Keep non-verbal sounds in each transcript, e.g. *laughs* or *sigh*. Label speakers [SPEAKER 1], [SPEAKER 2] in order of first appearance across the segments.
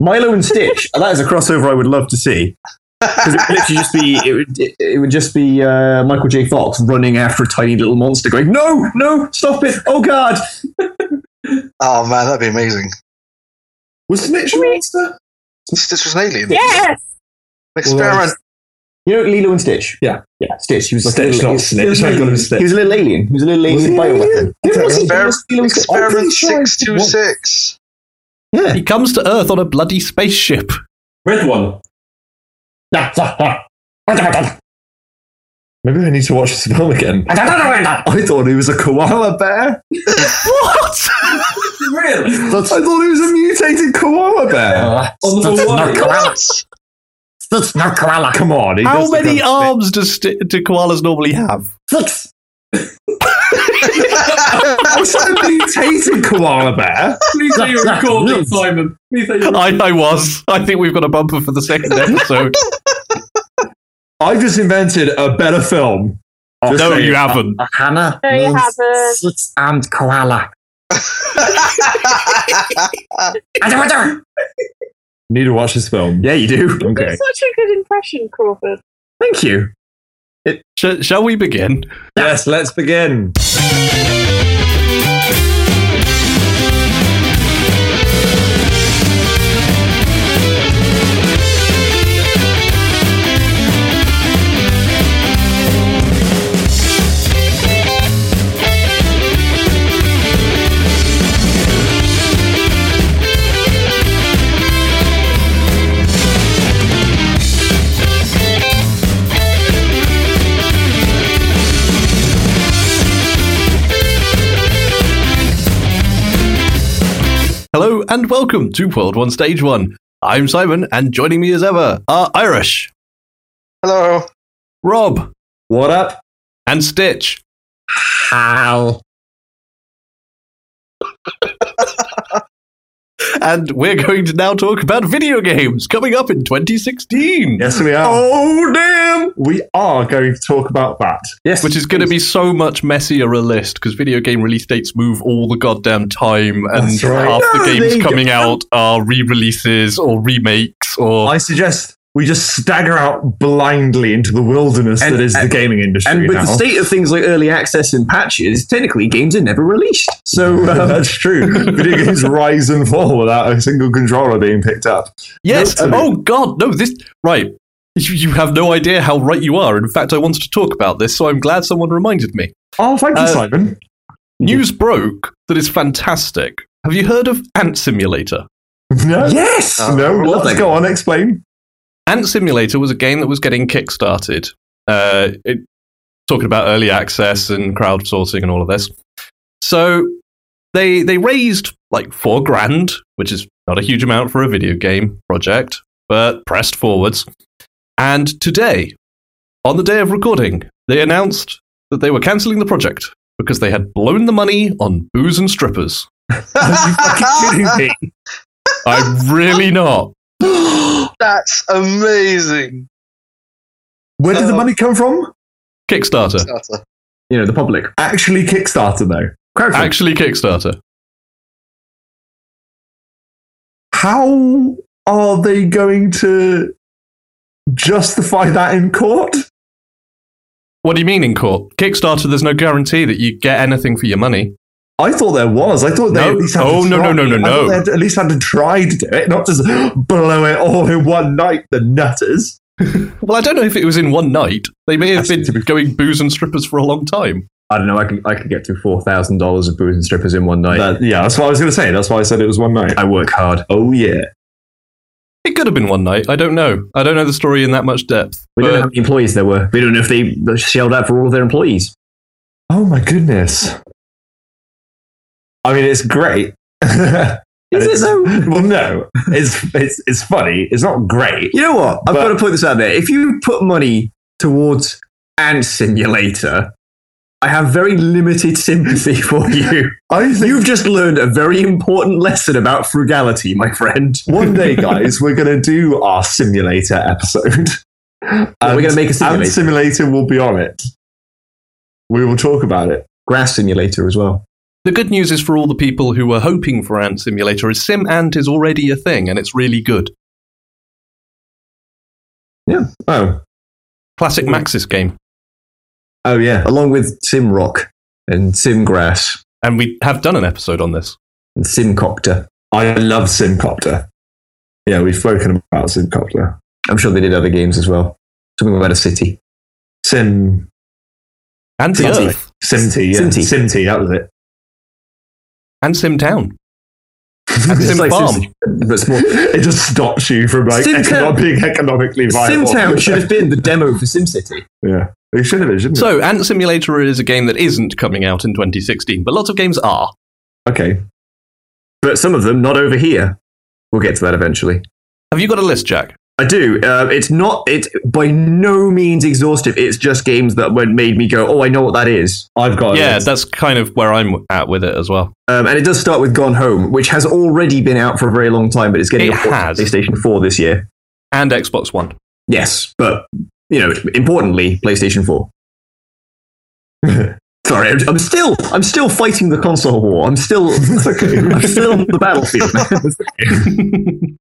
[SPEAKER 1] Milo and Stitch. *laughs* that is a crossover I would love to see. Because it would literally just be it would, it, it would just be uh, Michael J. Fox running after a tiny little monster, going, "No, no, stop it! Oh God!"
[SPEAKER 2] Oh man, that'd be amazing.
[SPEAKER 1] Was Stitch a monster?
[SPEAKER 2] This, this was an alien.
[SPEAKER 3] Yes.
[SPEAKER 2] Experiment.
[SPEAKER 1] You know Lilo and Stitch.
[SPEAKER 4] Yeah.
[SPEAKER 1] yeah, Stitch. He was like a
[SPEAKER 4] Stitch,
[SPEAKER 1] little-
[SPEAKER 4] not
[SPEAKER 1] he
[SPEAKER 4] Snitch.
[SPEAKER 1] was,
[SPEAKER 4] Thank God it was
[SPEAKER 1] he
[SPEAKER 4] Stitch.
[SPEAKER 1] was a little alien. He was a little
[SPEAKER 4] Was
[SPEAKER 1] alien
[SPEAKER 4] he an
[SPEAKER 1] bioweapon.
[SPEAKER 4] alien? I don't know.
[SPEAKER 1] Experiment-
[SPEAKER 2] Experiment six two six.
[SPEAKER 1] Yeah.
[SPEAKER 5] He comes to Earth on a bloody spaceship.
[SPEAKER 4] Red one. Maybe I need to watch this film again.
[SPEAKER 1] *laughs* I thought he was a koala bear.
[SPEAKER 5] What?
[SPEAKER 4] Really?
[SPEAKER 1] I thought he was a mutated koala bear.
[SPEAKER 4] On the
[SPEAKER 1] That's
[SPEAKER 4] whole
[SPEAKER 1] not
[SPEAKER 4] wide.
[SPEAKER 1] koala. That's not koala. Come on. he
[SPEAKER 5] How
[SPEAKER 1] does look
[SPEAKER 5] many
[SPEAKER 1] like a snake.
[SPEAKER 5] arms does sti do koalas normally have?
[SPEAKER 1] Six. Was that a mutated koala bear?
[SPEAKER 4] Please say you're recording, Simon. Please say you're
[SPEAKER 5] I, I was. I think we've got a bumper for the
[SPEAKER 1] *laughs*
[SPEAKER 5] second episode.
[SPEAKER 1] I've just invented a better film. Just
[SPEAKER 5] no,
[SPEAKER 1] saying.
[SPEAKER 5] you haven't.
[SPEAKER 1] Hannah.
[SPEAKER 3] No, you
[SPEAKER 1] means
[SPEAKER 3] haven't.
[SPEAKER 1] Sluts and koala.
[SPEAKER 4] Need to watch this film.
[SPEAKER 1] Yeah, you do. Okay.
[SPEAKER 3] That's such a good impression, Crawford.
[SPEAKER 1] Thank you.
[SPEAKER 5] Sh- shall we begin?
[SPEAKER 4] Yes, let's begin.
[SPEAKER 5] Hello and welcome to World One Stage One. I'm Simon, and joining me as ever are Irish,
[SPEAKER 2] *laughs*
[SPEAKER 1] *laughs*
[SPEAKER 2] Hello.
[SPEAKER 5] Rob,
[SPEAKER 1] What up?
[SPEAKER 5] and Stitch.
[SPEAKER 1] How?
[SPEAKER 5] And we're going to now talk about video games coming up in 2016,
[SPEAKER 1] Yes, we are. Oh, damn. We are going to talk about that. Yes.
[SPEAKER 5] which is going to be so much messier a list because video game release dates move all the goddamn time, and
[SPEAKER 4] That's right. Ah,
[SPEAKER 5] half
[SPEAKER 1] No,
[SPEAKER 5] the
[SPEAKER 1] they
[SPEAKER 5] games coming out are re-releases or remakes or
[SPEAKER 4] I suggest we just stagger out blindly into the wilderness
[SPEAKER 1] And-
[SPEAKER 4] that is the
[SPEAKER 1] and-
[SPEAKER 4] gaming industry.
[SPEAKER 1] And with
[SPEAKER 4] now.
[SPEAKER 1] the state of things like early access and patches, technically games are never released. So *laughs* um,
[SPEAKER 4] that's true.
[SPEAKER 1] *laughs*
[SPEAKER 4] Video games rise and fall without a single controller being picked up.
[SPEAKER 5] Yes.
[SPEAKER 4] No, I mean-
[SPEAKER 5] oh God, no. This right. You, you have no idea how right you are. In fact, I wanted to talk about this, so I'm glad someone reminded me.
[SPEAKER 4] Oh, thank you,
[SPEAKER 5] Uh,
[SPEAKER 4] Simon.
[SPEAKER 5] News broke that is fantastic. Have you heard of Ant Simulator?
[SPEAKER 4] No,
[SPEAKER 1] yes,
[SPEAKER 4] no.
[SPEAKER 2] *laughs*
[SPEAKER 1] I love
[SPEAKER 4] Let's
[SPEAKER 1] that
[SPEAKER 4] go on. Explain.
[SPEAKER 1] *laughs*
[SPEAKER 4] *gasps*
[SPEAKER 5] Ant Simulator was a game that was getting kickstarted. Uh, it, talking about early access and crowdsourcing and all of this. So they they raised like four grand, which is not a huge amount for a video game project, but pressed forwards. And today, on the day of recording, they announced that they were cancelling the project because they had blown the money on booze and strippers. I'm really not.
[SPEAKER 2] That's amazing.
[SPEAKER 4] Where did the
[SPEAKER 2] Oh.
[SPEAKER 4] money come from?
[SPEAKER 5] Kickstarter.
[SPEAKER 2] Starter.
[SPEAKER 1] You know, the public.
[SPEAKER 4] Actually, Kickstarter though. Crowdfunding.
[SPEAKER 5] Actually, Kickstarter.
[SPEAKER 4] How are they going to justify that in court?
[SPEAKER 5] What do you mean in court? Kickstarter, there's no guarantee that you get anything for your money.
[SPEAKER 4] I thought there was. I thought they
[SPEAKER 5] No.
[SPEAKER 4] at least had
[SPEAKER 5] Oh,
[SPEAKER 4] to
[SPEAKER 5] no,
[SPEAKER 4] try.
[SPEAKER 5] no, no, no,
[SPEAKER 4] I thought
[SPEAKER 5] no.
[SPEAKER 4] they had to- at least had to try to do it, not just blow it all in one night. The nutters.
[SPEAKER 5] Well, I don't know if it was in one night. They may have
[SPEAKER 1] That's-
[SPEAKER 5] been going booze and strippers for a long time.
[SPEAKER 1] I don't know. I can I could get to four thousand dollars of booze and strippers in one night.
[SPEAKER 4] That- yeah, that's what I was going to say. That's why I said it was one night.
[SPEAKER 1] I work hard.
[SPEAKER 4] Oh yeah.
[SPEAKER 5] It could have been one night. I don't know. I don't know the story in that much depth.
[SPEAKER 1] We don't know
[SPEAKER 5] But
[SPEAKER 1] how many employees there were. We don't know if they shelled out for all of their employees.
[SPEAKER 4] Oh my goodness. I mean, it's great.
[SPEAKER 1] *laughs* Is it though?
[SPEAKER 4] Well, no, it's it's it's funny. It's not great.
[SPEAKER 1] You know what? I've
[SPEAKER 4] But-
[SPEAKER 1] got to point this out there. If you put money towards Ant Simulator, I have very limited *laughs* sympathy for you.
[SPEAKER 4] I think
[SPEAKER 1] You've just learned a very important lesson about frugality, my friend.
[SPEAKER 4] one
[SPEAKER 1] *laughs*
[SPEAKER 4] day, guys, we're going to do our simulator episode. And,
[SPEAKER 1] we're going to make a simulator.
[SPEAKER 4] and simulator will be on it. We will talk about it.
[SPEAKER 1] Grass simulator as well.
[SPEAKER 5] The good news is for all the people who were hoping for Ant Simulator is Sim Ant is already a thing and it's really good.
[SPEAKER 1] Oh,
[SPEAKER 5] Classic
[SPEAKER 1] Mm.
[SPEAKER 5] Maxis game.
[SPEAKER 1] oh yeah. Along with Sim Rock and Sim Grass
[SPEAKER 5] And we have done an episode on this.
[SPEAKER 1] and Sim Copter.
[SPEAKER 4] I love Simcopter. Yeah, we've spoken about Simcopter.
[SPEAKER 1] I'm sure they did other games as well. Something about a city.
[SPEAKER 4] Sim
[SPEAKER 5] And the
[SPEAKER 1] Fancy.
[SPEAKER 5] Earth.
[SPEAKER 4] Simty, yeah.
[SPEAKER 1] Simty.
[SPEAKER 4] Simty. that was it.
[SPEAKER 5] And
[SPEAKER 1] *laughs*
[SPEAKER 5] Sim Town. And
[SPEAKER 1] It's
[SPEAKER 5] Sim
[SPEAKER 1] like
[SPEAKER 5] Farm.
[SPEAKER 1] Sim- but it's more.
[SPEAKER 4] It just stops you from like
[SPEAKER 1] Simtown-
[SPEAKER 4] econo- being economically
[SPEAKER 1] *laughs*
[SPEAKER 4] viable.
[SPEAKER 1] Simtown should have been the demo for SimCity.
[SPEAKER 4] yeah. It should have been, shouldn't it?
[SPEAKER 5] So, Ant Simulator is a game that isn't coming out in 2016, but lots of games are.
[SPEAKER 1] Okay. But some of them not over here. We'll get to that eventually.
[SPEAKER 5] Have you got a list, Jack?
[SPEAKER 1] I do. Uh, it's not. It's by no means exhaustive. It's just games that were- made me go, "Oh, I know what that is."
[SPEAKER 4] I've got
[SPEAKER 5] yeah,
[SPEAKER 4] yeah,
[SPEAKER 5] that's kind of where I'm at with it as well.
[SPEAKER 1] Um, and it does start with Gone Home, which has already been out for a very long time, but it's getting
[SPEAKER 5] It
[SPEAKER 1] a port to
[SPEAKER 5] has.
[SPEAKER 1] PlayStation Four this year.
[SPEAKER 5] And Xbox One.
[SPEAKER 1] Yes, but you know, importantly, PlayStation Four. *laughs* Sorry, I'm, I'm still, I'm still fighting the console war. I'm still, *laughs* I'm still on the
[SPEAKER 5] *laughs*
[SPEAKER 1] battlefield. *laughs* The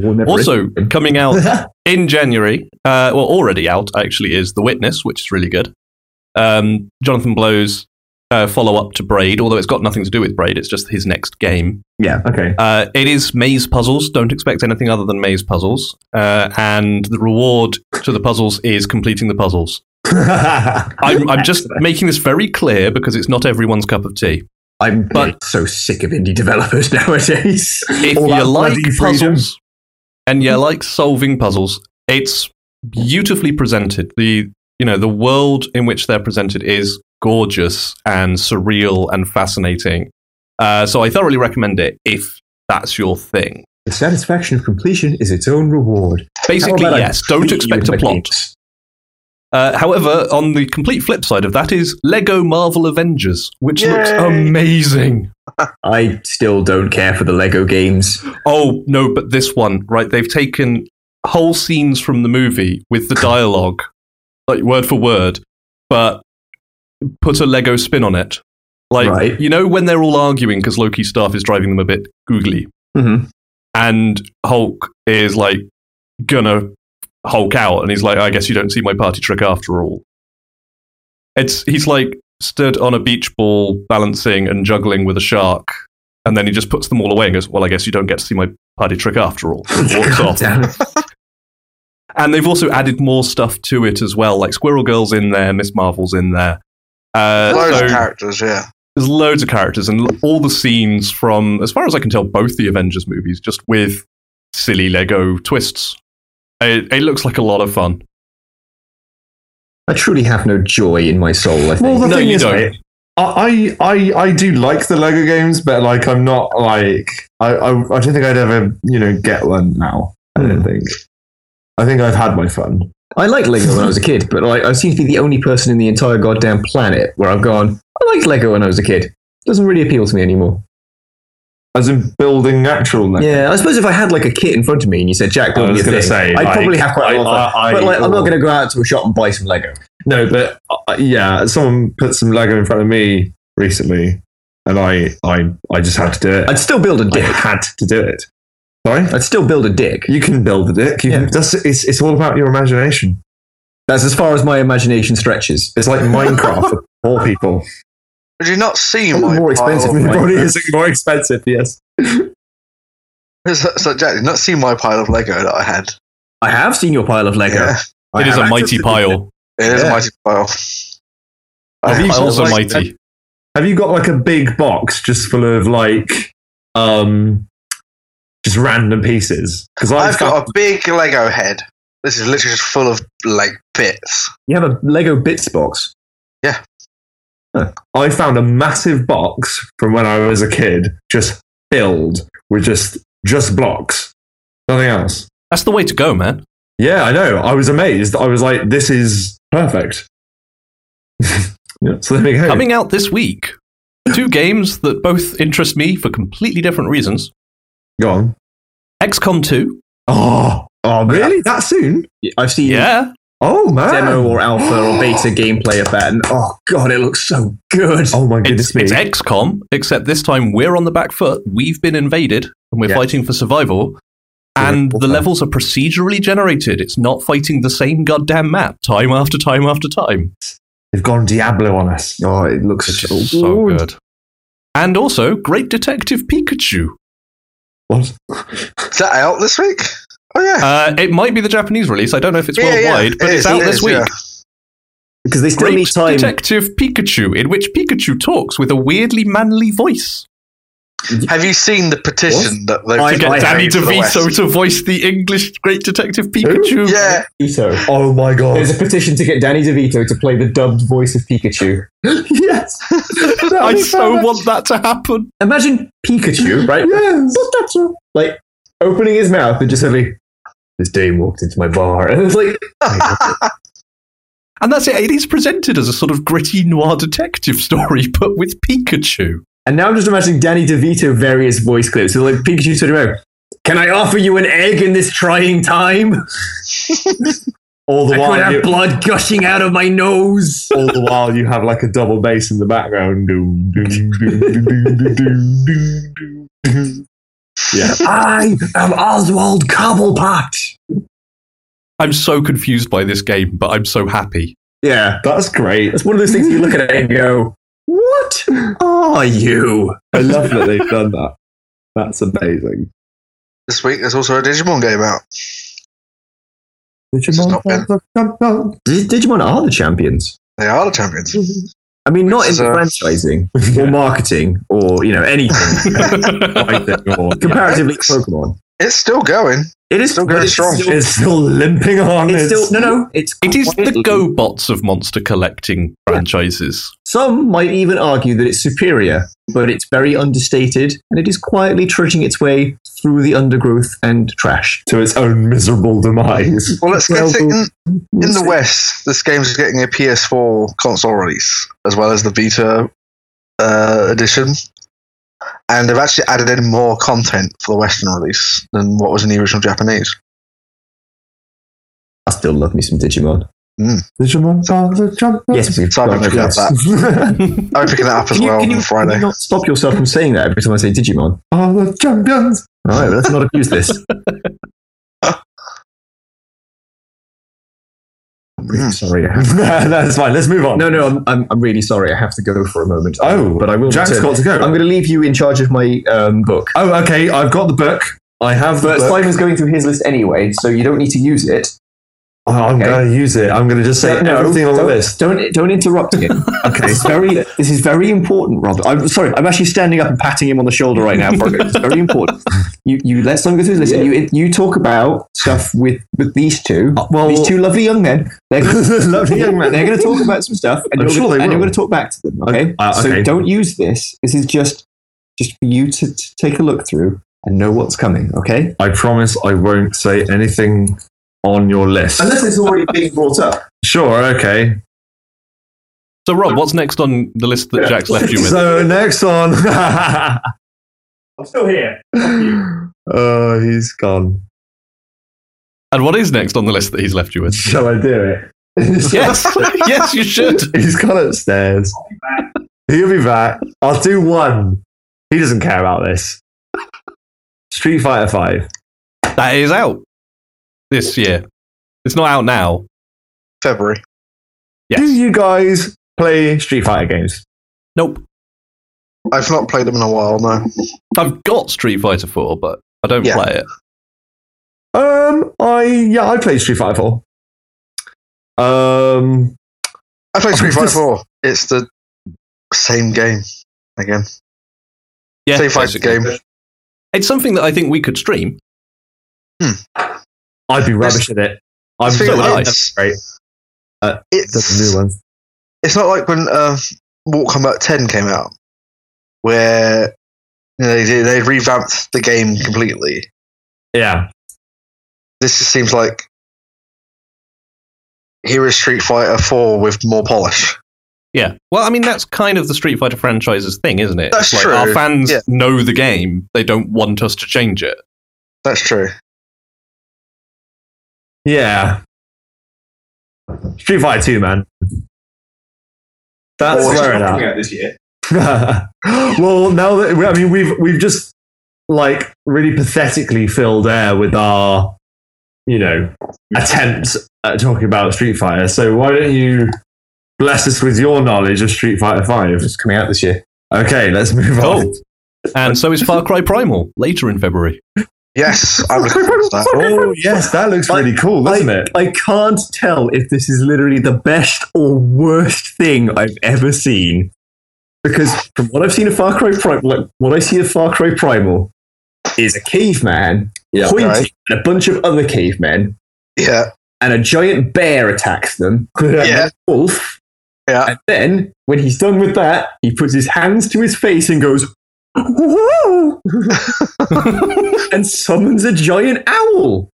[SPEAKER 1] war never
[SPEAKER 5] also, coming out
[SPEAKER 1] ends.
[SPEAKER 5] in January, uh, well, already out actually, is The Witness, which is really good. Um, Jonathan Blow's uh, follow up to Braid, although it's got nothing to do with Braid, it's just his next game.
[SPEAKER 1] yeah,
[SPEAKER 4] Okay.
[SPEAKER 5] Uh, it is maze puzzles. Don't expect anything other than maze puzzles. Uh, and the reward to the puzzles is completing the puzzles.
[SPEAKER 4] *laughs*
[SPEAKER 5] I'm, I'm just making this very clear because it's not everyone's cup of tea.
[SPEAKER 1] I'm
[SPEAKER 5] But-
[SPEAKER 1] so sick of indie developers *laughs* nowadays.
[SPEAKER 5] If
[SPEAKER 4] All
[SPEAKER 5] you
[SPEAKER 4] that
[SPEAKER 5] like
[SPEAKER 4] bloody freedom.
[SPEAKER 5] puzzles and you like solving puzzles, it's beautifully presented. The you know the world in which they're presented is gorgeous and surreal and fascinating. Uh, so I thoroughly recommend it if that's your thing.
[SPEAKER 1] The satisfaction of completion is its own reward.
[SPEAKER 5] Basically,
[SPEAKER 1] How about I
[SPEAKER 5] yes. Don't
[SPEAKER 1] Beat you
[SPEAKER 5] expect
[SPEAKER 1] with
[SPEAKER 5] a
[SPEAKER 1] my
[SPEAKER 5] plot.
[SPEAKER 1] games.
[SPEAKER 5] Uh, however, on the complete flip side of that is Lego Marvel Avengers, which looks
[SPEAKER 2] Yay.
[SPEAKER 5] amazing.
[SPEAKER 1] I still don't care for the Lego
[SPEAKER 4] *laughs*
[SPEAKER 1] games. *laughs*
[SPEAKER 5] Oh no, but this one, right? They've taken whole scenes from the movie with the dialogue, like word for word, but put a Lego spin on it. Like
[SPEAKER 1] Right.
[SPEAKER 5] you know when they're all arguing because Loki's staff is driving them a bit googly,
[SPEAKER 1] Mhm.
[SPEAKER 5] and Hulk is like gonna Hulk out, and he's like, "I guess you don't see my party trick after all." It's he's like stood on a beach ball balancing and juggling with a shark, and then he just puts them all away and goes, "Well, I guess you don't get to see my party trick after all." and Walks off.
[SPEAKER 1] Damn it.
[SPEAKER 5] And they've also added more stuff to it as well, like Squirrel Girl's in there, Miss Marvel's in there. Uh,
[SPEAKER 2] Loads
[SPEAKER 5] so-
[SPEAKER 2] of characters, yeah.
[SPEAKER 5] there's loads of characters and l- all the scenes from, as far as I can tell, both the Avengers movies, just with silly Lego twists. It, it looks like a lot of fun.
[SPEAKER 1] I truly have no joy in my soul, I
[SPEAKER 4] Well,
[SPEAKER 1] think.
[SPEAKER 4] the
[SPEAKER 5] No,
[SPEAKER 4] thing
[SPEAKER 5] you
[SPEAKER 4] is,
[SPEAKER 5] don't.
[SPEAKER 4] mate, I, I, I, I do like the Lego games, but like I'm not like I, I, I don't think I'd ever you know get one now. I don't
[SPEAKER 1] Hmm.
[SPEAKER 4] think. I think I've had my fun.
[SPEAKER 1] I liked Lego when I was a kid, but like, I seem to be the only person in the entire goddamn planet where I've gone, I liked Lego when I was a kid. Doesn't really appeal to me anymore.
[SPEAKER 4] As in building actual Lego.
[SPEAKER 1] Yeah, I suppose if I had like a kit in front of me and you said, Jack,
[SPEAKER 4] I
[SPEAKER 1] build me
[SPEAKER 4] was
[SPEAKER 1] a
[SPEAKER 4] gonna
[SPEAKER 1] thing,
[SPEAKER 4] say,
[SPEAKER 1] I'd
[SPEAKER 4] like,
[SPEAKER 1] probably have quite a
[SPEAKER 4] I-
[SPEAKER 1] lot of fun.
[SPEAKER 4] I- I-
[SPEAKER 1] but like, I'm not going to go out to a shop and buy some Lego.
[SPEAKER 4] No, but uh, yeah, someone put some Lego in front of me recently, and I, I, I just had to do it.
[SPEAKER 1] I'd still build a
[SPEAKER 4] I
[SPEAKER 1] dick.
[SPEAKER 4] had to do it. Sorry,
[SPEAKER 1] I'd still build a dick.
[SPEAKER 4] you can build a dick. You
[SPEAKER 1] Yeah.
[SPEAKER 4] can, that's, it's, it's all about your imagination.
[SPEAKER 1] That's as far as my imagination stretches.
[SPEAKER 4] It's *laughs* like Minecraft for poor people.
[SPEAKER 2] Did you not see
[SPEAKER 1] Probably
[SPEAKER 2] my
[SPEAKER 1] more expensive
[SPEAKER 2] pile
[SPEAKER 1] than
[SPEAKER 2] of
[SPEAKER 4] It
[SPEAKER 1] Minecraft.
[SPEAKER 4] probably is more expensive. Yes.
[SPEAKER 2] *laughs* so, so Jack, did you not see my pile of Lego that I had?
[SPEAKER 1] I have seen your pile of Lego.
[SPEAKER 2] Yeah.
[SPEAKER 1] I
[SPEAKER 5] it is
[SPEAKER 1] have
[SPEAKER 5] a
[SPEAKER 1] access
[SPEAKER 5] mighty
[SPEAKER 1] to-
[SPEAKER 5] pile.
[SPEAKER 2] It is
[SPEAKER 1] Yeah.
[SPEAKER 2] a mighty pile.
[SPEAKER 4] Have you-
[SPEAKER 2] I
[SPEAKER 5] Piles are
[SPEAKER 2] was like-
[SPEAKER 5] mighty.
[SPEAKER 4] Have you got like a big box just full of like, um, just random pieces? Because
[SPEAKER 2] I've got a big Lego head. This is literally just full of like bits.
[SPEAKER 1] You have a Lego bits box.
[SPEAKER 4] I found a massive box from when I was a kid, just filled with just just blocks, nothing else.
[SPEAKER 5] That's the way to go, man.
[SPEAKER 4] Yeah, I know. I was amazed. I was like, "This is perfect." *laughs* yeah, so there we go.
[SPEAKER 5] Coming out this week, two games that both interest me for completely different reasons
[SPEAKER 4] Go on.
[SPEAKER 5] XCOM 2.
[SPEAKER 4] Oh, oh, really? That soon?
[SPEAKER 2] Mm.
[SPEAKER 1] I've seen
[SPEAKER 5] Yeah.
[SPEAKER 4] Oh man!
[SPEAKER 1] demo
[SPEAKER 4] *gasps*
[SPEAKER 1] or alpha or beta gameplay of that, and oh god, it looks so good.
[SPEAKER 4] Oh my
[SPEAKER 5] It's,
[SPEAKER 4] goodness me!
[SPEAKER 5] it's XCOM, except this time we're on the back foot. We've been invaded and we're
[SPEAKER 4] Yeah.
[SPEAKER 5] fighting for survival. And
[SPEAKER 4] Yeah,
[SPEAKER 5] the
[SPEAKER 4] okay.
[SPEAKER 5] levels are procedurally generated. It's not fighting the same goddamn map time after time after time.
[SPEAKER 4] They've gone Diablo on us.
[SPEAKER 1] Oh, it looks
[SPEAKER 5] It's
[SPEAKER 1] so,
[SPEAKER 5] just so good. And also, Great Detective Pikachu.
[SPEAKER 4] *laughs* What?
[SPEAKER 2] Is that out this week? Oh yeah.
[SPEAKER 5] Uh, it might be the Japanese release. I don't know if it's
[SPEAKER 2] Yeah, yeah,
[SPEAKER 5] worldwide, but
[SPEAKER 2] it
[SPEAKER 5] it's
[SPEAKER 2] is,
[SPEAKER 5] out
[SPEAKER 2] it
[SPEAKER 5] this
[SPEAKER 2] is,
[SPEAKER 5] week.
[SPEAKER 2] yeah.
[SPEAKER 1] because they still need
[SPEAKER 5] Great
[SPEAKER 1] time.
[SPEAKER 5] Detective Pikachu, in which Pikachu talks with a weirdly manly voice.
[SPEAKER 2] Have you seen the petition that they've
[SPEAKER 1] I-
[SPEAKER 5] To get
[SPEAKER 1] I
[SPEAKER 5] Danny
[SPEAKER 2] made for the
[SPEAKER 5] DeVito
[SPEAKER 2] West?
[SPEAKER 5] to voice the English Great Detective Pikachu.
[SPEAKER 2] Yeah,
[SPEAKER 1] DeVito.
[SPEAKER 4] Oh my god!
[SPEAKER 1] There's a petition to get Danny DeVito to play the dubbed voice of
[SPEAKER 4] *laughs*
[SPEAKER 1] Pikachu. *laughs*
[SPEAKER 4] yes,
[SPEAKER 5] I so want that to happen.
[SPEAKER 1] Imagine Pikachu, right?
[SPEAKER 4] *laughs* Yes.
[SPEAKER 1] like opening his mouth and just suddenly this dame walked into my bar, *laughs* and it's like
[SPEAKER 5] And that's it. It is presented as a sort of gritty noir detective story, *laughs* but with Pikachu.
[SPEAKER 1] And now I'm just imagining Danny DeVito various voice clips. So like Pikachu turning around, can I offer you an egg in this trying time?
[SPEAKER 4] *laughs* All
[SPEAKER 1] I
[SPEAKER 4] the
[SPEAKER 1] could
[SPEAKER 4] while, you,
[SPEAKER 1] have blood gushing out of my nose.
[SPEAKER 4] all the while you have like a double bass in the background. *laughs* Doom, doom, doom, doom, doom, doom, doom, doom, doom,
[SPEAKER 1] *laughs*
[SPEAKER 4] doom. Yeah.
[SPEAKER 1] I am Oswald Cobblepot.
[SPEAKER 5] I'm so confused by this game, but I'm so happy.
[SPEAKER 4] *laughs*
[SPEAKER 5] *laughs*
[SPEAKER 1] Yeah,
[SPEAKER 4] That's great.
[SPEAKER 1] that's one of those things you look at it and go, what are you?
[SPEAKER 4] I love that they've done that. That's amazing.
[SPEAKER 2] this week there's also a Digimon game out. This has not been-
[SPEAKER 1] Dig- Digimon are the champions.
[SPEAKER 2] They are the champions.
[SPEAKER 1] I mean, not in
[SPEAKER 2] This is a-
[SPEAKER 1] *laughs* franchising or marketing or, you know, *laughs* anything. Comparatively to Pokemon.
[SPEAKER 2] It's still going.
[SPEAKER 1] It is
[SPEAKER 2] Still going
[SPEAKER 1] it's
[SPEAKER 2] strong.
[SPEAKER 1] Still,
[SPEAKER 4] It's still limping on.
[SPEAKER 1] it's still, no, no. It's
[SPEAKER 5] it is the
[SPEAKER 1] quietly-
[SPEAKER 5] GoBots of monster collecting franchises.
[SPEAKER 1] Some might even argue that it's superior, but it's very understated and it is quietly trudging its way through the undergrowth and trash.
[SPEAKER 4] to its own miserable demise.
[SPEAKER 2] Well, let's get
[SPEAKER 1] Well,
[SPEAKER 2] it in, in the
[SPEAKER 1] see.
[SPEAKER 2] West. This game's getting a PS4 console release as well as the Vita uh, edition, and they've actually added in more content for the Western release than what was in the original Japanese.
[SPEAKER 1] I still love me some Digimon.
[SPEAKER 4] Digimon are the champions.
[SPEAKER 1] Yes, we've
[SPEAKER 2] So I've been
[SPEAKER 1] got
[SPEAKER 2] picking up
[SPEAKER 1] this.
[SPEAKER 2] that. I'll be picking that up as
[SPEAKER 1] Can you,
[SPEAKER 2] well
[SPEAKER 1] can you-
[SPEAKER 2] on Friday.
[SPEAKER 1] can you not stop yourself from saying that every time I say Digimon?
[SPEAKER 4] Are the champions.
[SPEAKER 1] All right, let's not abuse
[SPEAKER 4] *laughs*
[SPEAKER 1] this. I'm really sorry. I
[SPEAKER 4] *laughs*
[SPEAKER 1] have-
[SPEAKER 4] That's fine. Let's move on.
[SPEAKER 1] No, no, I'm, I'm, I'm really sorry. I have to go for a moment.
[SPEAKER 4] Oh,
[SPEAKER 1] but I will.
[SPEAKER 4] Jack's
[SPEAKER 1] return.
[SPEAKER 4] got to go.
[SPEAKER 1] I'm going to leave you in charge of my um, book.
[SPEAKER 4] oh, okay. I've got the book. I have the
[SPEAKER 1] But
[SPEAKER 4] book.
[SPEAKER 1] Simon's going through his list anyway, so you don't need to use it.
[SPEAKER 4] Oh, I'm
[SPEAKER 1] Okay.
[SPEAKER 4] going to use it. I'm going to just say everything on the
[SPEAKER 1] don't,
[SPEAKER 4] list.
[SPEAKER 1] Don't don't interrupt
[SPEAKER 4] *laughs*
[SPEAKER 1] him. okay, it's very this is very important, Robert. I'm sorry. I'm actually standing up and patting him on the shoulder right now. For it's very important. You you let someone go through this, and you you talk about stuff with with these two.
[SPEAKER 4] Uh, well-
[SPEAKER 1] these two lovely young men. They're
[SPEAKER 4] *laughs* Lovely young man.
[SPEAKER 1] They're going to talk about some stuff, and,
[SPEAKER 4] I'm
[SPEAKER 1] you're,
[SPEAKER 4] sure
[SPEAKER 1] gonna,
[SPEAKER 4] they
[SPEAKER 1] and you're
[SPEAKER 4] will.
[SPEAKER 1] going to talk back to them. Okay,
[SPEAKER 4] Uh,
[SPEAKER 1] so
[SPEAKER 4] okay.
[SPEAKER 1] don't use this. This is just just for you to, to take a look through and know what's coming. Okay,
[SPEAKER 4] I promise I won't say anything on your list.
[SPEAKER 1] it's already being brought up.
[SPEAKER 4] Sure, okay.
[SPEAKER 5] So, Rob, what's next on the list that Jack's left you with?
[SPEAKER 4] So next *laughs* on.
[SPEAKER 1] I'm still here.
[SPEAKER 4] oh, he's gone.
[SPEAKER 5] And what is next on the list that he's left you
[SPEAKER 4] *laughs*
[SPEAKER 5] with?
[SPEAKER 4] Shall I do *laughs* it?
[SPEAKER 5] Yes, *laughs* yes, you should.
[SPEAKER 4] He's gone upstairs. He'll be back. I'll do one. He doesn't care about this. Street Fighter Five.
[SPEAKER 5] That is out this year. It's not out now.
[SPEAKER 2] February.
[SPEAKER 4] Do
[SPEAKER 5] Yes.
[SPEAKER 4] you guys play Street Fighter games?
[SPEAKER 5] Nope.
[SPEAKER 2] I've not played them in a while. No,
[SPEAKER 5] I've got Street Fighter 4, but I don't
[SPEAKER 2] Yeah.
[SPEAKER 5] play it.
[SPEAKER 4] Um, I yeah, I played Street Fighter Four. Um,
[SPEAKER 2] I played Street Fighter Four. It's the same game again.
[SPEAKER 5] Yeah,
[SPEAKER 2] same fighting
[SPEAKER 5] basically.
[SPEAKER 2] game.
[SPEAKER 5] It's something that I think we could stream.
[SPEAKER 4] I'd be rubbish at it. I'm
[SPEAKER 2] The thing
[SPEAKER 5] so
[SPEAKER 2] is,
[SPEAKER 5] nice.
[SPEAKER 2] it's-
[SPEAKER 4] Great. Uh,
[SPEAKER 2] It's
[SPEAKER 4] the new ones.
[SPEAKER 2] it's not like when uh, Mortal Kombat 10 came out, where you know, they they revamped the game completely.
[SPEAKER 4] Yeah,
[SPEAKER 2] This just seems like here is Street Fighter 4 with more polish.
[SPEAKER 5] Yeah. Well, I mean, that's kind of the Street Fighter franchise's thing, isn't it?
[SPEAKER 2] That's
[SPEAKER 5] It's like
[SPEAKER 2] true.
[SPEAKER 5] Our fans
[SPEAKER 2] Yeah.
[SPEAKER 5] know the game. They don't want us to change it.
[SPEAKER 2] That's true.
[SPEAKER 4] yeah. Street Fighter 2, man. That's
[SPEAKER 6] Always
[SPEAKER 4] where it at.
[SPEAKER 6] coming out this year.
[SPEAKER 4] *laughs* well, now that I mean, we've we've just like really pathetically filled air with our, you know, attempt at talking about Street Fighter. So why don't you bless us with your knowledge of Street Fighter Five?
[SPEAKER 6] It's coming out this year.
[SPEAKER 4] Okay, let's move on.
[SPEAKER 5] Cool. And so is Far Cry Primal later in February.
[SPEAKER 2] Yes, I was
[SPEAKER 4] *laughs*
[SPEAKER 2] that.
[SPEAKER 4] Oh yes, that looks
[SPEAKER 1] Like-
[SPEAKER 4] really cool, doesn't
[SPEAKER 1] I,
[SPEAKER 4] it?
[SPEAKER 1] I can't tell if this is literally the best or worst thing I've ever seen. Because from what I've seen of Far Cry Primal, like, what I see of Far Cry Primal is a caveman
[SPEAKER 6] Yeah,
[SPEAKER 1] pointing
[SPEAKER 2] right.
[SPEAKER 1] at a bunch of other cavemen,
[SPEAKER 2] Yeah,
[SPEAKER 1] and a giant bear attacks them.
[SPEAKER 2] Yeah.
[SPEAKER 1] Wolf.
[SPEAKER 2] Yeah.
[SPEAKER 1] And then when he's done with that, he puts his hands to his face and goes,
[SPEAKER 2] *laughs*
[SPEAKER 1] "Whoa!" *laughs* and summons a giant owl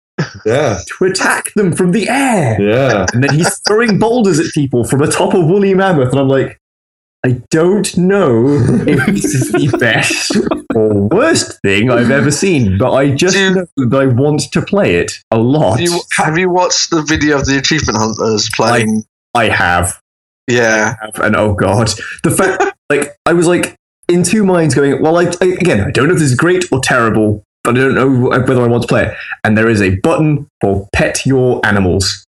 [SPEAKER 4] Yeah,
[SPEAKER 1] to attack them from the air
[SPEAKER 4] yeah.
[SPEAKER 1] and then he's throwing boulders at people from atop a woolly mammoth, and I'm like, I don't know
[SPEAKER 4] *laughs*
[SPEAKER 1] if this is the best or worst thing I've ever seen, but I just
[SPEAKER 2] Do you-
[SPEAKER 1] know that I want to play it a lot.
[SPEAKER 2] have you, have you watched the video of the achievement hunters playing?
[SPEAKER 1] I have,
[SPEAKER 2] yeah,
[SPEAKER 1] have, and oh god, the fact like I was like in two minds going, well, I, I again, I don't know if this is great or terrible, but I don't know whether I want to play it. And there is a button for pet your animals.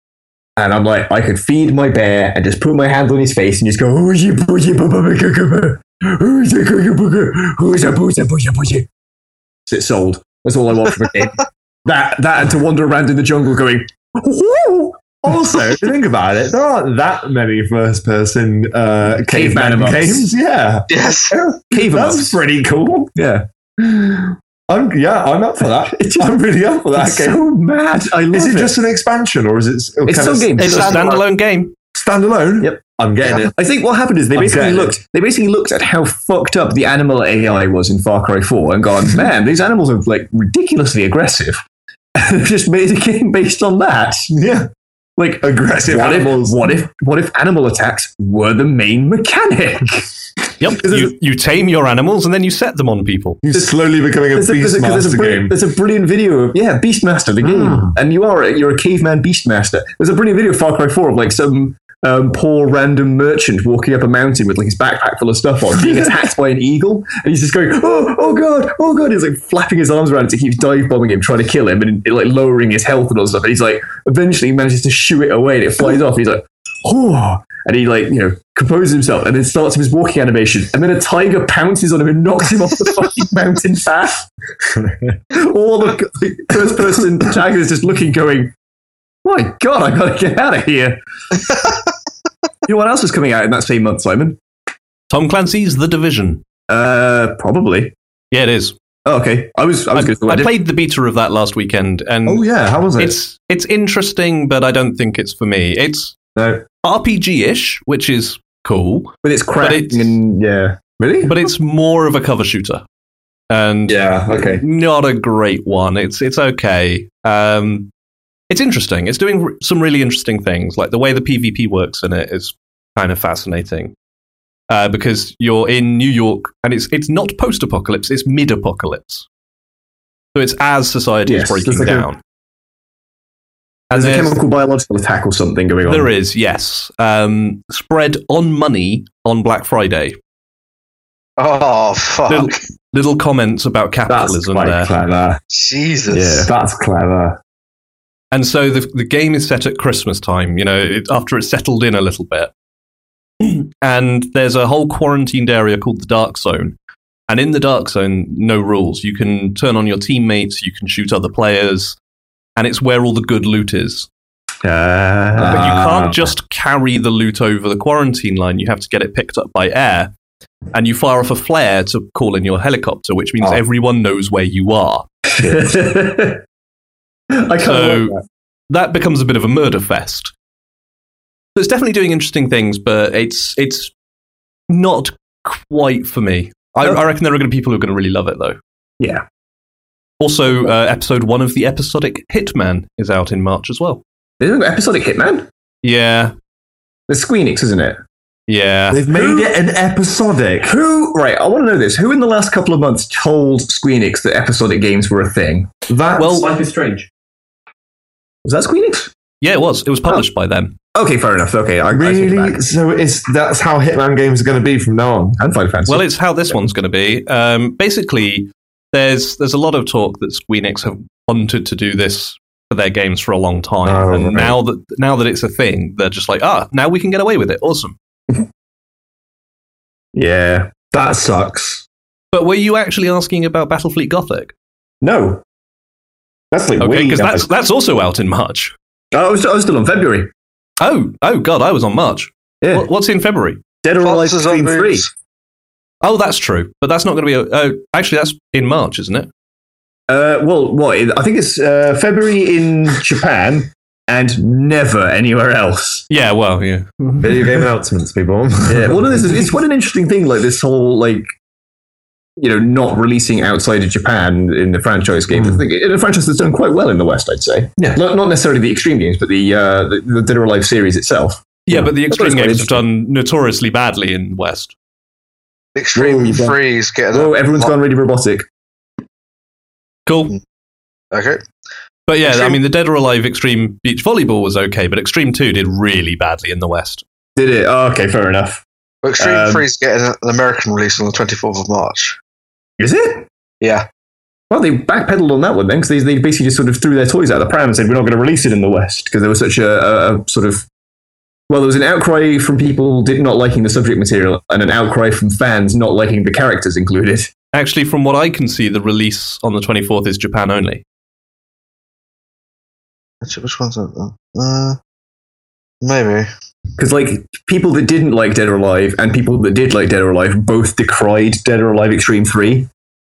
[SPEAKER 1] And I'm like, I could feed my bear and just put my hand on his face and just go, "Ooh, yeah, boo, yeah, boo, boo, boo, boo, boo, boo. Ooh, yeah, boo, yeah, boo, boo. Ooh, yeah, boo, yeah, boo, yeah, boo, yeah." It's sold. That's all I want from a game. that, that, and to wander around in the jungle going,
[SPEAKER 4] Woo! Also, if you think about it, there aren't that many first-person uh,
[SPEAKER 1] Caveman
[SPEAKER 4] caveman
[SPEAKER 1] amongst.
[SPEAKER 4] games. Yeah,
[SPEAKER 2] yes.
[SPEAKER 1] *laughs* cave em
[SPEAKER 4] that's
[SPEAKER 1] up."
[SPEAKER 4] pretty cool.
[SPEAKER 1] *sighs* Yeah.
[SPEAKER 4] I'm yeah, I'm up for that.
[SPEAKER 1] *laughs* It just-
[SPEAKER 4] I'm really up for that
[SPEAKER 1] It's
[SPEAKER 4] game.
[SPEAKER 1] so mad. I love
[SPEAKER 4] Is it
[SPEAKER 1] it.
[SPEAKER 4] just an expansion or is it or
[SPEAKER 1] it's still
[SPEAKER 4] can it
[SPEAKER 1] games.
[SPEAKER 5] It's a standalone game.
[SPEAKER 4] standalone?
[SPEAKER 1] Yep.
[SPEAKER 4] I'm getting
[SPEAKER 2] Yeah.
[SPEAKER 4] it.
[SPEAKER 1] I think what happened is they
[SPEAKER 4] I'm
[SPEAKER 1] basically
[SPEAKER 4] getting it.
[SPEAKER 1] looked they basically looked at how fucked up the animal AI was in Far Cry 4 and gone, man, these animals are like ridiculously aggressive. *laughs* And they've just made a game based on that.
[SPEAKER 4] Yeah,
[SPEAKER 1] Like
[SPEAKER 4] *laughs* aggressive
[SPEAKER 1] what
[SPEAKER 4] animals.
[SPEAKER 1] if, what if what if animal attacks were the main mechanic?
[SPEAKER 5] Yep.
[SPEAKER 4] Is it-
[SPEAKER 5] You, you tame your animals and then you set them on people.
[SPEAKER 4] You're slowly becoming a
[SPEAKER 1] There's a, there's, a, 'cause there's, a
[SPEAKER 4] beastmaster
[SPEAKER 1] brilliant,
[SPEAKER 4] game.
[SPEAKER 1] there's a brilliant video of yeah, Beastmaster the game,
[SPEAKER 4] Mm.
[SPEAKER 1] and you are a, you're a caveman Beastmaster. There's a brilliant video of Far Cry Four of like some um, poor random merchant walking up a mountain with like his backpack full of stuff on, being attacked by an eagle, and he's just going oh oh god oh god, he's like flapping his arms around as it keeps dive bombing him, trying to kill him, and it, like lowering his health and all stuff. And he's like eventually he manages to shoo it away, and it flies off. he's like oh. And he like you know composes himself, and then starts his walking animation, and then a tiger pounces on him and knocks him off the *laughs* fucking mountain path
[SPEAKER 4] *laughs*
[SPEAKER 1] all the the first person protagonist just looking, going, "My God, I gotta get out of
[SPEAKER 4] *laughs*
[SPEAKER 1] here." you know what else was coming out in that same month, Simon?
[SPEAKER 5] Tom Clancy's The Division.
[SPEAKER 1] Uh, probably.
[SPEAKER 5] Yeah, it is.
[SPEAKER 1] Oh, okay, I was I
[SPEAKER 5] I,
[SPEAKER 1] was going to.
[SPEAKER 5] I played the beta of that last weekend and
[SPEAKER 4] Oh yeah, how was it?
[SPEAKER 5] it's it's interesting, but I don't think it's for me. It's
[SPEAKER 4] No.
[SPEAKER 5] RPG-ish, which is cool,
[SPEAKER 1] but it's crap
[SPEAKER 5] it's-
[SPEAKER 1] and *laughs* yeah, really.
[SPEAKER 5] but it's more of a cover shooter. And
[SPEAKER 1] yeah, okay.
[SPEAKER 5] not a great one. It's it's okay. Um, it's interesting. It's doing r- some really interesting things. Like the way the PvP works in it is kind of fascinating uh, because you're in New York and it's it's not post apocalypse. It's mid apocalypse. So it's as society
[SPEAKER 1] Yes,
[SPEAKER 5] is breaking
[SPEAKER 1] there's like a-
[SPEAKER 5] down.
[SPEAKER 1] There's a
[SPEAKER 5] there's-
[SPEAKER 1] chemical biological attack or something going on.
[SPEAKER 5] There is yes, um, spread on money on Black Friday.
[SPEAKER 2] Oh fuck,
[SPEAKER 5] Little, little comments about
[SPEAKER 4] that's
[SPEAKER 5] capitalism
[SPEAKER 4] quite
[SPEAKER 5] there.
[SPEAKER 4] clever. Yeah,
[SPEAKER 2] Jesus.
[SPEAKER 4] that's clever.
[SPEAKER 5] And so the, the game is set at Christmas time, you know, it, after it's settled in a little bit. *clears throat* and there's a whole quarantined area called the Dark Zone. And in the Dark Zone, no rules. You can turn on your teammates, you can shoot other players, and it's where all the good loot is. But you
[SPEAKER 4] Ah.
[SPEAKER 1] Ah.
[SPEAKER 5] can't just carry the loot over the quarantine line, you have to get it picked up by air. And you fire off a flare to call in your helicopter, which means
[SPEAKER 4] Oh.
[SPEAKER 5] everyone knows where you are.
[SPEAKER 4] Ah,
[SPEAKER 1] *laughs* I can't. *laughs*
[SPEAKER 5] So- that becomes a bit of a murder fest. So it's definitely doing interesting things, but it's it's not quite for me. I, I reckon there are going to be people who are going to really love it, though.
[SPEAKER 1] Yeah.
[SPEAKER 5] Also, uh, episode one of the episodic Hitman is out in March as well.
[SPEAKER 1] Isn't it episodic Hitman?
[SPEAKER 5] Yeah,
[SPEAKER 1] It's Squeenix, isn't it?
[SPEAKER 5] yeah.
[SPEAKER 4] They've made it an episodic.
[SPEAKER 1] Who, right, I want to know this. Who in the last couple of months told Squeenix that episodic games were a thing?
[SPEAKER 4] That's
[SPEAKER 5] Well,
[SPEAKER 6] Life is Strange.
[SPEAKER 1] Was that Squeenix?
[SPEAKER 5] Yeah, it was. It was published by them.
[SPEAKER 4] Okay, fair enough. Okay, I I take it
[SPEAKER 7] Really?
[SPEAKER 4] back.
[SPEAKER 7] So it's that's how Hitman games are going to be from now on, and Final Fantasy.
[SPEAKER 5] Well, it's how this one's going to be. Um, basically, there's there's a lot of talk that Squeenix have wanted to do this for their games for a long time,
[SPEAKER 7] Oh,
[SPEAKER 5] and
[SPEAKER 7] right.
[SPEAKER 5] now that now that it's a thing, they're just like, ah, now we can get away with it. Awesome.
[SPEAKER 4] Yeah, that sucks.
[SPEAKER 5] But were you actually asking about Battlefleet Gothic?
[SPEAKER 1] No.
[SPEAKER 7] that's like
[SPEAKER 5] Okay,
[SPEAKER 7] way
[SPEAKER 5] because
[SPEAKER 7] down.
[SPEAKER 5] that's that's also out in March.
[SPEAKER 1] I was, I was still on February.
[SPEAKER 5] Oh, oh God, I was on March.
[SPEAKER 1] Yeah.
[SPEAKER 5] What, what's in February?
[SPEAKER 1] Dead or Alive
[SPEAKER 2] Fox is on
[SPEAKER 1] Scream 3.
[SPEAKER 2] moves.
[SPEAKER 5] Oh, that's true, but that's not going to be. A, oh, actually, that's in March, isn't it?
[SPEAKER 1] Uh, well, what? I think it's uh, February in Japan and never anywhere else.
[SPEAKER 5] Yeah. Well, yeah.
[SPEAKER 7] Video game announcements, people.
[SPEAKER 1] Yeah, well, no, this is, it's quite an interesting thing. Like this whole like, you know, not releasing outside of Japan in the franchise game. I think in a franchise that's done quite well in the West, I'd say.
[SPEAKER 7] Hmm. Yeah.
[SPEAKER 1] not, not necessarily the extreme games, but the uh, the, the Dead or Alive series itself.
[SPEAKER 5] Yeah, but the
[SPEAKER 1] That's what
[SPEAKER 5] extreme
[SPEAKER 1] it's quite
[SPEAKER 5] games have done notoriously badly in the West.
[SPEAKER 1] Whoa,
[SPEAKER 2] Extreme
[SPEAKER 1] you don't-
[SPEAKER 2] freeze. Get it.
[SPEAKER 1] Oh, everyone's gone really robotic.
[SPEAKER 5] Cool,
[SPEAKER 2] Okay.
[SPEAKER 5] but yeah, I
[SPEAKER 2] Extreme-
[SPEAKER 5] mean, the Dead or Alive Extreme Beach Volleyball was okay, but Extreme Two did really badly in the West.
[SPEAKER 1] Did it? Oh, okay, fair enough.
[SPEAKER 2] Well, Extreme
[SPEAKER 1] Um,
[SPEAKER 2] Freeze getting an American release on the 24th of March.
[SPEAKER 1] Is it?
[SPEAKER 2] Yeah.
[SPEAKER 1] Well, they backpedaled on that one then because they, they basically just sort of threw their toys out of the pram and said we're not going to release it in the West because there was such a, a, a sort of well, there was an outcry from people did not liking the subject material and an outcry from fans not liking the characters included.
[SPEAKER 5] Actually, from what I can see, the release on the twenty fourth is Japan only.
[SPEAKER 2] Which, which one's that? then? Uh, maybe. *laughs*
[SPEAKER 1] Because like people that didn't like Dead or Alive and people that did like Dead or Alive both decried Dead or Alive Extreme Three.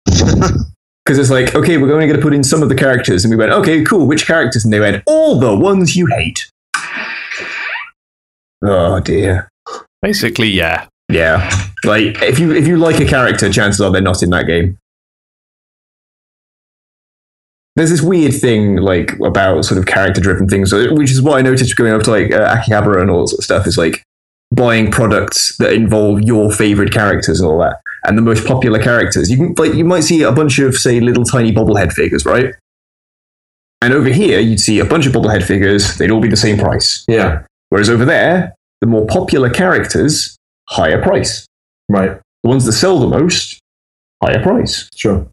[SPEAKER 1] Because it's like, okay, we're only going to put in some of the characters, and we went, okay, cool, which characters? And they went, all the ones you hate. Oh dear.
[SPEAKER 5] Basically, yeah.
[SPEAKER 1] Yeah. Like if you if you like a character, chances are they're not in that game. There's this weird thing like about sort of character driven things, so- which is what I noticed going up to like uh, Akihabara and all that sort of stuff is like buying products that involve your favorite characters and all that, and the most popular characters. You can like you might see a bunch of say little tiny bobblehead figures, right? And over here, you'd see a bunch of bobblehead figures. They'd all be the same price.
[SPEAKER 7] yeah,
[SPEAKER 1] Whereas over there, the more popular characters, higher price.
[SPEAKER 7] right,
[SPEAKER 1] The ones that sell the most, higher price.
[SPEAKER 7] sure.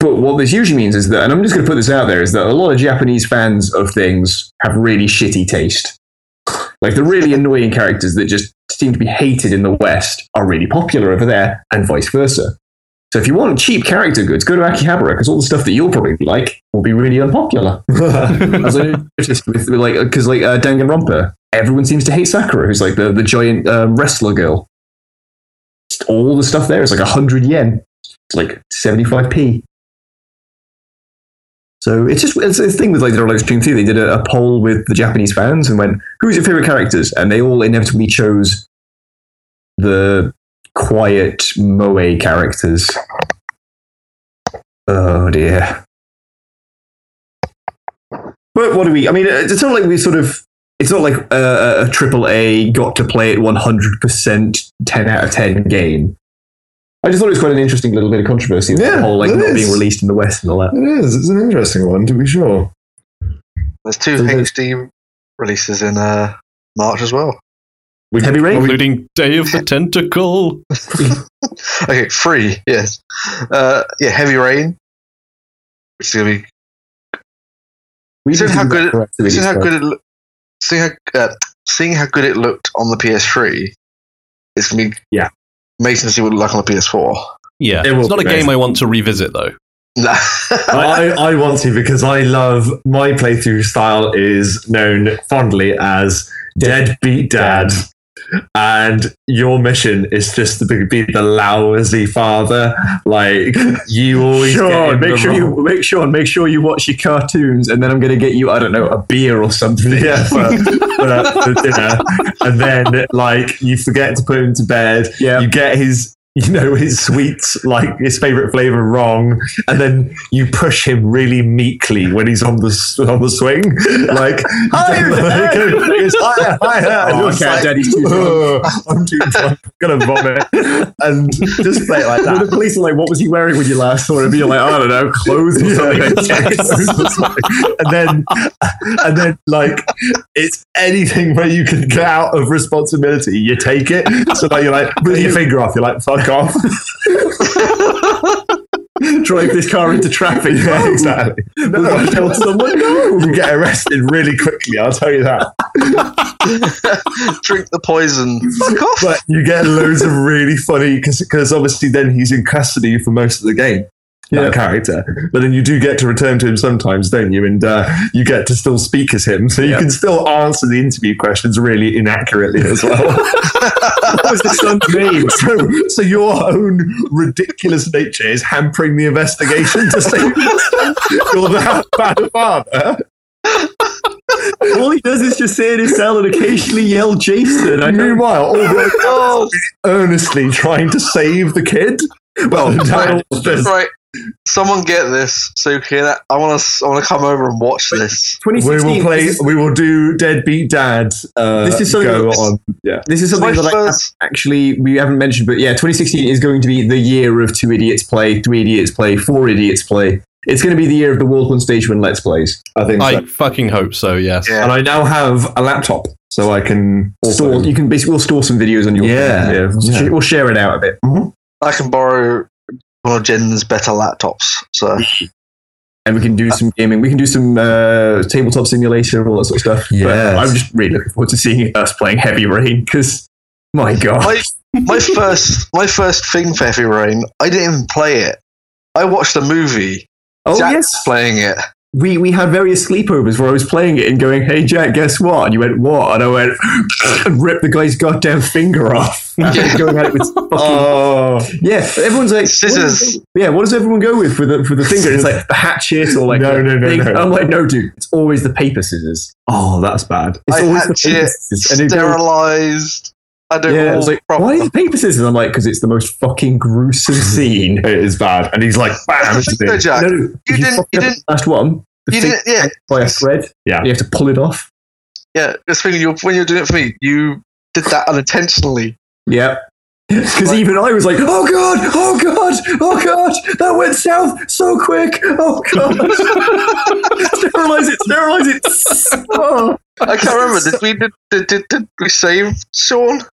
[SPEAKER 1] But what this usually means is that, and I'm just going to put this out there, is that a lot of Japanese fans of things have really shitty taste. Like the really annoying characters that just seem to be hated in the West are really popular over there, and vice versa. So if you want cheap character goods, go to Akihabara because all the stuff that you'll probably like will be really unpopular. As I noticed with, with like, because like uh, Danganronpa, everyone seems to hate Sakura, who's like the, the giant um, wrestler girl. Just all the stuff there is like 100 yen. It's like 75p. So it's just it's a thing with like the Rolex Extreme 2. They did a, a poll with the Japanese fans and went, who's your favorite characters? And they all inevitably chose the quiet Moe characters. Oh dear. But what do we? I mean, it's not like we sort of. It's not like a, a triple A got to play it one hundred percent, ten out of ten game. I just thought it was quite an interesting little bit of controversy. Yeah,
[SPEAKER 7] Yeah,
[SPEAKER 1] the whole like
[SPEAKER 7] it
[SPEAKER 1] not
[SPEAKER 7] is.
[SPEAKER 1] being released in the West and all that.
[SPEAKER 7] It is. It's an interesting one, to be sure.
[SPEAKER 2] There's two
[SPEAKER 1] So there's-
[SPEAKER 2] HD releases in uh, March as well.
[SPEAKER 1] Heavy rain.
[SPEAKER 5] Including Day of the Tentacle.
[SPEAKER 2] Okay, free. Yes. Uh, yeah, Heavy Rain. Which is gonna be.
[SPEAKER 1] We
[SPEAKER 2] Seeing
[SPEAKER 1] didn't
[SPEAKER 2] how
[SPEAKER 1] do
[SPEAKER 2] good,
[SPEAKER 1] that for
[SPEAKER 2] it, seeing how
[SPEAKER 1] activities,
[SPEAKER 2] good it, loo- seeing how, uh, seeing how good it looked on the PS3, it's gonna be
[SPEAKER 4] Yeah.
[SPEAKER 2] amazing to see what it looked like on the *laughs* PS4.
[SPEAKER 5] Yeah,
[SPEAKER 4] It will
[SPEAKER 5] it's not a
[SPEAKER 4] be
[SPEAKER 5] game
[SPEAKER 4] amazing.
[SPEAKER 5] I want to revisit though.
[SPEAKER 2] Nah.
[SPEAKER 4] I, I I want to because I love my playthrough style is known fondly as Dead Beat Dad. And your mission is just to be- be the lousy father. Like you always get
[SPEAKER 1] *laughs* Sean,
[SPEAKER 4] in
[SPEAKER 1] make
[SPEAKER 4] the
[SPEAKER 1] sure
[SPEAKER 4] wrong- *laughs*
[SPEAKER 1] you make Sean, make sure you watch your cartoons, and then I'm going to get you, I don't know, a beer or something.
[SPEAKER 4] yeah, for, for, for dinner, and then like you forget to put him to bed.
[SPEAKER 1] *laughs* yeah.
[SPEAKER 4] You get his you know, his sweets, like his favorite flavor, wrong, and then you push him really meekly when he's on the s- on
[SPEAKER 1] *laughs*
[SPEAKER 4] the swing, like *laughs*
[SPEAKER 1] Higher,
[SPEAKER 4] like, it's higher, higher.
[SPEAKER 1] *laughs*
[SPEAKER 4] and
[SPEAKER 1] Oh,
[SPEAKER 4] you're
[SPEAKER 1] I
[SPEAKER 4] just
[SPEAKER 1] can't,
[SPEAKER 4] like,
[SPEAKER 1] Daddy's too drunk.
[SPEAKER 4] "Ugh, *laughs* I'm too drunk, I'm gonna vomit, and just play it like
[SPEAKER 1] Well,
[SPEAKER 4] that.
[SPEAKER 1] the police are like, "What was he wearing when you last saw him?" And you're like, "I don't know, clothes
[SPEAKER 4] *laughs*
[SPEAKER 1] or something." *laughs*
[SPEAKER 4] and then and then like it's anything where you can get out of responsibility you take it so that you're like put your finger off you're like fuck off *laughs*
[SPEAKER 1] Drive this car into traffic.
[SPEAKER 4] yeah exactly
[SPEAKER 1] Will that kill someone? No.
[SPEAKER 4] you get arrested really quickly i'll tell you that
[SPEAKER 2] Drink the
[SPEAKER 1] *laughs*
[SPEAKER 2] poison. Fuck off. *laughs*
[SPEAKER 4] but you get loads of really funny because obviously then he's in custody for most of the game that
[SPEAKER 1] Yeah.
[SPEAKER 4] character but then you do get to return to him sometimes don't you and uh, you get to still speak as him so you
[SPEAKER 1] Yeah.
[SPEAKER 4] can still answer the interview questions really inaccurately as well
[SPEAKER 1] *laughs*
[SPEAKER 4] *laughs*
[SPEAKER 1] What was the son's name?
[SPEAKER 4] so, so your own ridiculous nature is hampering the investigation to say you're that bad a father.
[SPEAKER 1] *laughs* All he does is just sit in his cell and occasionally yell, "Jason!" I *laughs* know.
[SPEAKER 4] Meanwhile, all the
[SPEAKER 2] Oh,
[SPEAKER 4] earnestly trying to save the kid.
[SPEAKER 1] *laughs*
[SPEAKER 4] Well, *laughs* that was just-
[SPEAKER 2] right. Someone get this, Suki. I want to. I want to come over and watch this.
[SPEAKER 4] we
[SPEAKER 1] 2016.
[SPEAKER 4] will play.
[SPEAKER 1] This is,
[SPEAKER 4] We will do Deadbeat Dad. Uh,
[SPEAKER 1] This is something
[SPEAKER 4] go
[SPEAKER 1] that-
[SPEAKER 4] on.
[SPEAKER 1] this is
[SPEAKER 2] It's my
[SPEAKER 1] something that I
[SPEAKER 2] first.
[SPEAKER 1] actually we haven't mentioned, but yeah, 2016 is going to be the year of Two Idiots Play, Three Idiots Play, Four Idiots Play. It's going to be the year of the World One Stage One Let's Plays.
[SPEAKER 4] I think. so.
[SPEAKER 5] I fucking hope so. Yes.
[SPEAKER 2] Yeah.
[SPEAKER 4] And I now have a laptop, so I can also.
[SPEAKER 1] Store, you can basically we'll store some videos on your
[SPEAKER 4] Yeah.
[SPEAKER 1] phone. We'll,
[SPEAKER 4] Yeah.
[SPEAKER 1] sh- we'll share it out a bit.
[SPEAKER 2] I can borrow one of Jen's better laptops.
[SPEAKER 1] *laughs*
[SPEAKER 2] So
[SPEAKER 1] and we can do some gaming. We can do some uh, tabletop simulator, all that sort of stuff. But
[SPEAKER 4] Yes.
[SPEAKER 1] I'm just really looking forward to seeing us playing Heavy Rain because, my God,
[SPEAKER 2] my my first my first thing for Heavy Rain. I didn't even play it. I watched the movie.
[SPEAKER 1] oh
[SPEAKER 2] Jack's
[SPEAKER 1] yes,
[SPEAKER 2] playing it.
[SPEAKER 1] we we had various sleepovers where I was playing it and going, "Hey Jack, guess what?" And you went, "What?" And I went *laughs* and ripped the guy's goddamn finger
[SPEAKER 4] *laughs*
[SPEAKER 1] off. *laughs*
[SPEAKER 2] Yeah.
[SPEAKER 1] going at it with fucking
[SPEAKER 4] Oh,
[SPEAKER 1] yeah, everyone's like what does
[SPEAKER 2] Scissors.
[SPEAKER 1] everyone- yeah, what does everyone go with for the for
[SPEAKER 4] *laughs*
[SPEAKER 1] the finger? It's like the hatchet or like
[SPEAKER 4] No,
[SPEAKER 1] the
[SPEAKER 4] no, no,
[SPEAKER 1] thing.
[SPEAKER 4] no.
[SPEAKER 1] I'm like, no, dude, it's always the paper scissors.
[SPEAKER 4] oh, that's bad.
[SPEAKER 1] It's
[SPEAKER 2] I
[SPEAKER 1] always the
[SPEAKER 2] hatchet,
[SPEAKER 1] paper scissors. And it goes-
[SPEAKER 2] sterilized. I don't
[SPEAKER 1] Yeah,
[SPEAKER 2] know.
[SPEAKER 1] I was like,
[SPEAKER 2] *laughs*
[SPEAKER 1] why are the paper scissors? And I'm like, because it's the most fucking gruesome scene.
[SPEAKER 4] It is bad, and he's like, bam. isn't
[SPEAKER 2] No,
[SPEAKER 4] it?
[SPEAKER 2] Jack,
[SPEAKER 1] No,
[SPEAKER 2] you
[SPEAKER 1] you
[SPEAKER 2] didn't- you
[SPEAKER 1] fuck up
[SPEAKER 2] didn't-
[SPEAKER 1] the Last one. The thing
[SPEAKER 2] didn't. Yeah,
[SPEAKER 1] by a thread.
[SPEAKER 4] Yeah.
[SPEAKER 1] You have to pull it off.
[SPEAKER 2] yeah. This thing you when you're doing it for me, you did that unintentionally.
[SPEAKER 1] *laughs* Yep. Because
[SPEAKER 2] Right.
[SPEAKER 1] even I was like, oh god, oh god, oh god, that went south so quick. Oh god. *laughs* sterilize it, sterilize it. Oh.
[SPEAKER 2] I can't remember. Did we did, did, did, did we save Sean?
[SPEAKER 1] *laughs*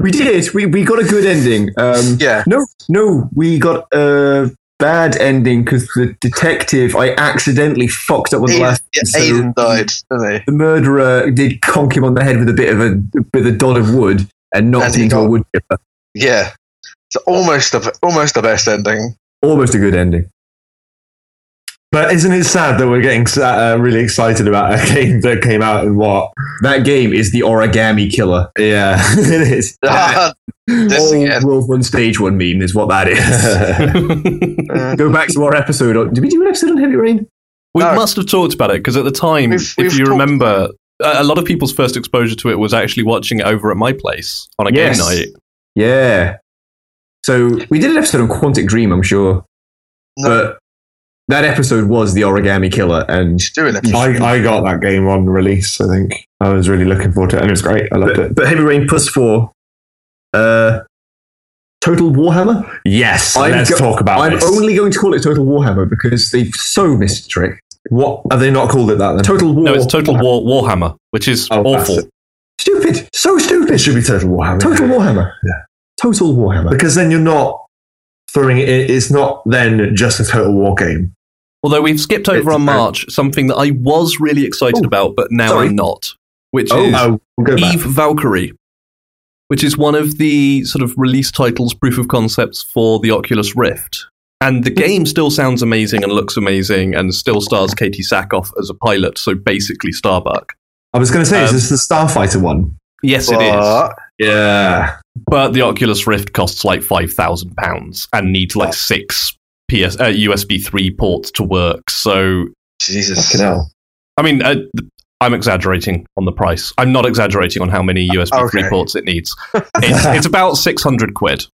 [SPEAKER 1] We did it. We, we got a good ending. Um,
[SPEAKER 2] Yeah.
[SPEAKER 1] No, no, we got a bad ending because the detective, I accidentally fucked up with the
[SPEAKER 2] Aiden,
[SPEAKER 1] last.
[SPEAKER 2] yeah,
[SPEAKER 1] so-
[SPEAKER 2] Aiden died, didn't
[SPEAKER 1] the murderer did conk him on the head with a bit of a with a dod of wood and knocked
[SPEAKER 2] And
[SPEAKER 1] him
[SPEAKER 2] he
[SPEAKER 1] into a
[SPEAKER 2] got-
[SPEAKER 1] wood chipper.
[SPEAKER 2] he? Yeah. It's almost the almost the best ending.
[SPEAKER 1] Almost a good ending.
[SPEAKER 4] But isn't it sad that we're getting uh, really excited about a *laughs* game that came out in what?
[SPEAKER 1] That game is the origami killer. Ah,
[SPEAKER 4] Yeah, *laughs* it is. *laughs*
[SPEAKER 1] Yeah.
[SPEAKER 2] This
[SPEAKER 1] All
[SPEAKER 2] again.
[SPEAKER 1] World One Stage One meme is what that is. *laughs* Go back to our episode. On, did we do an episode on Heavy Rain?
[SPEAKER 5] *laughs* We
[SPEAKER 2] No.
[SPEAKER 5] must have talked about it because at the time,
[SPEAKER 2] We've-
[SPEAKER 5] if
[SPEAKER 2] we've
[SPEAKER 5] you
[SPEAKER 2] talked-
[SPEAKER 5] remember, a a lot of people's first exposure to it was actually watching it over at my place on a
[SPEAKER 1] Yes.
[SPEAKER 5] game night.
[SPEAKER 1] Yeah. So we did an episode on Quantic Dream, I'm sure,
[SPEAKER 2] no,
[SPEAKER 1] but that episode was the origami killer, and
[SPEAKER 2] she's doing it.
[SPEAKER 4] I, I got that game on release, I think. I was really looking forward to it, and it was great. I loved
[SPEAKER 1] but,
[SPEAKER 4] it.
[SPEAKER 1] but Heavy Rain plus four. Uh, Total Warhammer.
[SPEAKER 4] Yes,
[SPEAKER 1] I'm
[SPEAKER 4] let's
[SPEAKER 1] go-
[SPEAKER 4] talk about
[SPEAKER 1] I'm
[SPEAKER 4] this.
[SPEAKER 1] only going to call it Total Warhammer because they've so missed a trick.
[SPEAKER 4] what? Have they not called it that then?
[SPEAKER 1] Total War.
[SPEAKER 5] No, it's Total War Warhammer, which is
[SPEAKER 4] Oh, that's
[SPEAKER 5] awful.
[SPEAKER 4] it.
[SPEAKER 1] Stupid. So
[SPEAKER 4] It
[SPEAKER 1] stupid.
[SPEAKER 4] should be Total Warhammer.
[SPEAKER 1] Total Warhammer.
[SPEAKER 4] Yeah.
[SPEAKER 1] Total Warhammer.
[SPEAKER 4] Because then you're not throwing it, it's not then just a Total War game.
[SPEAKER 5] Although we've skipped over
[SPEAKER 4] It's
[SPEAKER 5] on
[SPEAKER 4] a-
[SPEAKER 5] March something that I was really excited
[SPEAKER 1] Oh,
[SPEAKER 5] about, but now
[SPEAKER 1] sorry.
[SPEAKER 5] I'm not, which
[SPEAKER 4] Oh,
[SPEAKER 5] is
[SPEAKER 4] oh, we'll go back.
[SPEAKER 5] Eve Valkyrie, which is one of the sort of release titles, proof of concepts for the Oculus Rift. And the game still sounds amazing and looks amazing and still stars Katie Sackhoff as a pilot, so basically Starbuck.
[SPEAKER 4] I was going to say,
[SPEAKER 5] Um,
[SPEAKER 4] is this the Starfighter one?
[SPEAKER 5] Yes, it is.
[SPEAKER 2] But
[SPEAKER 4] Yeah.
[SPEAKER 5] But the Oculus Rift costs like £5,000 and needs like six PS, uh, USB 3 ports to work. So
[SPEAKER 2] Jesus.
[SPEAKER 4] Fucking hell.
[SPEAKER 5] I mean, uh, th- I'm exaggerating on the price. I'm not exaggerating on how many USB 3
[SPEAKER 2] Okay.
[SPEAKER 5] ports it needs. It's, it's about 600 quid.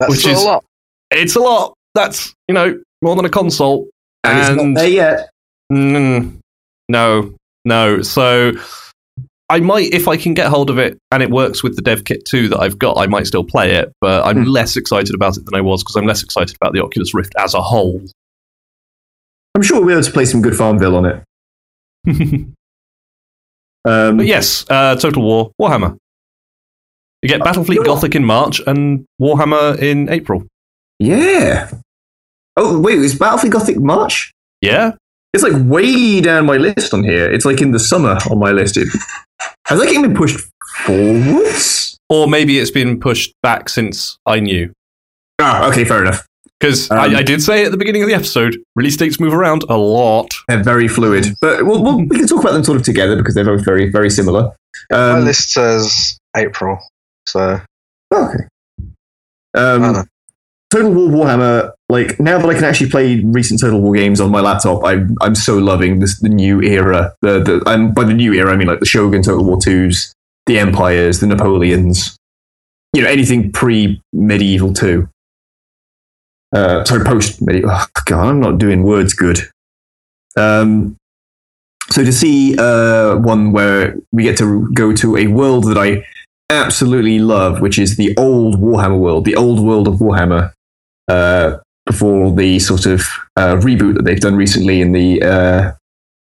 [SPEAKER 2] That's
[SPEAKER 5] Which
[SPEAKER 2] still
[SPEAKER 5] is-
[SPEAKER 2] a lot.
[SPEAKER 5] It's a lot. That's you know more than a console.
[SPEAKER 1] And it's not
[SPEAKER 5] And-
[SPEAKER 1] there yet.
[SPEAKER 5] Mm, no, no. So I might, if I can get hold of it and it works with the dev kit too that I've got, I might still play it. But I'm less excited about it than I was because I'm less excited about the Oculus Rift as a whole. *laughs*
[SPEAKER 1] I'm sure we'll be able to play some good Farmville on it. Um,
[SPEAKER 5] But yes, uh, Total War, Warhammer. You get Battlefleet Gothic in March and Warhammer in April.
[SPEAKER 1] yeah. Oh, wait, is Battlefield Gothic March?
[SPEAKER 5] Yeah,
[SPEAKER 1] It's like way down my list on here. It's like in the summer on my list. It, has that game been pushed forwards?
[SPEAKER 5] or maybe it's been pushed back since I knew
[SPEAKER 1] Ah, okay, fair enough.
[SPEAKER 5] because
[SPEAKER 1] Um,
[SPEAKER 5] I, I did say at the beginning of the episode, release dates move around a lot.
[SPEAKER 1] They're very fluid, but we'll, we'll, we can talk about them sort of together because they're both very, very similar.
[SPEAKER 2] My
[SPEAKER 1] Um,
[SPEAKER 2] list says April, so
[SPEAKER 1] okay.
[SPEAKER 2] I
[SPEAKER 1] Um,
[SPEAKER 2] dunno.
[SPEAKER 1] Total War Warhammer, like now that I can actually play recent Total War games on my laptop, I'm I'm so loving this the new era. The the and by the new era I mean like the Shogun Total War twos, the Empires, the Napoleons, you know anything pre medieval two. Uh, sorry, post medieval. Oh, God, I'm not doing words good. Um, so to see uh, one where we get to go to a world that I absolutely love, which is the old Warhammer world, the old world of Warhammer uh, before the sort of uh, reboot that they've done recently in the uh,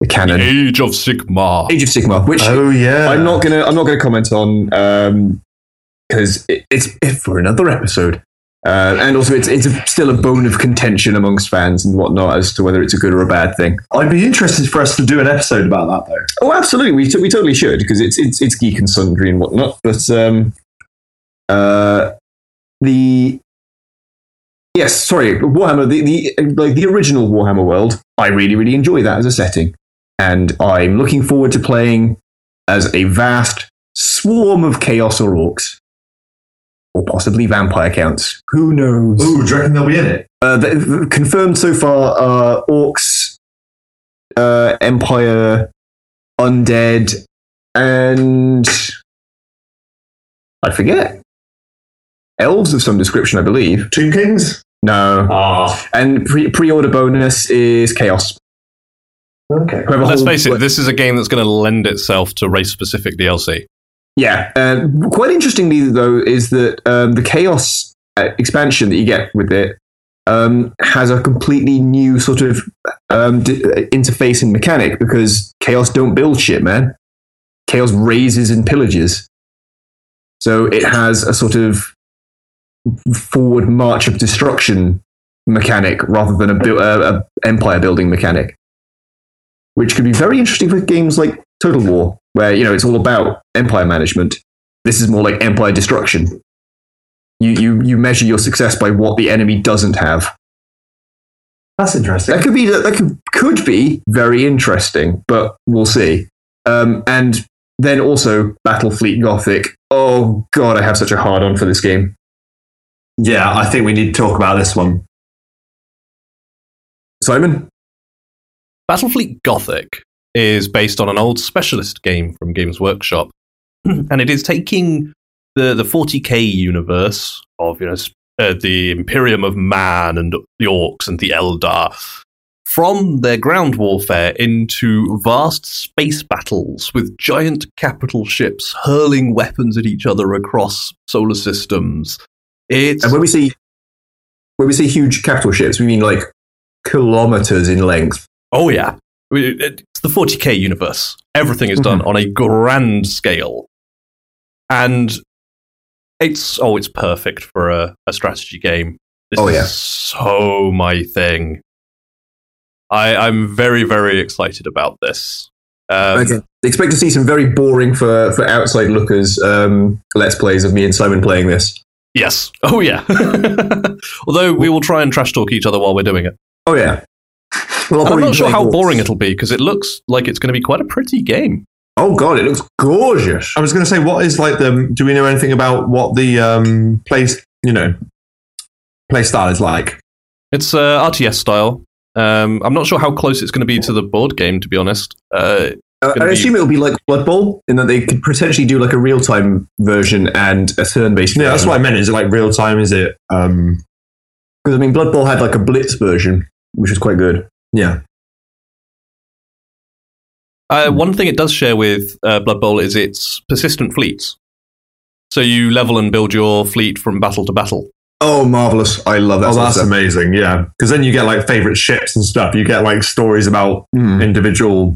[SPEAKER 1] the canon
[SPEAKER 5] Age of Sigma.
[SPEAKER 1] Age of Sigma, which
[SPEAKER 8] Oh yeah.
[SPEAKER 1] I'm not gonna I'm not gonna comment on because it, it's it's for another episode. Uh, and also, it's it's a, still a bone of contention amongst fans and whatnot as to whether it's a good or a bad thing.
[SPEAKER 4] I'd be interested for us to do an episode about that though.
[SPEAKER 1] Oh, absolutely, we, t- we totally should because it's, it's it's geek and sundry and whatnot. But um, uh, the yes, sorry, Warhammer, the, the like the original Warhammer world, I really really enjoy that as a setting, and I'm looking forward to playing as a vast swarm of chaos or orcs, or possibly vampire counts. Who knows?
[SPEAKER 4] Ooh, do you reckon they'll be in it?
[SPEAKER 1] Uh, the, the- confirmed so far are orcs, uh, empire, undead, and I forget elves of some description, I believe.
[SPEAKER 4] Tomb Kings?
[SPEAKER 1] No,
[SPEAKER 4] Ah,
[SPEAKER 1] and pre- pre-order bonus is chaos.
[SPEAKER 4] okay.
[SPEAKER 1] Whoever
[SPEAKER 5] Let's
[SPEAKER 1] holds-
[SPEAKER 5] face it, this is a game that's going to lend itself to race specific DLC.
[SPEAKER 1] Yeah. Uh, quite interestingly, though, is that um, the Chaos uh, expansion that you get with it um, has a completely new sort of um, d- uh, interface and mechanic because Chaos don't build shit, man. Chaos raises and pillages. So it has a sort of forward march of destruction mechanic rather than a, bu- uh, a empire building mechanic, which could be very interesting for games like Total War, where you know it's all about empire management. This is more like empire destruction. You you you measure your success by what the enemy doesn't have.
[SPEAKER 4] That's interesting.
[SPEAKER 1] That could be that could could be very interesting, but we'll see. Um, and then also Battlefleet Gothic. Oh god, I have such a hard on for this game.
[SPEAKER 4] Yeah, I think we need to talk about this one.
[SPEAKER 1] Simon,
[SPEAKER 5] Battlefleet Gothic is based on an old specialist game from Games Workshop, and it is taking the, the 40k universe of you know s- uh, the Imperium of Man and the Orcs and the Eldar from their ground warfare into vast space battles with giant capital ships hurling weapons at each other across solar systems. It's
[SPEAKER 1] And when we see when we say huge capital ships, we mean like kilometers in length.
[SPEAKER 5] Oh yeah, We- it- it's the 40k universe. Everything is
[SPEAKER 1] Mm-hmm.
[SPEAKER 5] done on a grand scale, and it's oh, it's perfect for a, a strategy game. This
[SPEAKER 1] Oh, yeah.
[SPEAKER 5] is so my thing. I I'm very very excited about this. Um,
[SPEAKER 1] okay. Expect to see some very boring for, for outside lookers um, let's plays of me and Simon playing this.
[SPEAKER 5] Yes. Oh yeah. *laughs* Although we will try and trash talk each other while we're doing it.
[SPEAKER 1] Oh yeah. Well, I'll
[SPEAKER 5] And I'm
[SPEAKER 1] probably
[SPEAKER 5] not
[SPEAKER 1] be
[SPEAKER 5] sure
[SPEAKER 1] playing
[SPEAKER 5] how
[SPEAKER 1] Orcs.
[SPEAKER 5] boring it'll be because it looks like it's going to be quite a pretty game.
[SPEAKER 1] Oh god, it looks gorgeous.
[SPEAKER 8] I was going to say, what is like the? Do we know anything about what the um place? You know, play style is like.
[SPEAKER 5] It's uh, RTS style. Um, I'm not sure how close it's going to be to the board game, to be honest. Uh,
[SPEAKER 1] Uh, I
[SPEAKER 5] gonna be-
[SPEAKER 1] assume it'll be like Blood Bowl in that they could potentially do like a real time version and a turn based.
[SPEAKER 4] Yeah, that's what I meant. Is it like real time? Is it? Um,
[SPEAKER 1] Because I mean, Blood Bowl had like a blitz version, which was quite good.
[SPEAKER 4] yeah.
[SPEAKER 5] Uh, one thing it does share with uh, Blood Bowl is its persistent fleets. So you level and build your fleet from battle to battle.
[SPEAKER 1] Oh, marvelous! I love that.
[SPEAKER 4] oh,
[SPEAKER 1] sort of
[SPEAKER 4] that's
[SPEAKER 1] stuff.
[SPEAKER 4] amazing. Yeah, because then you get like favorite ships and stuff. You get like stories about
[SPEAKER 1] Mm.
[SPEAKER 4] individual,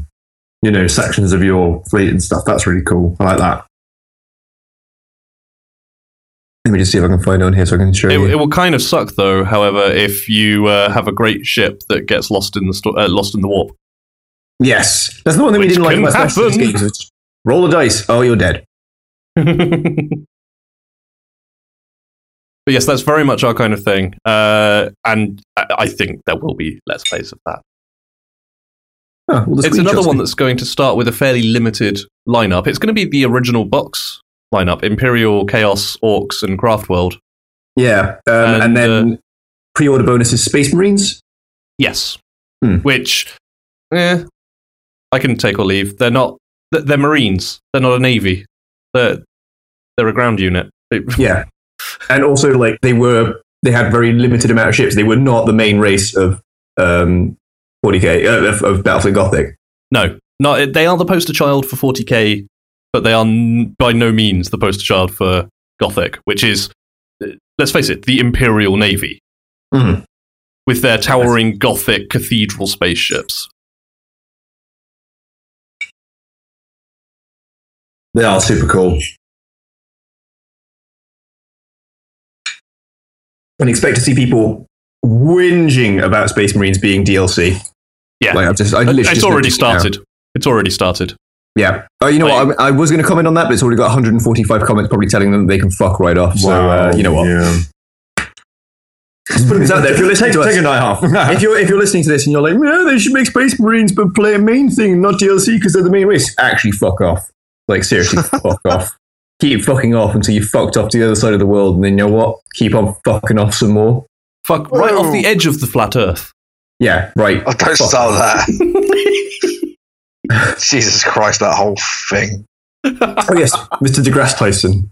[SPEAKER 4] you know, sections of your fleet and stuff. That's really cool. I like that.
[SPEAKER 1] Let me just see if I can find it on here so I can show
[SPEAKER 5] It,
[SPEAKER 1] you.
[SPEAKER 5] it will kind of suck, though. However, if you uh, have a great ship that gets lost in the sto- uh, lost in the warp,
[SPEAKER 1] yes, that's the one thing we
[SPEAKER 5] Which
[SPEAKER 1] didn't like
[SPEAKER 5] can
[SPEAKER 1] about Smash Bros.
[SPEAKER 5] happen.
[SPEAKER 1] games. It's Roll the dice. Oh, you're dead.
[SPEAKER 5] but yes, that's very much our kind of thing. Uh, and I, I think there will be let's plays of that.
[SPEAKER 1] Oh, well, the
[SPEAKER 5] it's another
[SPEAKER 1] screenshots-
[SPEAKER 5] one that's going to start with a fairly limited lineup. It's going to be the original box lineup: Imperial, Chaos, Orcs, and Craftworld.
[SPEAKER 1] Yeah, um, and,
[SPEAKER 5] and, uh,
[SPEAKER 1] then pre-order bonus is Space Marines.
[SPEAKER 5] Yes,
[SPEAKER 1] Hmm.
[SPEAKER 5] which eh, I can take or leave. They're not. th- They're Marines. They're not a navy. They're they're a ground unit.
[SPEAKER 1] Yeah, and also like they were they had very limited amount of ships. They were not the main race of um, 40k uh, of, of Battlefield Gothic.
[SPEAKER 5] No, not they are the poster child for 40k, but they are n- by no means the poster child for Gothic, which is, uh, let's face it, the Imperial Navy Mm-hmm.
[SPEAKER 1] Mhm.
[SPEAKER 5] with their towering Gothic cathedral spaceships.
[SPEAKER 4] They are super cool.
[SPEAKER 1] And expect to see people whinging about Space Marines being DLC.
[SPEAKER 5] Yeah.
[SPEAKER 1] like I've just I
[SPEAKER 5] *laughs* Uh,
[SPEAKER 1] literally
[SPEAKER 5] it's
[SPEAKER 1] just
[SPEAKER 5] already
[SPEAKER 1] looked at it now.
[SPEAKER 5] started. It's already started.
[SPEAKER 1] Yeah. Oh, you know what? I, I was going to comment on that, but it's already got 145 comments, probably telling them they can fuck right off. So uh, you know what?
[SPEAKER 4] Yeah.
[SPEAKER 1] Just putting this out there. If you're listening to
[SPEAKER 4] Take,
[SPEAKER 1] us,
[SPEAKER 4] take a night off. *laughs*
[SPEAKER 1] if you're if you're listening to this and you're like, no, they should make Space Marines but play a main thing, not DLC because they're the main race. Actually, fuck off. Like
[SPEAKER 4] *laughs*
[SPEAKER 1] seriously, fuck off. Keep fucking off until you fucked off to the other side of the world, and then you know what? Keep on fucking off some more.
[SPEAKER 5] Fuck, right
[SPEAKER 2] Whoa.
[SPEAKER 5] off the edge of the flat Earth.
[SPEAKER 1] Yeah, right.
[SPEAKER 2] Oh, don't
[SPEAKER 1] Fuck.
[SPEAKER 2] start
[SPEAKER 1] *laughs*
[SPEAKER 2] that. *laughs* Jesus Christ, that whole thing.
[SPEAKER 1] Oh yes, Mr. DeGrasse Tyson.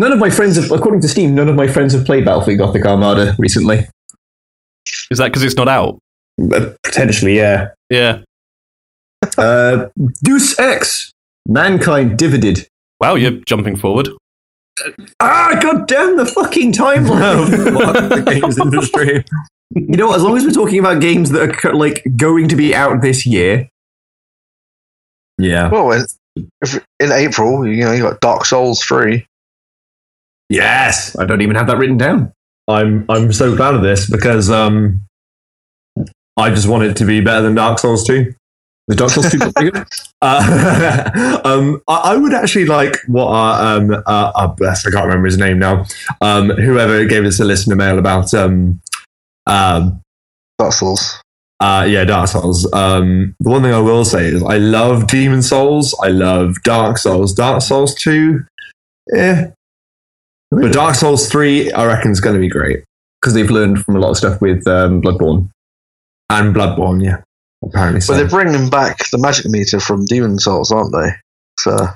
[SPEAKER 1] None of my friends have, according to Steam, none of my friends have played Battlefield Gothic Armada recently.
[SPEAKER 5] Is that because it's not out?
[SPEAKER 1] Uh, potentially, yeah.
[SPEAKER 5] Yeah.
[SPEAKER 1] Uh, Deuce X, Mankind Divided.
[SPEAKER 5] Wow, you're jumping forward.
[SPEAKER 1] Ah, goddamn the fucking *laughs*
[SPEAKER 4] Of
[SPEAKER 1] timeline!
[SPEAKER 4] the games industry.
[SPEAKER 1] You know, what, as long as we're talking about games that are cu- like going to be out this year,
[SPEAKER 4] Yeah.
[SPEAKER 2] Well, in, if, in April, you know, you got Dark Souls 3.
[SPEAKER 4] Yes.
[SPEAKER 1] I don't even have that written down.
[SPEAKER 4] I'm I'm so glad of this because um, I just want it to be better than Dark Souls 2.
[SPEAKER 1] The Dark Souls 2 pretty good.
[SPEAKER 4] *laughs* Uh, *laughs* um, I, I would actually like what our um, uh, uh, bless, I can't remember his name now. Um, whoever gave us a listener mail about um, um,
[SPEAKER 2] Dark Souls.
[SPEAKER 4] Uh, yeah, Dark Souls. Um, the one thing I will say is I love Demon Souls. I love Dark Souls. Dark Souls 2, yeah. But Dark Souls 3, I reckon, is going to be great.
[SPEAKER 1] Because they've learned from a lot of stuff with um, Bloodborne.
[SPEAKER 4] And Bloodborne, yeah. Apparently so.
[SPEAKER 2] But they're bringing back the magic meter from Demon Souls, aren't they? So,
[SPEAKER 4] uh,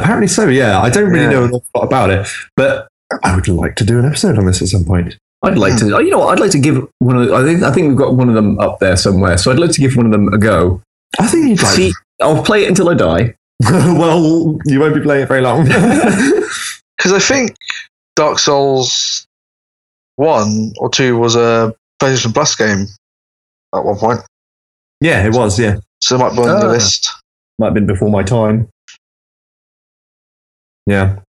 [SPEAKER 4] apparently so, yeah. I don't really
[SPEAKER 2] Yeah.
[SPEAKER 4] know an awful lot about it, but I would like to do an episode on this at some point.
[SPEAKER 1] I'd like to, oh, you know, what, I'd like to give one of. The, I think I think we've got one of them up there somewhere. So I'd like to give one of them a go.
[SPEAKER 4] I think you'd like
[SPEAKER 1] See, I'll play it until I die.
[SPEAKER 4] *laughs* well, you won't be playing it very long. *laughs*
[SPEAKER 2] because I think Dark Souls 1 or 2 was a PlayStation Plus game at one point.
[SPEAKER 4] yeah, it was, yeah.
[SPEAKER 2] So it might be on the
[SPEAKER 1] Ah.
[SPEAKER 2] list.
[SPEAKER 1] Might have been before my time.
[SPEAKER 4] Yeah.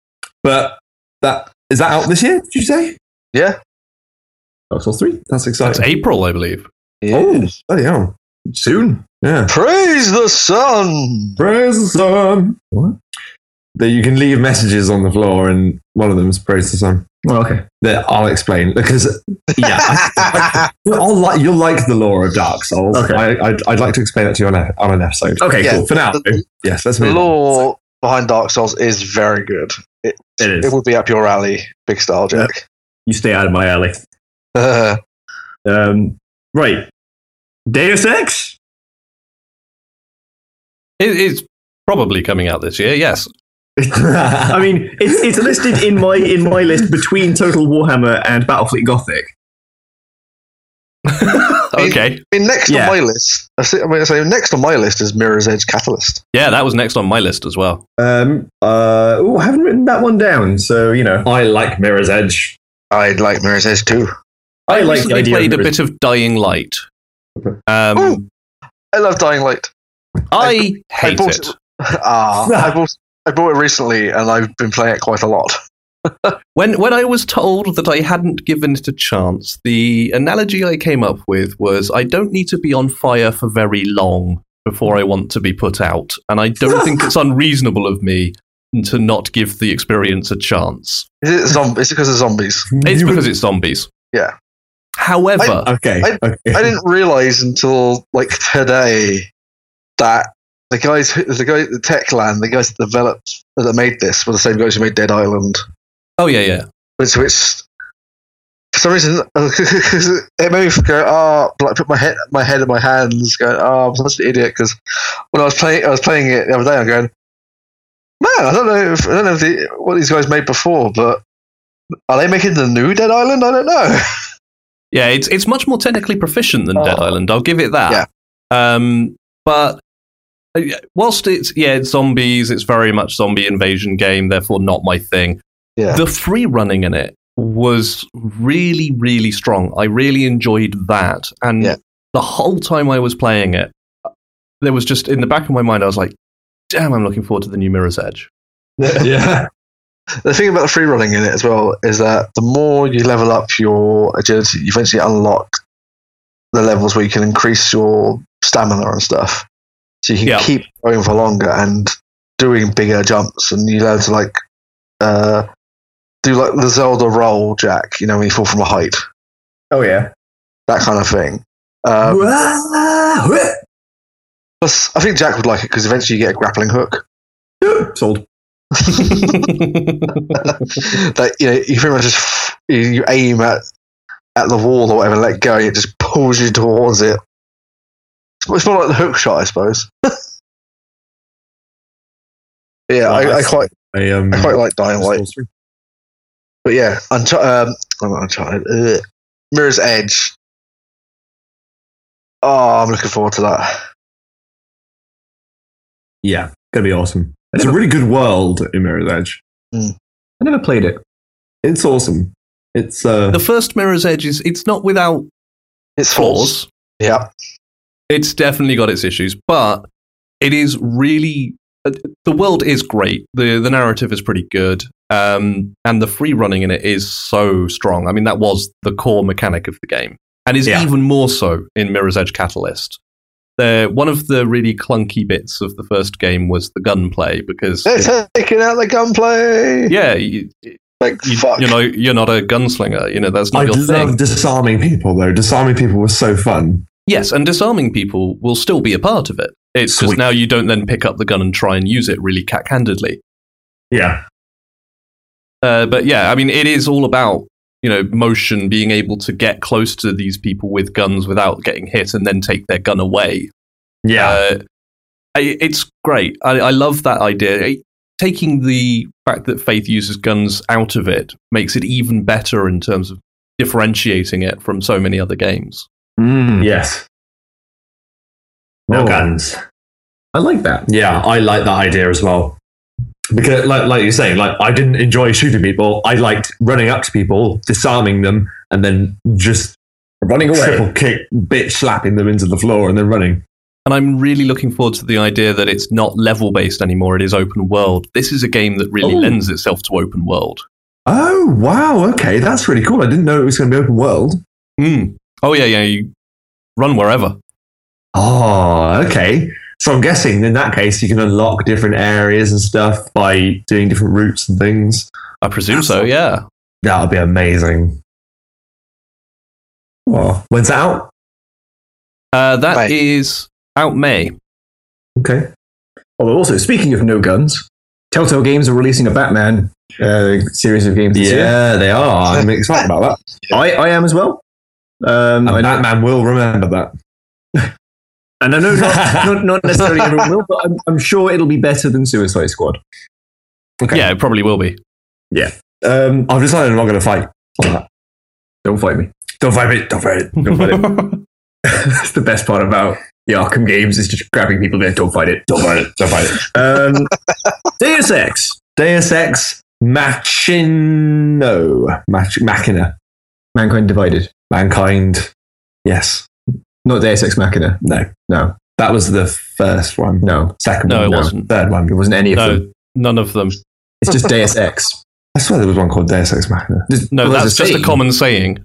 [SPEAKER 4] But that is that out this year, did you say?
[SPEAKER 2] Yeah.
[SPEAKER 1] Dark Souls three
[SPEAKER 4] That's
[SPEAKER 5] That's
[SPEAKER 4] exciting.
[SPEAKER 5] April, I believe.
[SPEAKER 4] Oh, bloody hell.
[SPEAKER 1] soon.
[SPEAKER 4] Yeah.
[SPEAKER 2] Praise the
[SPEAKER 4] *laughs*
[SPEAKER 2] sun!
[SPEAKER 4] Praise the sun.
[SPEAKER 1] What?
[SPEAKER 4] That you can leave messages on the floor, and one of them is praise the sun.
[SPEAKER 1] Oh, okay.
[SPEAKER 4] That I'll explain because yeah, I, I, I'll like you'll like the lore of Dark Souls.
[SPEAKER 1] Okay.
[SPEAKER 4] I, I'd, I'd like to explain that to you on, a, on an episode.
[SPEAKER 1] Okay.
[SPEAKER 2] Yeah.
[SPEAKER 1] Cool.
[SPEAKER 4] For now,
[SPEAKER 2] The-
[SPEAKER 4] yes, let's
[SPEAKER 2] the
[SPEAKER 4] move. on.
[SPEAKER 2] lore behind Dark Souls is very good. It,
[SPEAKER 1] It is.
[SPEAKER 2] it would be up your alley, big style, Jack.
[SPEAKER 1] You stay out of my alley. Um, right. Deus Ex.
[SPEAKER 5] It is probably coming out this year. *laughs* Yes,
[SPEAKER 9] I mean, it's, it's listed in my in my list between Total Warhammer and Battlefleet Gothic.
[SPEAKER 5] okay.
[SPEAKER 2] I mean, next
[SPEAKER 9] Yeah.
[SPEAKER 2] on my list, I say, I mean, I say next on my list is Mirror's Edge Catalyst.
[SPEAKER 5] Yeah, that was next on my list as well.
[SPEAKER 1] Um, uh, ooh, I haven't written that one down, so you know.
[SPEAKER 10] I like Mirror's Edge.
[SPEAKER 2] I like Mirror's Edge too.
[SPEAKER 5] I,
[SPEAKER 1] like the
[SPEAKER 5] recently
[SPEAKER 1] idea of
[SPEAKER 5] played a
[SPEAKER 1] mirrors.
[SPEAKER 5] bit of Dying Light. Um,
[SPEAKER 2] Ooh. I love Dying Light. *laughs*
[SPEAKER 5] I
[SPEAKER 2] I
[SPEAKER 5] hate
[SPEAKER 2] bought
[SPEAKER 5] it.
[SPEAKER 2] it. Ah, I bought I bought it recently, and I've been playing it quite a lot.
[SPEAKER 5] When when I was told that I hadn't given it a chance, the analogy I came up with was I don't need to be on fire for very long before I want to be put out, and I
[SPEAKER 2] *laughs*
[SPEAKER 5] don't think it's unreasonable of me to not give the experience a chance.
[SPEAKER 2] Is it zomb- Is it because of zombies?
[SPEAKER 5] It's because it's zombies.
[SPEAKER 2] Yeah.
[SPEAKER 5] However,
[SPEAKER 4] Okay. okay. *laughs*
[SPEAKER 2] I didn't realize until like today that the guys, who- the guy, the Techland, the guys that developed that made this were the same guys who made Dead Island.
[SPEAKER 5] oh yeah, yeah.
[SPEAKER 2] Which, which for some reason, *laughs* it made me go, oh, like put my head, my head in my hands, going, oh, I'm such an idiot because when I was playing, I was playing it the other day. I'm going, man, I don't know, if, I don't know if the, what these guys made before, but are they making the new Dead Island? I don't know. *laughs*
[SPEAKER 5] Yeah, it's it's much more technically proficient than
[SPEAKER 2] Oh.
[SPEAKER 5] Dead Island. I'll give it that. Um, but uh, whilst it's yeah, it's zombies, it's very much zombie invasion game. Therefore, not my thing.
[SPEAKER 2] Yeah.
[SPEAKER 5] The free running in it was really really strong. I really enjoyed that, and
[SPEAKER 2] Yeah.
[SPEAKER 5] the whole time I was playing it, uh, there was just in the back of my mind, I was like, "Damn, I'm looking forward to the new Mirror's Edge." *laughs*
[SPEAKER 4] yeah.
[SPEAKER 2] The thing about the free running in it as well is that the more you level up your agility, you eventually unlock the levels where you can increase your stamina and stuff. So you can
[SPEAKER 5] Yeah.
[SPEAKER 2] keep going for longer and doing bigger jumps, and you learn to like uh, do like the Zelda roll, Jack. You know when you fall from a height,
[SPEAKER 1] Oh yeah.
[SPEAKER 2] that kind of thing. Um,
[SPEAKER 1] Wah!
[SPEAKER 2] plus, I think Jack would like it because eventually you get a grappling hook.
[SPEAKER 1] Sold.
[SPEAKER 2] *laughs* that you know you pretty much just f- you, you aim at at the wall or whatever, and let go, and it just pulls you towards it. It's it's more like the hook shot, I suppose. *laughs* yeah, I, I quite
[SPEAKER 4] I, um,
[SPEAKER 2] I quite like Dying Light, but yeah, Unch- um, I'm not Uncharted. Ugh. Mirror's Edge. Oh, I'm looking forward to that.
[SPEAKER 4] yeah. Gonna be awesome. It's a really good world in Mirror's Edge.
[SPEAKER 1] I never played it.
[SPEAKER 4] It's awesome. It's uh,
[SPEAKER 5] the first Mirror's Edge is it's not without
[SPEAKER 2] It's false.
[SPEAKER 5] flaws.
[SPEAKER 2] Yeah,
[SPEAKER 5] it's definitely got its issues, but it is really uh, the world is great. the The narrative is pretty good, um, and the free running in it is so strong. I mean, that was the core mechanic of the game, and is
[SPEAKER 1] Yeah.
[SPEAKER 5] even more so in Mirror's Edge Catalyst. The, one of the really clunky bits of the first game was the gunplay because
[SPEAKER 2] they're taking out the gunplay.
[SPEAKER 5] yeah, you, you,
[SPEAKER 2] like fuck.
[SPEAKER 5] you know you're not a gunslinger. You know that's not
[SPEAKER 4] I
[SPEAKER 5] your
[SPEAKER 4] love
[SPEAKER 5] thing.
[SPEAKER 4] disarming people though. Disarming people was so fun.
[SPEAKER 5] Yes, and disarming people will still be a part of it. It's just
[SPEAKER 4] Sweet.
[SPEAKER 5] now you don't then pick up the gun and try and use it really cack handedly.
[SPEAKER 4] Yeah.
[SPEAKER 5] Uh, but yeah, I mean, it is all about you know motion, being able to get close to these people with guns without getting hit, and then take their gun away.
[SPEAKER 4] Yeah.
[SPEAKER 5] Uh, I, it's great. I, I love that idea. It- taking the fact that Faith uses guns out of it makes it even better in terms of differentiating it from so many other games.
[SPEAKER 4] Mm. Hmm.
[SPEAKER 10] Yes.
[SPEAKER 4] Oh.
[SPEAKER 10] No
[SPEAKER 1] Oh.
[SPEAKER 10] guns.
[SPEAKER 1] I like that.
[SPEAKER 10] Yeah, I like that idea as well. Because, like, like you're saying, like I didn't enjoy shooting people. I liked running up to people, disarming them, and then just
[SPEAKER 1] Running away.
[SPEAKER 4] Triple kick, bitch slapping them into the floor and then running.
[SPEAKER 5] And I'm really looking forward to the idea that it's not level based anymore, it is open world. This is a game that really
[SPEAKER 4] Ooh.
[SPEAKER 5] lends itself to open world.
[SPEAKER 4] Oh wow. Okay, that's really cool. I didn't know it was going to be open world.
[SPEAKER 5] Mm. Oh, yeah, yeah, you run wherever.
[SPEAKER 4] Oh, okay. So I'm guessing in that case you can unlock different areas and stuff by doing different routes and things.
[SPEAKER 5] I presume so, yeah.
[SPEAKER 4] That would be amazing. Well, when's that out?
[SPEAKER 5] Uh, that is
[SPEAKER 2] Right.
[SPEAKER 5] out May.
[SPEAKER 4] Okay.
[SPEAKER 1] Although, also speaking of no guns, Telltale Games are releasing a Batman uh, series of games this year.
[SPEAKER 4] Yeah, they are. *laughs* I'm excited about that.
[SPEAKER 1] I, I am as well. Um,
[SPEAKER 4] And
[SPEAKER 1] I know-
[SPEAKER 4] Batman will remember that.
[SPEAKER 1] And I know
[SPEAKER 4] *laughs*
[SPEAKER 1] not, *laughs* not, not necessarily everyone will, but I'm, I'm sure it'll be better than Suicide Squad.
[SPEAKER 4] Okay.
[SPEAKER 5] Yeah, it probably will be.
[SPEAKER 4] Um, I've decided I'm not going to fight.
[SPEAKER 1] Don't fight me.
[SPEAKER 4] Don't fight me. Don't fight it.
[SPEAKER 1] Don't fight it. That's the best part about the Arkham games is just grabbing people there. Don't fight it. Don't fight it.
[SPEAKER 4] Don't *laughs* fight it.
[SPEAKER 1] Um, Deus Ex.
[SPEAKER 4] Deus Ex Machino. Mach- Machina.
[SPEAKER 1] Mankind Divided.
[SPEAKER 4] Mankind. Yes.
[SPEAKER 1] Not Deus Ex Machina.
[SPEAKER 4] No.
[SPEAKER 1] No.
[SPEAKER 4] That was the first one.
[SPEAKER 1] No.
[SPEAKER 4] Second
[SPEAKER 5] No,
[SPEAKER 4] one.
[SPEAKER 5] it wasn't.
[SPEAKER 4] Third one.
[SPEAKER 1] It wasn't any of them.
[SPEAKER 5] No, *laughs* none of them.
[SPEAKER 1] It's
[SPEAKER 4] *laughs*
[SPEAKER 1] just Deus Ex.
[SPEAKER 4] I swear there was one called Deus Ex Machina.
[SPEAKER 1] There's-
[SPEAKER 5] No,
[SPEAKER 1] well, there's
[SPEAKER 5] that's just
[SPEAKER 1] scene.
[SPEAKER 5] a common saying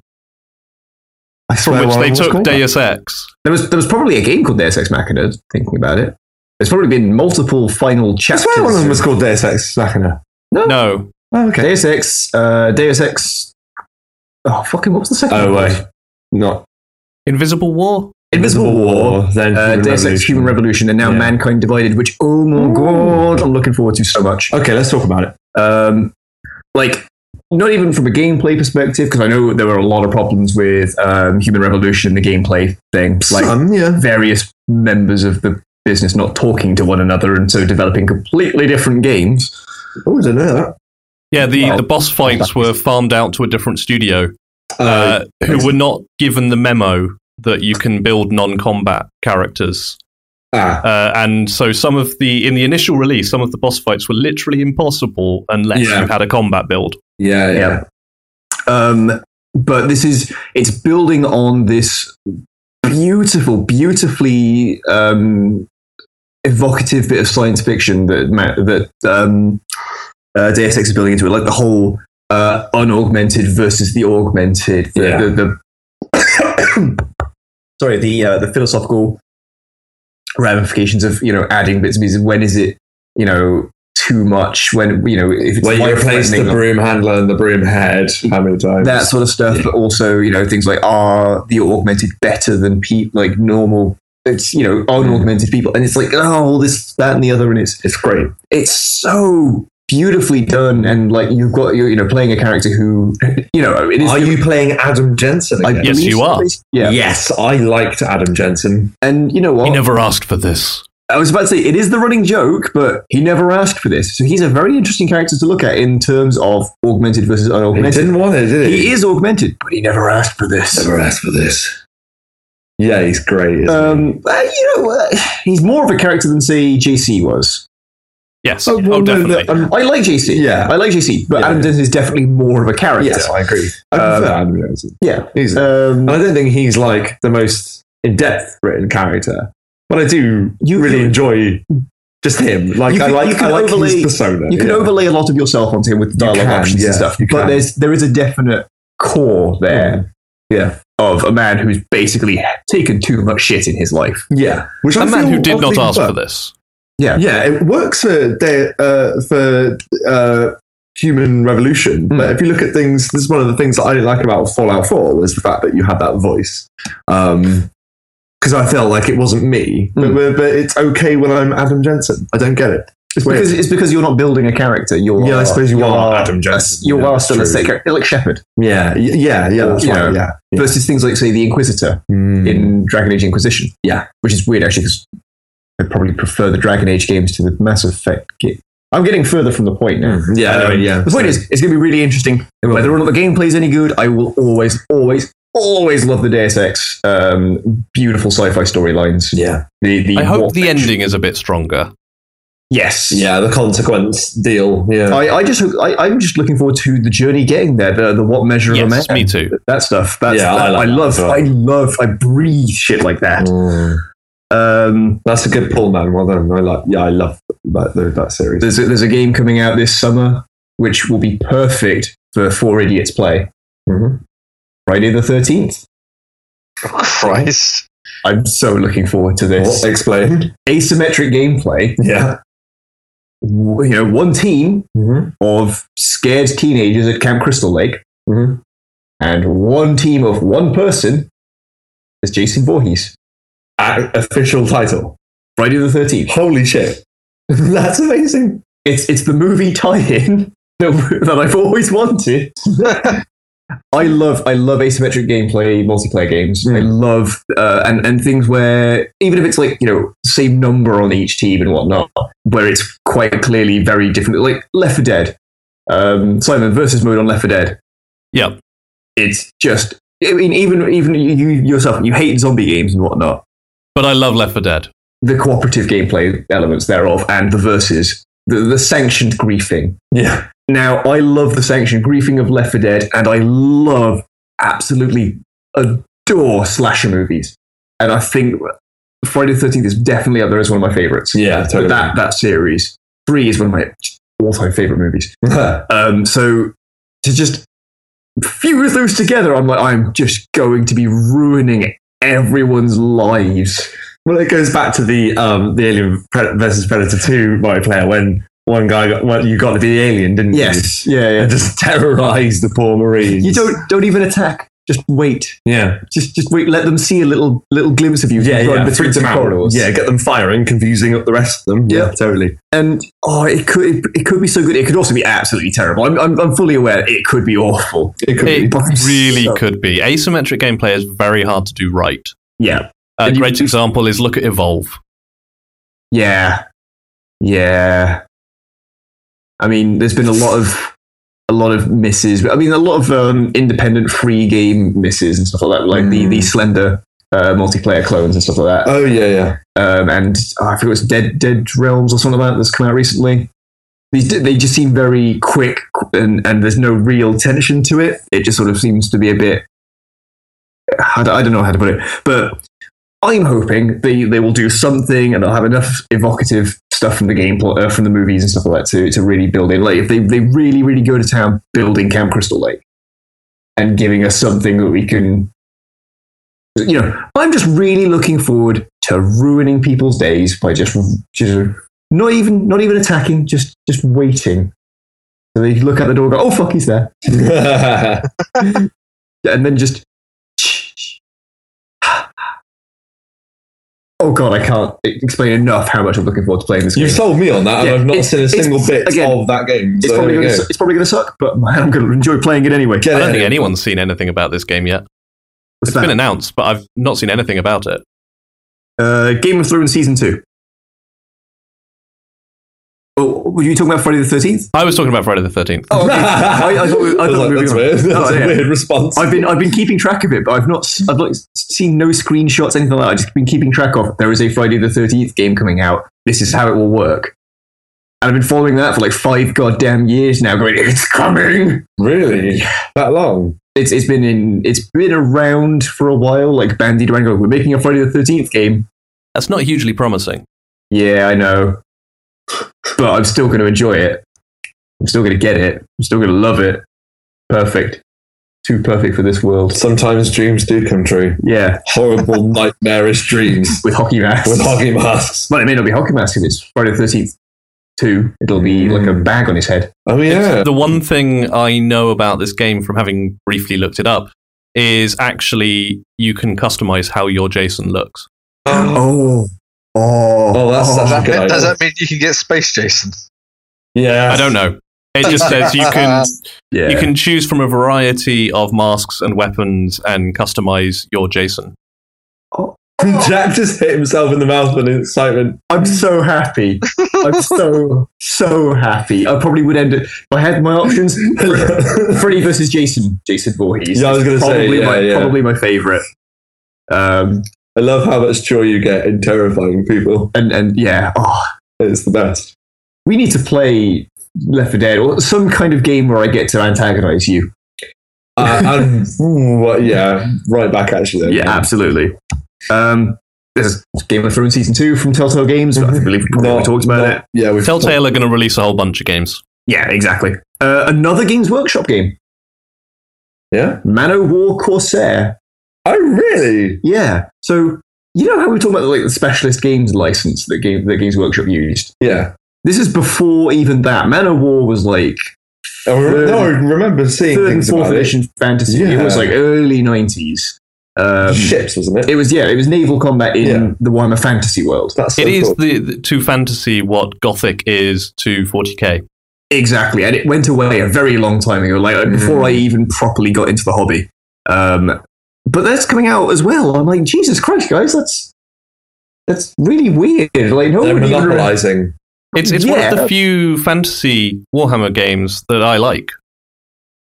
[SPEAKER 4] I swear
[SPEAKER 5] from which
[SPEAKER 4] one
[SPEAKER 5] they
[SPEAKER 4] was
[SPEAKER 5] took
[SPEAKER 4] called that.
[SPEAKER 5] Deus Ex.
[SPEAKER 1] There was, there was probably a game called Deus Ex Machina, thinking about it. There's probably been multiple final
[SPEAKER 4] I
[SPEAKER 1] chapters.
[SPEAKER 4] swear one of them was called Deus Ex Machina.
[SPEAKER 5] No,
[SPEAKER 4] Oh, okay.
[SPEAKER 1] Deus Ex, uh, Deus Ex. Oh, fucking, what was the second
[SPEAKER 4] Oh,
[SPEAKER 1] one?
[SPEAKER 4] wait. Not
[SPEAKER 5] Invisible War.
[SPEAKER 1] Invisible War,
[SPEAKER 4] Then
[SPEAKER 1] uh,
[SPEAKER 4] Human
[SPEAKER 1] Deus Ex
[SPEAKER 4] Revolution.
[SPEAKER 1] Human Revolution, and now
[SPEAKER 4] Yeah.
[SPEAKER 1] Mankind Divided, which, oh my god, I'm looking forward to so much.
[SPEAKER 4] Okay, let's talk about it.
[SPEAKER 1] Um, like, not even from a gameplay perspective, because I know there were a lot of problems with um, Human Revolution, the gameplay thing. Like,
[SPEAKER 4] Some, yeah.
[SPEAKER 1] various members of the business not talking to one another and so developing completely different games.
[SPEAKER 4] Oh, I didn't know that.
[SPEAKER 5] Yeah, the,
[SPEAKER 1] Well,
[SPEAKER 5] the boss fights were farmed out to a different studio uh, who were not given the memo that you can build non-combat characters.
[SPEAKER 4] ah,
[SPEAKER 5] Uh, and so some of the in the initial release, some of the boss fights were literally impossible unless
[SPEAKER 4] Yeah.
[SPEAKER 5] you had a combat build.
[SPEAKER 4] yeah,
[SPEAKER 1] Yeah.
[SPEAKER 4] yeah.
[SPEAKER 1] Um, but this is it's building on this beautiful, beautifully um, evocative bit of science fiction that ma- that um, uh, Deus Ex is building into it, like the whole uh, unaugmented versus the augmented, the,
[SPEAKER 4] Yeah.
[SPEAKER 1] the, the *coughs* sorry, the uh, the philosophical ramifications of you know adding bits and pieces. When is it you know too much? When you know if it's
[SPEAKER 4] Where you
[SPEAKER 1] life-threatening
[SPEAKER 4] replace the
[SPEAKER 1] or-
[SPEAKER 4] broom handler and the broom head. How many times?
[SPEAKER 1] that sort of stuff, but also you know things like are the augmented better than people like normal? It's you know unaugmented people, and it's like oh all this that and the other, and it's
[SPEAKER 4] it's great.
[SPEAKER 1] it's so beautifully done, and like you've got you're you know playing a character who you know it is.
[SPEAKER 4] Are you playing Adam Jensen
[SPEAKER 1] I
[SPEAKER 4] again?
[SPEAKER 5] Yes,
[SPEAKER 1] believe-
[SPEAKER 5] you are.
[SPEAKER 1] Yeah,
[SPEAKER 4] Yes, I liked Adam Jensen.
[SPEAKER 1] and you know
[SPEAKER 5] He
[SPEAKER 1] what?
[SPEAKER 5] never asked for this.
[SPEAKER 1] I was about to say it is the running joke, but he never asked for this, so he's a very interesting character to look at in terms of augmented versus
[SPEAKER 4] He
[SPEAKER 1] unaugmented.
[SPEAKER 4] didn't want it, did he?
[SPEAKER 1] He is augmented, but he never asked for this.
[SPEAKER 4] Never asked for this. Yeah, he's great. isn't
[SPEAKER 1] Um, uh, you know, uh, he's more of a character than say JC was.
[SPEAKER 5] Yes,
[SPEAKER 4] he?
[SPEAKER 5] oh,
[SPEAKER 4] well, no,
[SPEAKER 5] definitely.
[SPEAKER 4] the- um,
[SPEAKER 1] I like JC.
[SPEAKER 4] Yeah.
[SPEAKER 1] I like JC, but
[SPEAKER 4] Yeah.
[SPEAKER 1] Adam Denton is definitely more of a character.
[SPEAKER 4] yes, I agree. I
[SPEAKER 1] Um,
[SPEAKER 4] prefer Adam Jensen.
[SPEAKER 1] yeah.
[SPEAKER 4] He's,
[SPEAKER 1] Um,
[SPEAKER 4] and I don't think he's like the most in depth written character, but I do
[SPEAKER 1] You
[SPEAKER 4] really
[SPEAKER 1] can-
[SPEAKER 4] enjoy just him. Like,
[SPEAKER 1] You
[SPEAKER 4] I
[SPEAKER 1] can- you
[SPEAKER 4] like,
[SPEAKER 1] can
[SPEAKER 4] I like
[SPEAKER 1] overlay-
[SPEAKER 4] his persona.
[SPEAKER 1] you can
[SPEAKER 4] yeah.
[SPEAKER 1] overlay a lot of yourself onto him with the dialogue
[SPEAKER 4] can,
[SPEAKER 1] options
[SPEAKER 4] yeah,
[SPEAKER 1] and stuff,
[SPEAKER 4] you
[SPEAKER 1] but
[SPEAKER 4] can. Mm.
[SPEAKER 1] there's there is a definite core there.
[SPEAKER 4] Yeah.
[SPEAKER 1] Of a man who's basically taken too much shit in his life.
[SPEAKER 4] Yeah, which
[SPEAKER 5] a
[SPEAKER 4] I
[SPEAKER 5] man
[SPEAKER 4] feel
[SPEAKER 5] who did not
[SPEAKER 4] oddly
[SPEAKER 5] ask
[SPEAKER 4] works.
[SPEAKER 5] for this.
[SPEAKER 4] Yeah, it works for De- uh, for uh, Human Revolution, but if you look at things, this is one of the things that I didn't like about Fallout Four was the fact that you had that voice. Um, because I felt like it wasn't me, but, but, but it's okay when I'm Adam Jensen. I don't get it.
[SPEAKER 1] It's
[SPEAKER 4] Weird.
[SPEAKER 1] because, it's because you're not building a character. You're
[SPEAKER 4] Yeah, I suppose you are Adam
[SPEAKER 1] a-
[SPEAKER 4] Jensen.
[SPEAKER 1] You
[SPEAKER 4] Yeah,
[SPEAKER 1] are
[SPEAKER 4] that's
[SPEAKER 1] still a
[SPEAKER 4] true.
[SPEAKER 1] set character, like Shepard,
[SPEAKER 4] Yeah, y- yeah, yeah. That's
[SPEAKER 1] You
[SPEAKER 4] right.
[SPEAKER 1] know,
[SPEAKER 4] yeah, yeah.
[SPEAKER 1] versus things like say the Inquisitor.
[SPEAKER 4] Mm.
[SPEAKER 1] in Dragon Age Inquisition.
[SPEAKER 4] Yeah.
[SPEAKER 1] which is weird actually because I probably prefer the Dragon Age games to the Mass Effect game. I'm getting further from the point now.
[SPEAKER 4] Mm, yeah,
[SPEAKER 1] Um,
[SPEAKER 4] anyway, yeah.
[SPEAKER 1] The point is, it's going to be really interesting. Whether or not the gameplay is any good, I will always, always, always love the Deus Ex. Um, beautiful sci-fi storylines.
[SPEAKER 4] yeah,
[SPEAKER 1] The, the
[SPEAKER 5] I hope
[SPEAKER 1] what-
[SPEAKER 5] the ending is a bit stronger.
[SPEAKER 1] Yes.
[SPEAKER 4] yeah. The consequence deal. Yeah,
[SPEAKER 1] I, I just hope- I, I'm just looking forward to the journey getting there. The, the what measure of a man.
[SPEAKER 5] Yes, me too.
[SPEAKER 1] That stuff. That's,
[SPEAKER 4] Yeah, I
[SPEAKER 1] that-
[SPEAKER 4] like
[SPEAKER 1] I,
[SPEAKER 4] that
[SPEAKER 1] love.
[SPEAKER 4] as well.
[SPEAKER 1] I love. I breathe shit like that.
[SPEAKER 4] Mm.
[SPEAKER 1] Um,
[SPEAKER 4] that's a good pull, man. Well done. I like. Yeah, I love that that, that series.
[SPEAKER 1] There's a, there's a game coming out this summer which will be perfect for four idiots play.
[SPEAKER 4] Mhm.
[SPEAKER 1] Mm-hmm. Friday the thirteenth.
[SPEAKER 2] Christ. *laughs*
[SPEAKER 1] I'm so looking forward to this
[SPEAKER 4] Well, explain.
[SPEAKER 1] asymmetric gameplay.
[SPEAKER 4] Yeah.
[SPEAKER 1] W- You know, one team
[SPEAKER 4] Mm-hmm.
[SPEAKER 1] of scared teenagers at Camp Crystal Lake,
[SPEAKER 4] Mhm.
[SPEAKER 1] and one team of one person is Jason Voorhees.
[SPEAKER 4] official title.
[SPEAKER 1] Friday the thirteenth.
[SPEAKER 4] Holy shit. *laughs* That's amazing.
[SPEAKER 1] *laughs* It's it's the movie tie-in that, that I've always wanted. I love I love asymmetric gameplay, multiplayer games. I love uh, and and things where even if it's like you know same number on each team and whatnot, where it's quite clearly very different. Like Left 4 Dead, um, Simon versus mode on Left 4 Dead.
[SPEAKER 5] Yeah.
[SPEAKER 1] it's just I mean even even you yourself you hate zombie games and whatnot.
[SPEAKER 5] But I love Left 4 Dead.
[SPEAKER 1] The cooperative gameplay elements thereof and the verses, the, the sanctioned griefing.
[SPEAKER 4] Yeah.
[SPEAKER 1] Now, I love the sanction griefing of Left 4 Dead, and I love, absolutely adore slasher movies. And I think Friday the 13th is definitely up there as one of my favorites.
[SPEAKER 4] Yeah,
[SPEAKER 1] But
[SPEAKER 4] totally.
[SPEAKER 1] that, that series, three is one of my all time favorite *laughs* movies.
[SPEAKER 4] yeah,
[SPEAKER 1] Um, so to just fuse those together, I'm like, I'm just going to be ruining everyone's lives.
[SPEAKER 4] Well, it goes back to the um, the Alien Pred- versus Predator Two multiplayer when one guy got well, you got to be the alien, didn't you?
[SPEAKER 1] Yeah, yeah.
[SPEAKER 4] And just terrorize the poor Marines.
[SPEAKER 1] You don't, don't even attack. Just wait.
[SPEAKER 4] Yeah.
[SPEAKER 1] Just, just wait. Let them see a little, little glimpse of you.
[SPEAKER 4] Yeah,
[SPEAKER 1] from
[SPEAKER 4] yeah.
[SPEAKER 1] between
[SPEAKER 4] Freak them
[SPEAKER 1] the
[SPEAKER 4] out.
[SPEAKER 1] corridors.
[SPEAKER 4] Yeah, get them firing, confusing up the rest of them. Yeah,
[SPEAKER 1] Yeah.
[SPEAKER 4] totally.
[SPEAKER 1] and oh, it could it, could be so good. It could also be absolutely terrible. I'm, I'm, I'm fully aware it could be awful. It could *laughs*
[SPEAKER 5] It
[SPEAKER 1] be but I'm
[SPEAKER 5] really
[SPEAKER 1] so-
[SPEAKER 5] could be. Asymmetric gameplay is very hard to do right.
[SPEAKER 1] Yeah.
[SPEAKER 5] A
[SPEAKER 1] And you-
[SPEAKER 5] great example is look at Evolve.
[SPEAKER 1] Yeah, yeah. I mean, there's been a lot of a lot of misses. I mean, a lot of um, independent free game misses and stuff like that, like the the slender uh, multiplayer clones and stuff like that.
[SPEAKER 4] Mm. Oh yeah, yeah.
[SPEAKER 1] Um, and oh, I forget it's Dead Dead Realms or something like that that's come out recently. These d- they just seem very quick, and, and there's no real tension to it. It just sort of seems to be a bit. I don't, I don't know how to put it, but I'm hoping they, they will do something, and they'll have enough evocative stuff from the game, pl- uh, from the movies and stuff like that to, to really build in. Like if they, they really really go to town building Camp Crystal Lake and giving us something that we can you know, I'm just really looking forward to ruining people's days by just, just not even not even attacking, just just waiting. So they look out the door, and go, "Oh fuck, he's there," *laughs* and then just, *sighs* oh god, I can't explain enough how much I'm looking forward to playing this game.
[SPEAKER 4] You've sold me on that, and
[SPEAKER 1] Yeah,
[SPEAKER 4] I've not
[SPEAKER 1] it's-
[SPEAKER 4] seen a
[SPEAKER 1] it's-
[SPEAKER 4] single bit
[SPEAKER 1] again,
[SPEAKER 4] of that game.
[SPEAKER 1] it's,
[SPEAKER 4] so
[SPEAKER 1] probably
[SPEAKER 4] there we
[SPEAKER 1] gonna,
[SPEAKER 4] go.
[SPEAKER 1] it's probably going to suck, but man, I'm going to enjoy playing it anyway.
[SPEAKER 4] Get
[SPEAKER 5] I don't
[SPEAKER 4] it.
[SPEAKER 5] think anyone's seen anything about this game yet.
[SPEAKER 1] What's
[SPEAKER 5] It's
[SPEAKER 1] that?
[SPEAKER 5] been announced, but I've not seen anything about it.
[SPEAKER 1] Uh, Game of Thrones season two. Oh, were you talking about Friday the Thirteenth?
[SPEAKER 5] I was talking about Friday the 13th.
[SPEAKER 1] Oh,
[SPEAKER 4] *laughs*
[SPEAKER 1] okay. I, I thought we, I
[SPEAKER 4] I
[SPEAKER 1] thought
[SPEAKER 4] was
[SPEAKER 1] we were
[SPEAKER 4] like, that's
[SPEAKER 1] moving on.
[SPEAKER 4] weird. That's
[SPEAKER 1] Oh,
[SPEAKER 4] a
[SPEAKER 1] yeah.
[SPEAKER 4] weird response.
[SPEAKER 1] I've been I've been keeping track of it, but I've not s- I've like seen no screenshots anything like that. I've just been keeping track of there is a Friday the Thirteenth game coming out. This is how it will work, and I've been following that for like five goddamn years now. Going, it's coming. *laughs*
[SPEAKER 4] really that long.
[SPEAKER 1] It's it's been in it's been around for a while. Like bandied around, going, we're making a Friday the Thirteenth game.
[SPEAKER 5] That's not hugely promising.
[SPEAKER 1] Yeah, I know, but I'm still going to enjoy it. I'm still going to get it. I'm still going to love it. Perfect. Too perfect for this world.
[SPEAKER 4] Sometimes dreams do come true.
[SPEAKER 1] Yeah, *laughs*
[SPEAKER 4] Horrible, nightmarish dreams
[SPEAKER 1] with hockey masks.
[SPEAKER 4] with hockey masks.
[SPEAKER 1] Well, it may not be hockey mask if it's Friday the 13th, too. It'll be like a bag on his head.
[SPEAKER 4] Oh yeah,
[SPEAKER 5] The one thing I know about this game from having briefly looked it up is actually you can customize how your Jason looks.
[SPEAKER 1] Oh. Oh.
[SPEAKER 4] Oh, that's- that's-
[SPEAKER 2] Does that,
[SPEAKER 4] Good
[SPEAKER 2] mean, does
[SPEAKER 4] idea.
[SPEAKER 2] that mean you can get Space Jason?
[SPEAKER 4] yeah.
[SPEAKER 5] I don't know. It just
[SPEAKER 1] *laughs*
[SPEAKER 5] says you can
[SPEAKER 1] yeah.
[SPEAKER 5] you can choose from a variety of masks and weapons and customize your Jason.
[SPEAKER 4] *laughs* Jack just hit himself in the mouth with excitement.
[SPEAKER 1] I'm so happy. I'm so, so happy. I probably would end it. If I had my
[SPEAKER 4] *laughs*
[SPEAKER 1] options, Freddy versus Jason. Jason Voorhees.
[SPEAKER 4] Yeah, I was gonna say,
[SPEAKER 1] Probably
[SPEAKER 4] yeah,
[SPEAKER 1] my,
[SPEAKER 4] yeah.
[SPEAKER 1] Probably my favorite. Um,
[SPEAKER 4] I love how much joy you get in terrifying people.
[SPEAKER 1] and, and yeah. Oh,
[SPEAKER 4] It's the best.
[SPEAKER 1] we need to play Left 4 Dead or some kind of game where I get to antagonize you.
[SPEAKER 4] Uh,
[SPEAKER 1] *laughs*
[SPEAKER 4] and ooh, what- yeah, right back at you. Then.
[SPEAKER 1] Yeah, absolutely. Um, there's Game of Thrones season two from Telltale Games. I believe we probably
[SPEAKER 4] Mm-hmm. Not-
[SPEAKER 1] talked about
[SPEAKER 4] not-
[SPEAKER 1] it.
[SPEAKER 4] Yeah, we've
[SPEAKER 5] Telltale are going to release a whole bunch of games.
[SPEAKER 1] Yeah, exactly. Uh, another Games Workshop game,
[SPEAKER 4] Yeah.
[SPEAKER 1] Man o' War Corsair.
[SPEAKER 4] Oh really?
[SPEAKER 1] Yeah. So you know how we were talking about like the specialist games license that game that Games Workshop used.
[SPEAKER 4] Yeah.
[SPEAKER 1] This is before even that. Man o' War was like
[SPEAKER 4] I re-
[SPEAKER 1] Third-
[SPEAKER 4] no, I remember seeing
[SPEAKER 1] third and
[SPEAKER 4] things
[SPEAKER 1] fourth
[SPEAKER 4] about it.
[SPEAKER 1] edition fantasy. It was
[SPEAKER 4] Yeah.
[SPEAKER 1] like early nineties. Um,
[SPEAKER 4] Ships, wasn't it?
[SPEAKER 1] It was yeah. It was naval combat in
[SPEAKER 4] Yeah.
[SPEAKER 1] the Warhammer Fantasy world.
[SPEAKER 4] That's so
[SPEAKER 5] it is
[SPEAKER 4] cool.
[SPEAKER 5] the, the- to fantasy what Gothic is to 40k.
[SPEAKER 1] Exactly, and it went away a very long time ago, like before I even properly got into the hobby. Um, but that's coming out as well. I'm like, Jesus Christ, guys, that's that's really weird. Like, no
[SPEAKER 4] They're
[SPEAKER 1] one even-
[SPEAKER 4] monopolizing.
[SPEAKER 5] It's it's one of
[SPEAKER 1] Yeah.
[SPEAKER 5] the few fantasy Warhammer games that I like.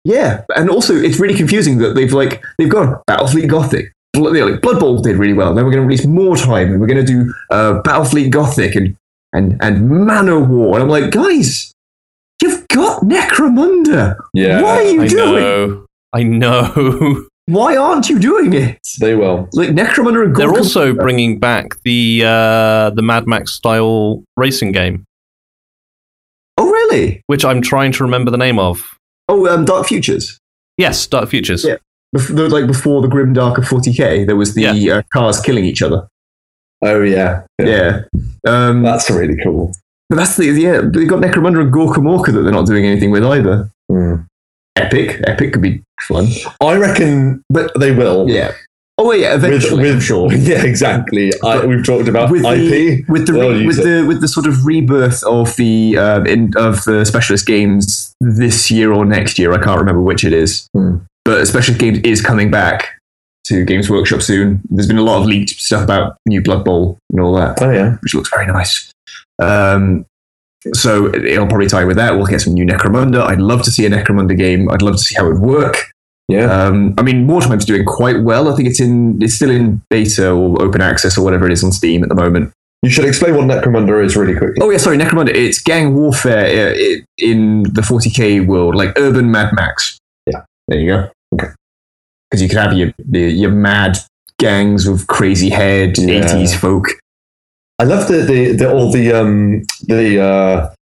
[SPEAKER 1] Yeah, and also it's really confusing that they've like they've gone Battlefleet Gothic. Bl- they're like, Blood Bowl did really well. Then we're going to release more time, and we're going to do uh, Battlefleet Gothic and and and Manowar. And I'm like, guys, you've got Necromunda.
[SPEAKER 4] Yeah,
[SPEAKER 1] what are you
[SPEAKER 5] I
[SPEAKER 1] doing?
[SPEAKER 5] know. I know. *laughs*
[SPEAKER 1] Why aren't you doing it?
[SPEAKER 4] they will.
[SPEAKER 1] Like Necromunda and
[SPEAKER 5] They're
[SPEAKER 1] Gorgon-
[SPEAKER 5] also bringing back the uh, the Mad Max style racing game,
[SPEAKER 1] Oh really?
[SPEAKER 5] which I'm trying to remember the name of.
[SPEAKER 1] Oh, um, Dark Futures.
[SPEAKER 5] Yes, Dark Futures. *laughs*
[SPEAKER 1] Yeah. Bef- the- like before the grim dark of 40k, there was the uh, cars killing each other.
[SPEAKER 4] Oh yeah,
[SPEAKER 1] Yeah, Um,
[SPEAKER 4] That's really cool.
[SPEAKER 1] but that's the yeah. They've got Necromunda and Gorkamorka that they're not doing anything with either. Epic, epic could be fun.
[SPEAKER 4] Hmm. I reckon, but they will.
[SPEAKER 1] Yeah. Oh well, yeah,
[SPEAKER 4] with,
[SPEAKER 1] eventually.
[SPEAKER 4] with *laughs* Yeah, exactly. I, we've talked about
[SPEAKER 1] with
[SPEAKER 4] IP.
[SPEAKER 1] the with the
[SPEAKER 4] They'll
[SPEAKER 1] re-
[SPEAKER 4] use
[SPEAKER 1] with
[SPEAKER 4] it.
[SPEAKER 1] the with the sort of rebirth of the um, in, of the specialist games this year or next year, I can't remember which it is.
[SPEAKER 4] Hmm.
[SPEAKER 1] But specialist games is coming back to Games Workshop soon. There's been a lot of leaked stuff about new Blood Bowl and all that,
[SPEAKER 4] oh yeah.
[SPEAKER 1] which looks very nice. Um, so it- it'll probably tie with that. We'll get some new Necromunda. I'd love to see a Necromunda game. I'd love to see how it would work.
[SPEAKER 4] Yeah.
[SPEAKER 1] Um, I mean, Wartime's doing quite well. I think it's in it's still in beta or open access or whatever it is on Steam at the moment.
[SPEAKER 4] You should explain what Necromunda is really quickly.
[SPEAKER 1] Oh yeah, sorry, Necromunda. It's gang warfare uh, i- in the 40k world, like urban Mad Max.
[SPEAKER 4] Yeah.
[SPEAKER 1] there you go. Okay, because you could have your your your mad gangs with crazy head
[SPEAKER 4] Yeah.
[SPEAKER 1] 80s folk.
[SPEAKER 4] I love the, the, the all the um the uh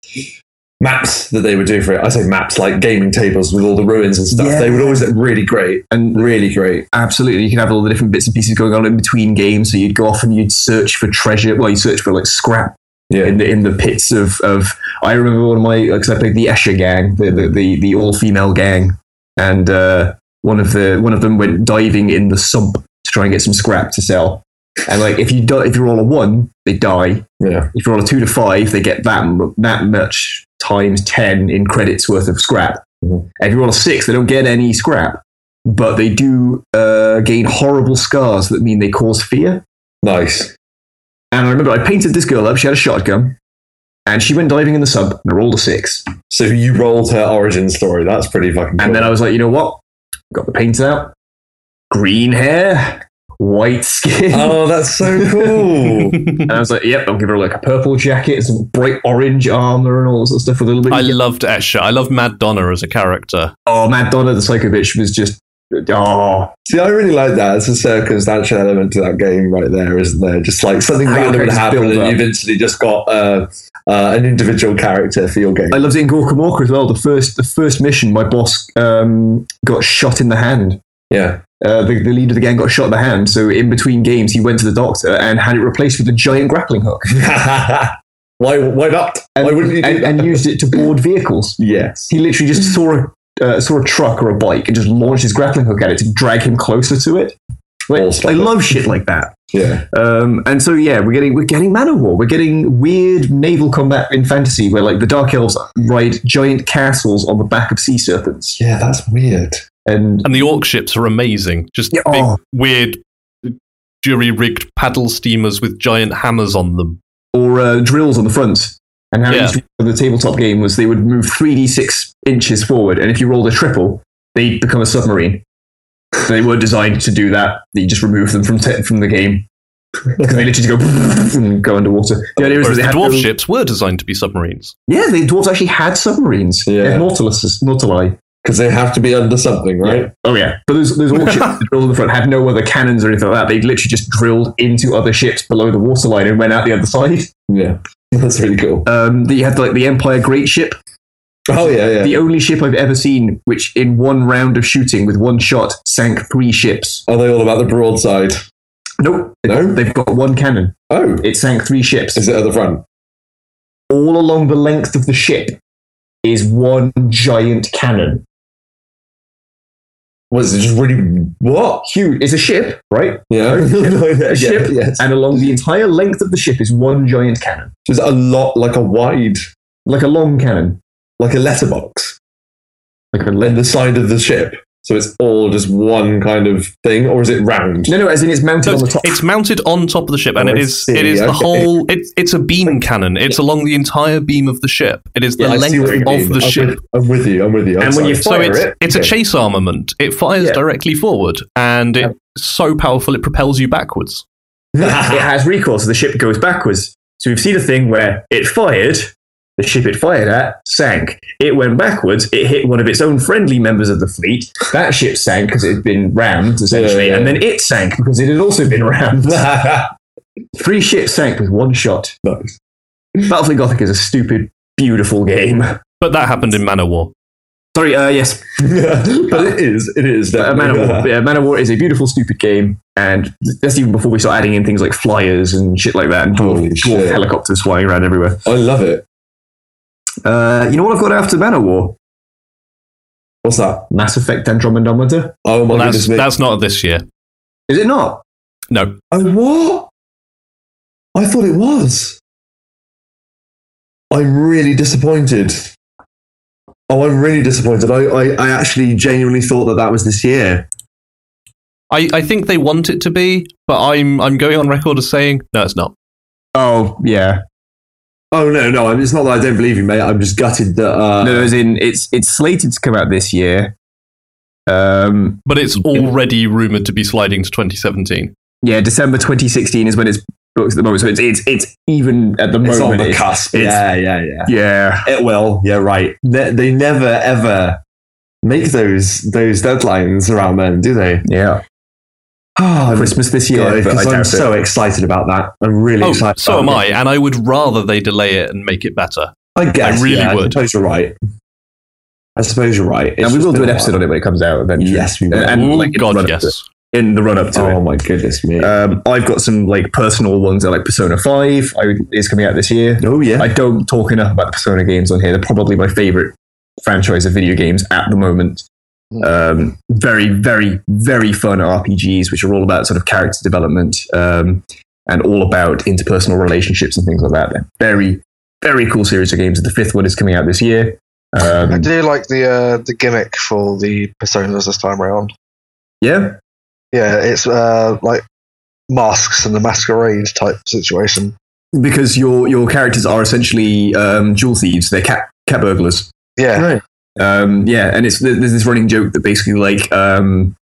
[SPEAKER 4] maps that they would do for it. I say maps like gaming tables with all the ruins and stuff.
[SPEAKER 1] Yeah.
[SPEAKER 4] They would always look really great.
[SPEAKER 1] And
[SPEAKER 4] Really great.
[SPEAKER 1] Absolutely, you could have all the different bits and pieces going on in between games. So you'd go off and you'd search for treasure. Well, you search for like scrap
[SPEAKER 4] Yeah.
[SPEAKER 1] in the in the pits of of. I remember one of my because I played the Escher gang, the the, the, the all female gang, and uh, one of the one of them went diving in the sump to try and get some scrap to sell. And like, if you do, if you roll a one, they die.
[SPEAKER 4] Yeah.
[SPEAKER 1] If you roll a two to five, they get that mu- that much times ten in credits worth of scrap.
[SPEAKER 4] Mhm.
[SPEAKER 1] And if you roll a six, they don't get any scrap, but they do uh, gain horrible scars that mean they cause fear.
[SPEAKER 4] Nice.
[SPEAKER 1] And I remember I painted this girl up. She had a shotgun, and she went diving in the sub and I rolled a six.
[SPEAKER 4] So you rolled her origin story. That's pretty fucking cool.
[SPEAKER 1] And then I was like, you know what? Got the paint out. Green hair, white skin.
[SPEAKER 4] Oh, that's so
[SPEAKER 1] *laughs*
[SPEAKER 4] cool.
[SPEAKER 1] And I was like, yep, I'll give her like a purple jacket, some bright orange armor, and all sorts of stuff with a little bit.
[SPEAKER 5] I loved Escher. I loved Mad Donna as a character.
[SPEAKER 1] oh, Mad Donna the Psycho Bitch was just, oh,
[SPEAKER 4] See, I really like that. It's a circumstantial element to that game right there, isn't there? Just like something
[SPEAKER 1] How your
[SPEAKER 4] random would
[SPEAKER 1] character's
[SPEAKER 4] happen
[SPEAKER 1] built
[SPEAKER 4] and
[SPEAKER 1] up.
[SPEAKER 4] you've instantly just got uh, uh, an individual character for your game.
[SPEAKER 1] I loved it in Gorkamorka as well. The first, the first mission, my boss um, got shot in the hand.
[SPEAKER 4] Yeah. *laughs*
[SPEAKER 1] Uh, the, the leader of the gang got shot in the hand. So in between games, he went to the doctor and had it replaced with a giant grappling hook
[SPEAKER 4] why, why not?
[SPEAKER 1] and,
[SPEAKER 4] why wouldn't you do
[SPEAKER 1] and,
[SPEAKER 4] that?
[SPEAKER 1] and used it to board vehicles.
[SPEAKER 4] Yes.
[SPEAKER 1] He literally just saw a uh, saw a truck or a bike and just launched his grappling hook at it to drag him closer to it. Like,
[SPEAKER 4] Awesome.
[SPEAKER 1] I love shit like that.
[SPEAKER 4] Yeah.
[SPEAKER 1] Um, and so yeah, we're getting we're getting Manowar. We're getting weird naval combat in fantasy where like the Dark Elves ride giant castles on the back of sea serpents.
[SPEAKER 4] Yeah, that's weird.
[SPEAKER 1] And
[SPEAKER 5] And the orc ships are amazing. Just
[SPEAKER 1] Yeah,
[SPEAKER 5] big,
[SPEAKER 1] oh.
[SPEAKER 5] weird, jury rigged paddle steamers with giant hammers on them.
[SPEAKER 1] or uh, drills on the front. And how
[SPEAKER 5] Yeah.
[SPEAKER 1] each of the tabletop game was they would move three d six inches forward, and if you rolled a triple, they would become a submarine. they were designed to do that. You just remove them from t- from the game because they literally just go *laughs* and go underwater. The idea is that
[SPEAKER 5] Whereas
[SPEAKER 1] they
[SPEAKER 5] the
[SPEAKER 1] had
[SPEAKER 5] dwarf
[SPEAKER 1] no-
[SPEAKER 5] ships were designed to be submarines.
[SPEAKER 1] Yeah, the dwarves actually had submarines.
[SPEAKER 4] Yeah.
[SPEAKER 1] They had nautiluses, nautili.
[SPEAKER 4] Because they have to be under something, right?
[SPEAKER 1] Oh yeah, but those those orc ships that drilled in the front had no other cannons or anything like that. They literally just drilled into other ships below the waterline and went out the other side.
[SPEAKER 4] Yeah. *laughs* That's really cool.
[SPEAKER 1] Um, you had like the Empire Great Ship,
[SPEAKER 4] Oh, yeah, yeah.
[SPEAKER 1] the only ship I've ever seen which, in one round of shooting with one shot, sank three ships.
[SPEAKER 4] Are they all about the broadside?
[SPEAKER 1] Nope,
[SPEAKER 4] No?
[SPEAKER 1] they've got one cannon.
[SPEAKER 4] Oh.
[SPEAKER 1] It sank three ships.
[SPEAKER 4] Is it at the front?
[SPEAKER 1] All along the length of the ship is one giant cannon.
[SPEAKER 4] Was it just really. What?
[SPEAKER 1] Huge. It's a ship, right?
[SPEAKER 4] Yeah. yeah. *laughs*
[SPEAKER 1] ship.
[SPEAKER 4] Yes.
[SPEAKER 1] And along the entire length of the ship is one giant cannon,
[SPEAKER 4] Just a lot like a wide.
[SPEAKER 1] like a long cannon.
[SPEAKER 4] like a letterbox, like a in the side of the ship. So it's all just one kind of thing, or is it round?
[SPEAKER 1] No, no, as in it's mounted
[SPEAKER 5] So
[SPEAKER 1] on the
[SPEAKER 5] it's,
[SPEAKER 1] top.
[SPEAKER 5] it's mounted on top of the ship, and
[SPEAKER 4] Oh,
[SPEAKER 5] it
[SPEAKER 4] I
[SPEAKER 5] is
[SPEAKER 4] see,
[SPEAKER 5] it is the
[SPEAKER 4] okay.
[SPEAKER 5] whole. It, it's a beam cannon. It's along the entire beam of the ship. It is the
[SPEAKER 4] I see what
[SPEAKER 5] length
[SPEAKER 4] you mean.
[SPEAKER 5] of the
[SPEAKER 4] I'm
[SPEAKER 5] ship.
[SPEAKER 4] With, I'm with you. I'm with you. I'm
[SPEAKER 10] And when you
[SPEAKER 5] So
[SPEAKER 10] fire
[SPEAKER 5] it's
[SPEAKER 10] it,
[SPEAKER 5] it's a
[SPEAKER 4] *laughs*
[SPEAKER 5] chase armament. It fires
[SPEAKER 1] Yeah.
[SPEAKER 5] directly forward, and it's so powerful it propels you backwards.
[SPEAKER 4] *laughs*
[SPEAKER 1] it has recoil, so the ship goes backwards. So we've seen a thing where it fired, the ship it fired at sank. It went backwards, it hit one of its own friendly members of the fleet. That ship sank because it had been rammed, essentially,
[SPEAKER 4] Yeah, yeah,
[SPEAKER 1] and then it sank because it had also been
[SPEAKER 4] *laughs*
[SPEAKER 1] rammed. Three ships sank with one shot.
[SPEAKER 4] Nice.
[SPEAKER 1] Battlefield Gothic is a stupid, beautiful game.
[SPEAKER 5] But that happened in Manowar.
[SPEAKER 1] Sorry, uh, yes,
[SPEAKER 4] but it is. It is.
[SPEAKER 1] But *laughs* Man
[SPEAKER 4] definitely.
[SPEAKER 1] of War, yeah, Man of War is a beautiful, stupid game, and that's even before we start adding in things like flyers and shit like that, and dwarf,
[SPEAKER 4] Holy
[SPEAKER 1] dwarf
[SPEAKER 4] shit.
[SPEAKER 1] helicopters flying around everywhere.
[SPEAKER 4] I love it.
[SPEAKER 1] Uh, you know what I've got after Man of War?
[SPEAKER 4] What's that?
[SPEAKER 1] Mass Effect Andromedometer.
[SPEAKER 4] Oh my
[SPEAKER 5] Well, that's
[SPEAKER 4] goodness me!
[SPEAKER 5] that's not this year.
[SPEAKER 1] Is it not?
[SPEAKER 5] No,
[SPEAKER 4] oh what? I thought it was. I'm really disappointed. Oh, I'm really disappointed. I, I, I actually genuinely thought that that was this year.
[SPEAKER 5] I, I think they want it to be, but I'm I'm going on record as saying no, it's not.
[SPEAKER 1] Oh yeah,
[SPEAKER 4] Oh no, no, I mean, it's not that I don't believe you, mate. I'm just gutted that. Uh,
[SPEAKER 1] no, as in it's it's slated to come out this year. Um,
[SPEAKER 5] But it's already rumored to be sliding to 2017.
[SPEAKER 1] yeah, December 2016 is when it's booked at the moment, so it's it's it's even at the
[SPEAKER 4] it's on
[SPEAKER 1] moment.
[SPEAKER 4] the
[SPEAKER 1] it's-
[SPEAKER 4] cusp.
[SPEAKER 1] it's-
[SPEAKER 4] yeah, yeah, yeah.
[SPEAKER 1] yeah,
[SPEAKER 4] It will. Yeah, right. They, they never ever make those those deadlines around then, do they?
[SPEAKER 1] yeah.
[SPEAKER 4] Oh,
[SPEAKER 1] *sighs* Christmas this year,
[SPEAKER 4] God,
[SPEAKER 1] but I
[SPEAKER 4] because
[SPEAKER 1] doubt
[SPEAKER 4] I'm
[SPEAKER 1] it.
[SPEAKER 4] so excited about that. I'm really
[SPEAKER 5] Oh,
[SPEAKER 4] excited.
[SPEAKER 5] so
[SPEAKER 4] about
[SPEAKER 5] am
[SPEAKER 4] it.
[SPEAKER 5] I, and I would rather they delay it and make it better.
[SPEAKER 4] I guess.
[SPEAKER 5] I really
[SPEAKER 4] yeah, I
[SPEAKER 5] would.
[SPEAKER 4] suppose you're right. I suppose you're right. It's
[SPEAKER 1] and we
[SPEAKER 4] just
[SPEAKER 1] will do
[SPEAKER 4] been
[SPEAKER 1] an
[SPEAKER 4] a
[SPEAKER 1] episode
[SPEAKER 4] while.
[SPEAKER 1] on it when it comes out eventually. Uh,
[SPEAKER 4] Yes, we will.
[SPEAKER 1] And-
[SPEAKER 5] Oh
[SPEAKER 1] like,
[SPEAKER 5] God,
[SPEAKER 1] run up to
[SPEAKER 5] yes.
[SPEAKER 1] In the run up to it.
[SPEAKER 4] oh my goodness me.
[SPEAKER 1] Um, I've got some like personal ones that are, like Persona Five. I, is coming out this year.
[SPEAKER 4] oh yeah.
[SPEAKER 1] I don't talk enough about the Persona games on here. They're probably my favorite franchise of video games at the moment.
[SPEAKER 4] Hmm.
[SPEAKER 1] Um, very, very, very fun RPGs, which are all about sort of character development um, and all about interpersonal relationships and things like that. They're very, very cool series of games. The fifth one is coming out this year.
[SPEAKER 2] I
[SPEAKER 1] Um,
[SPEAKER 2] do like the uh, the gimmick for the personas this time around.
[SPEAKER 1] yeah,
[SPEAKER 2] Yeah, it's uh, like masks and the masquerade type situation.
[SPEAKER 1] because your your characters are essentially um, jewel thieves. They're cat cat burglars.
[SPEAKER 2] Yeah,
[SPEAKER 1] Um, yeah, and it's there- there's this running joke that basically like um,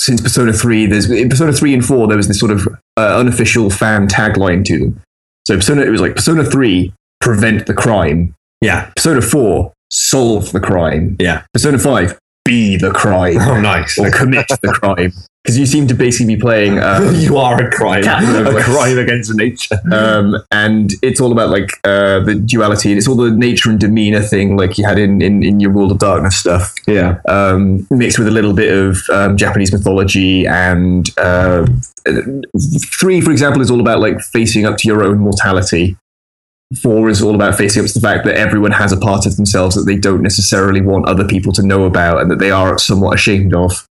[SPEAKER 1] since Persona Three, there's in Persona Three and Four, there was this sort of uh, unofficial fan tagline to them. So Persona, it was like Persona Three, prevent the crime.
[SPEAKER 4] Yeah.
[SPEAKER 1] Persona Four, solve the crime.
[SPEAKER 4] Yeah.
[SPEAKER 1] Persona Five, be the crime
[SPEAKER 4] *laughs* Oh nice.
[SPEAKER 1] or commit the crime. Because you seem to basically be playing. Um,
[SPEAKER 4] *laughs* you are a crime.
[SPEAKER 1] Cat-
[SPEAKER 4] *laughs* a crime against nature.
[SPEAKER 1] um, and it's all about like uh, the duality and it's all the nature and demeanor thing like you had in, in, in your world of darkness stuff
[SPEAKER 4] Yeah.
[SPEAKER 1] um, mixed with a little bit of um, japanese mythology and uh, three for example is all about like facing up to your own mortality four is all about facing up to the fact that everyone has a part of themselves that they don't necessarily want other people to know about and that they are somewhat ashamed of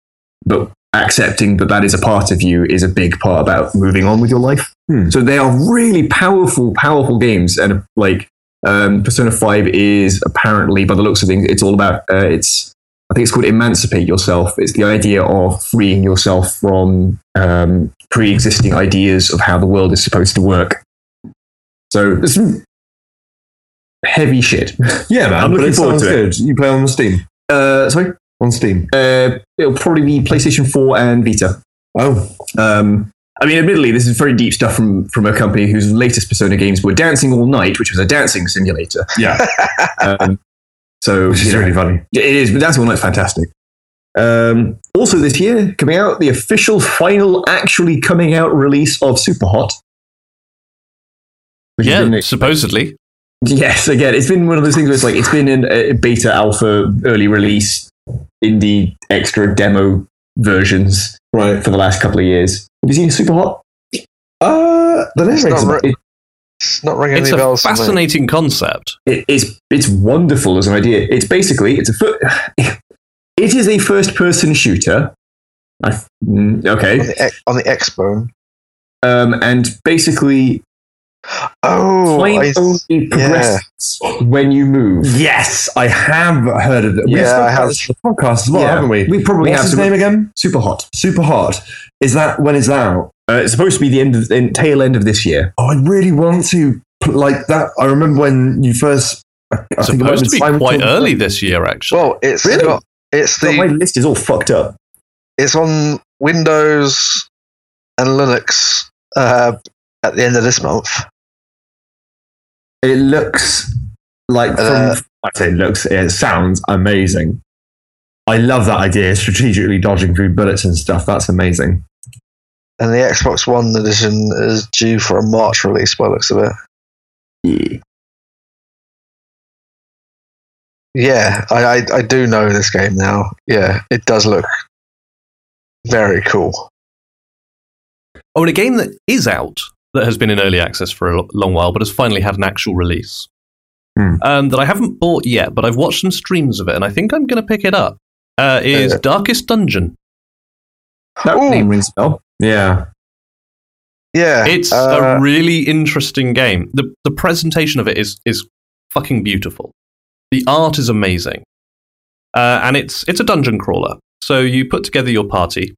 [SPEAKER 1] but accepting that that is a part of you is a big part about moving on with your life
[SPEAKER 4] Hmm.
[SPEAKER 1] so they are really powerful powerful games and like um, persona 5 is apparently by the looks of things it's all about uh, it's i think it's called emancipate yourself it's the idea of freeing yourself from um, pre-existing ideas of how the world is supposed to work so there's some heavy shit. *laughs*
[SPEAKER 4] Yeah, man.
[SPEAKER 1] I'm
[SPEAKER 4] but
[SPEAKER 1] looking
[SPEAKER 4] it
[SPEAKER 1] forward
[SPEAKER 4] sounds
[SPEAKER 1] to
[SPEAKER 4] good. You play on Steam.
[SPEAKER 1] Uh, sorry,
[SPEAKER 4] On Steam.
[SPEAKER 1] uh, it'll probably be PlayStation 4 and Vita.
[SPEAKER 4] Oh.
[SPEAKER 1] Um, I mean, admittedly, this is very deep stuff from from a company whose latest Persona games were Dancing All Night, which was a dancing simulator.
[SPEAKER 4] Yeah.
[SPEAKER 1] *laughs* Um, so
[SPEAKER 4] Which
[SPEAKER 1] you
[SPEAKER 4] is
[SPEAKER 1] know,
[SPEAKER 4] really funny.
[SPEAKER 1] it is, but Dancing All Night's fantastic. Um, also, this year coming out the official final, actually coming out release of Superhot. Which has been
[SPEAKER 5] Yeah,
[SPEAKER 1] a-
[SPEAKER 5] supposedly.
[SPEAKER 1] Yes, again, it's been one of those things where it's like it's been in a beta, alpha, early release, indie, extra demo versions
[SPEAKER 4] Right.
[SPEAKER 1] for the last couple of years. Have you seen Super Hot?
[SPEAKER 4] Uh, the name
[SPEAKER 2] It's
[SPEAKER 4] rings
[SPEAKER 2] not
[SPEAKER 4] a
[SPEAKER 2] re-
[SPEAKER 4] bell.
[SPEAKER 2] it's not ringing
[SPEAKER 5] It's
[SPEAKER 2] any
[SPEAKER 5] a
[SPEAKER 2] bells. to me.
[SPEAKER 5] fascinating concept.
[SPEAKER 1] It, it's it's wonderful as an idea. It's basically it's a fir- *laughs* it is a first person shooter. I, mm,
[SPEAKER 2] on
[SPEAKER 1] okay,
[SPEAKER 2] the, X- on the X bone.
[SPEAKER 1] um, and basically
[SPEAKER 2] Oh, I,
[SPEAKER 9] Flame only
[SPEAKER 2] yeah.
[SPEAKER 9] progresses when you move.
[SPEAKER 4] Yes, I have heard of it. We've
[SPEAKER 2] Yeah,
[SPEAKER 4] spoken
[SPEAKER 2] I
[SPEAKER 4] about
[SPEAKER 2] have.
[SPEAKER 4] this on the podcast as well,
[SPEAKER 9] Yeah.
[SPEAKER 4] haven't we?
[SPEAKER 9] We probably
[SPEAKER 4] What's
[SPEAKER 9] have
[SPEAKER 4] his
[SPEAKER 9] to-
[SPEAKER 4] name again?
[SPEAKER 9] Super hot.
[SPEAKER 4] Super hot. Is that when it's out?
[SPEAKER 9] Uh, it's supposed to be the end of the tail end of this year.
[SPEAKER 4] Oh, I really want to pl- like that. I remember when you first. I, I think it might have
[SPEAKER 5] Supposed to
[SPEAKER 4] been
[SPEAKER 5] be
[SPEAKER 4] Simon
[SPEAKER 5] quite
[SPEAKER 4] talking-
[SPEAKER 5] early this year, actually.
[SPEAKER 2] well, it's
[SPEAKER 9] Really?
[SPEAKER 2] got, it's
[SPEAKER 9] God, my
[SPEAKER 2] the
[SPEAKER 9] list is all fucked up.
[SPEAKER 2] it's on Windows and Linux uh, at the end of this month.
[SPEAKER 4] It looks like from,
[SPEAKER 2] Uh,
[SPEAKER 4] I say looks. It sounds amazing. I love that idea. Strategically dodging through bullets and stuff. That's amazing.
[SPEAKER 2] And the Xbox One edition is due for a March release by the looks of it. Yeah, I, I, I do know this game now. Yeah, it does look very cool.
[SPEAKER 5] Oh, and a game that is out that has been in early access for a lo- long while, but has finally had an actual release.
[SPEAKER 4] Hmm.
[SPEAKER 5] Um, that I haven't bought yet, but I've watched some streams of it, and I think I'm going to pick it up. Uh, is
[SPEAKER 2] Yeah.
[SPEAKER 5] Darkest Dungeon?
[SPEAKER 9] That
[SPEAKER 2] Ooh.
[SPEAKER 9] name rings a bell.
[SPEAKER 4] Yeah.
[SPEAKER 2] Yeah,
[SPEAKER 5] It's
[SPEAKER 2] uh,
[SPEAKER 5] a really interesting game. The the presentation of it is is fucking beautiful. The art is amazing, uh, and it's it's a dungeon crawler. So you put together your party,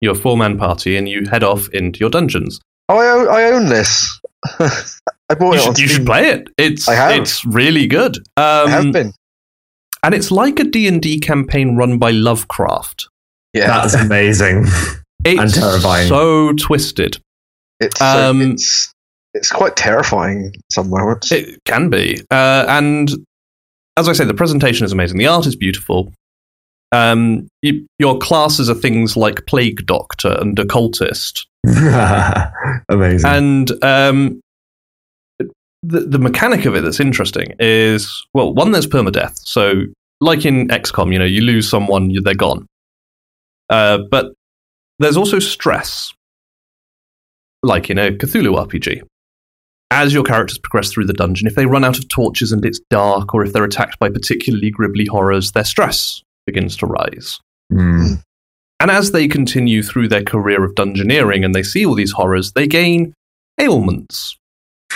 [SPEAKER 5] your four man party, and you head off into your dungeons.
[SPEAKER 2] oh, I, own- I own this. *laughs* I bought
[SPEAKER 5] You
[SPEAKER 2] it on
[SPEAKER 5] should, you should
[SPEAKER 2] Steam.
[SPEAKER 5] play it. It's
[SPEAKER 2] I have.
[SPEAKER 5] it's really good. Um,
[SPEAKER 2] I have been.
[SPEAKER 5] and it's like a D&D campaign run by Lovecraft.
[SPEAKER 2] Yeah,
[SPEAKER 4] *laughs* That's amazing.
[SPEAKER 5] It's
[SPEAKER 4] And terrifying.
[SPEAKER 5] so twisted.
[SPEAKER 2] it's, so-
[SPEAKER 5] um,
[SPEAKER 2] it's it's quite terrifying in some moments.
[SPEAKER 5] It can be. Uh, and as I say, the presentation is amazing. The art is beautiful. Um, you, your classes are things like Plague Doctor and Occultist.
[SPEAKER 4] amazing.
[SPEAKER 5] And um, the, the mechanic of it that's interesting is, well, one, there's permadeath. So, like in XCOM, you know, you lose someone, you- they're gone. Uh, but there's also stress, like in a Cthulhu RPG. As your characters progress through the dungeon, if they run out of torches and it's dark, or if they're attacked by particularly gribbly horrors, their stress begins to rise.
[SPEAKER 4] Hmm.
[SPEAKER 5] And as they continue through their career of dungeoneering and they see all these horrors, they gain ailments,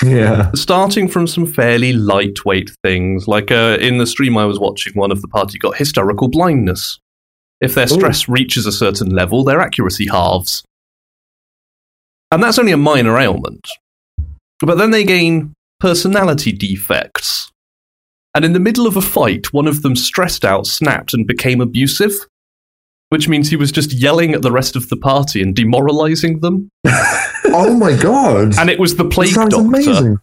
[SPEAKER 4] Yeah.
[SPEAKER 5] starting from some fairly lightweight things. Like uh, in the stream I was watching, one of the party got hysterical blindness. If their stress reaches a certain level, their accuracy halves. And that's only a minor ailment. But then they gain personality defects. And in the middle of a fight, one of them stressed out, snapped, and became abusive, which means he was just yelling at the rest of the party and demoralizing them.
[SPEAKER 4] oh my god.
[SPEAKER 5] And it was the
[SPEAKER 4] That
[SPEAKER 5] plague
[SPEAKER 4] sounds
[SPEAKER 5] doctor
[SPEAKER 4] amazing.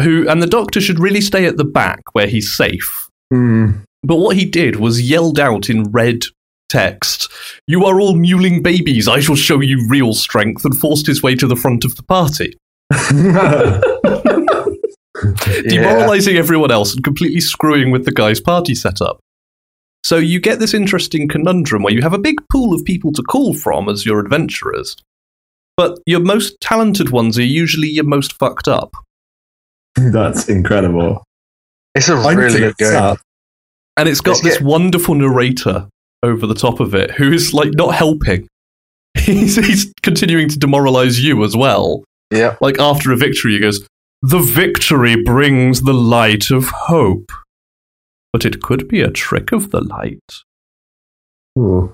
[SPEAKER 5] who and the doctor should really stay at the back where he's safe.
[SPEAKER 4] Hmm. *laughs*
[SPEAKER 5] But what he did was yelled out in red text, "You are all mewling babies. I shall show you real strength," and forced his way to the front of the party,
[SPEAKER 2] yeah.
[SPEAKER 5] demoralizing everyone else and completely screwing with the guy's party setup. So you get this interesting conundrum where you have a big pool of people to call from as your adventurers, but your most talented ones are usually your most fucked up.
[SPEAKER 4] That's incredible.
[SPEAKER 2] It's a
[SPEAKER 4] I need
[SPEAKER 2] really
[SPEAKER 4] to
[SPEAKER 2] good
[SPEAKER 4] look this
[SPEAKER 2] game.
[SPEAKER 4] up.
[SPEAKER 5] And it's got
[SPEAKER 2] Let's
[SPEAKER 5] this
[SPEAKER 2] get-
[SPEAKER 5] wonderful narrator over the top of it who is like not helping. *laughs* He's, he's continuing to demoralize you as well.
[SPEAKER 2] Yeah.
[SPEAKER 5] Like after a victory, he goes, The victory brings the light of hope. But it could be a trick of the light.
[SPEAKER 4] Ooh.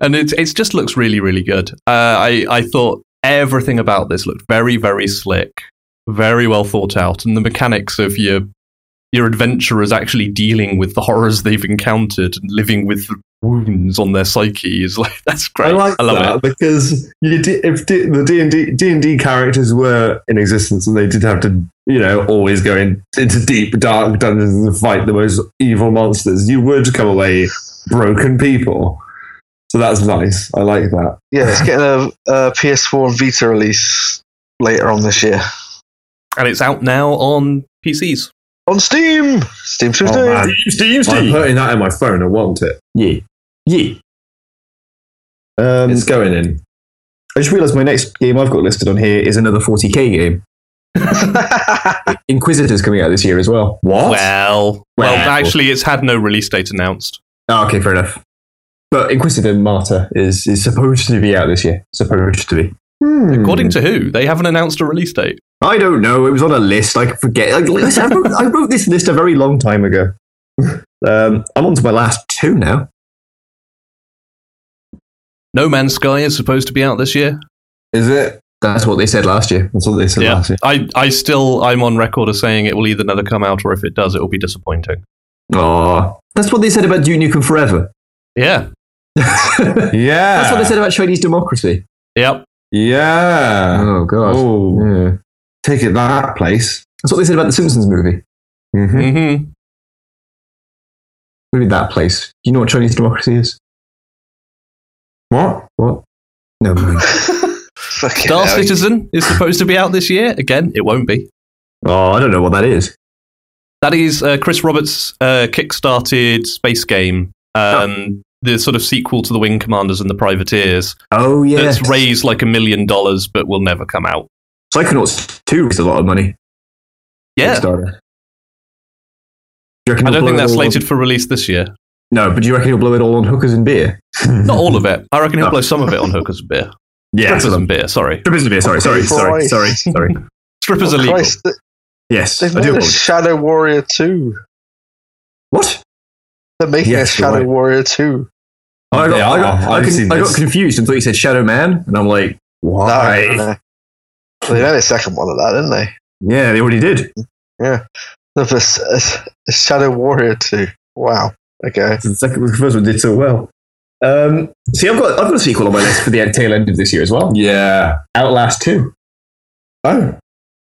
[SPEAKER 5] And it, it just looks really, really good. Uh, I, I thought everything about this looked very, very slick, very well thought out. And the mechanics of your, your adventurers actually dealing with the horrors they've encountered and living with the wounds on their psyche is *laughs* like, that's great.
[SPEAKER 4] I like
[SPEAKER 5] love
[SPEAKER 4] that
[SPEAKER 5] it.
[SPEAKER 4] because you did, if D, the D and D D and D characters were in existence and they did have to, you know, always go in, into deep dark dungeons and fight the most evil monsters, you would come away broken people. So that's nice. I like that.
[SPEAKER 2] Yeah, it's getting a, a PS4 and Vita release later on this year
[SPEAKER 5] And it's out now on PCs.
[SPEAKER 2] on Steam. Steam
[SPEAKER 4] Oh,
[SPEAKER 2] Tuesday.
[SPEAKER 4] man. I'm putting that in my phone. I want it.
[SPEAKER 9] Yeah. Yeah.
[SPEAKER 4] Um,
[SPEAKER 9] It's
[SPEAKER 4] it's going in.
[SPEAKER 9] I just realised my next game I've got listed on here is another 40k game. Inquisitor's coming out this year as well.
[SPEAKER 4] What?
[SPEAKER 5] Well, well,
[SPEAKER 9] Well.
[SPEAKER 5] actually, it's had no release date announced.
[SPEAKER 9] Ah, okay, fair enough. But Inquisitor Martyr is, is supposed to be out this year. Supposed to be.
[SPEAKER 4] Hmm.
[SPEAKER 5] According to who? They haven't announced a release date.
[SPEAKER 1] I don't know. It was on a list. I forget. I, listen, I, wrote, I wrote this list a very long time ago. *laughs* Um, I'm on to my last two now.
[SPEAKER 5] No Man's Sky is supposed to be out this year.
[SPEAKER 4] Is it?
[SPEAKER 1] That's what they said last year.
[SPEAKER 4] That's what they said last year.
[SPEAKER 5] I, I still I'm on record as saying it will either never come out or if it does, it will be disappointing.
[SPEAKER 1] Oh, that's what they said about Duke Nukem Forever. *laughs*
[SPEAKER 5] Yeah.
[SPEAKER 1] that's
[SPEAKER 4] Yeah.
[SPEAKER 1] what they said about Chinese democracy.
[SPEAKER 5] Yep.
[SPEAKER 4] Yeah.
[SPEAKER 1] Oh god.
[SPEAKER 4] Oh,
[SPEAKER 1] Yeah.
[SPEAKER 4] take it that place.
[SPEAKER 1] That's what they said about the Simpsons movie.
[SPEAKER 4] Mm-hmm.
[SPEAKER 5] hmm
[SPEAKER 1] Maybe that place. You know what Chinese democracy is?
[SPEAKER 4] What?
[SPEAKER 1] What? No. mind.
[SPEAKER 2] *laughs* Fucking
[SPEAKER 5] Star
[SPEAKER 2] hell.
[SPEAKER 5] Citizen is supposed to be out this year. Again, it won't be.
[SPEAKER 1] oh, I don't know what that is.
[SPEAKER 5] That is uh, Chris Roberts' uh, kickstarted space game. Um, The sort of sequel to The Wing Commanders and the Privateers.
[SPEAKER 1] Oh yeah.
[SPEAKER 5] That's raised like a million dollars, but will never come out.
[SPEAKER 1] Psychonauts two raised a lot of money.
[SPEAKER 5] Yeah.
[SPEAKER 1] Kickstarter.
[SPEAKER 5] I don't think that's slated for release this year.
[SPEAKER 1] No, but do you reckon he'll blow it all on hookers and beer?
[SPEAKER 5] Not all of it. I reckon he'll
[SPEAKER 1] No.
[SPEAKER 5] blow some of it on hookers and beer.
[SPEAKER 1] *laughs* Yeah, Oh,
[SPEAKER 5] Strippers and beer, sorry.
[SPEAKER 1] Strippers and beer. Sorry, sorry, sorry,
[SPEAKER 2] Christ.
[SPEAKER 1] sorry, sorry.
[SPEAKER 5] Strippers
[SPEAKER 2] Oh,
[SPEAKER 5] are legal.
[SPEAKER 2] Christ, they-
[SPEAKER 1] Yes,
[SPEAKER 2] They've
[SPEAKER 1] I do
[SPEAKER 2] made a
[SPEAKER 1] apologize.
[SPEAKER 2] Shadow Warrior 2.
[SPEAKER 1] What?
[SPEAKER 2] They're making
[SPEAKER 1] Yes,
[SPEAKER 2] a
[SPEAKER 1] you're
[SPEAKER 2] Shadow
[SPEAKER 1] right.
[SPEAKER 2] Warrior 2.
[SPEAKER 1] Oh, I got,
[SPEAKER 4] They
[SPEAKER 1] I,
[SPEAKER 4] are.
[SPEAKER 1] got, I,
[SPEAKER 4] I've
[SPEAKER 1] con-
[SPEAKER 4] seen
[SPEAKER 1] I got
[SPEAKER 4] this.
[SPEAKER 1] confused and thought you said Shadow Man, and I'm like, why?
[SPEAKER 2] No, no, no. They made a second one of that, didn't they?
[SPEAKER 1] Yeah, they already did.
[SPEAKER 2] The first- uh, uh, Shadow Warrior 2. Wow. Okay.
[SPEAKER 1] The, second, the first one did so well. Um, see, I've got I've got a sequel on my list for the tail end of this year as well.
[SPEAKER 4] Yeah.
[SPEAKER 1] Outlast two.
[SPEAKER 4] Oh.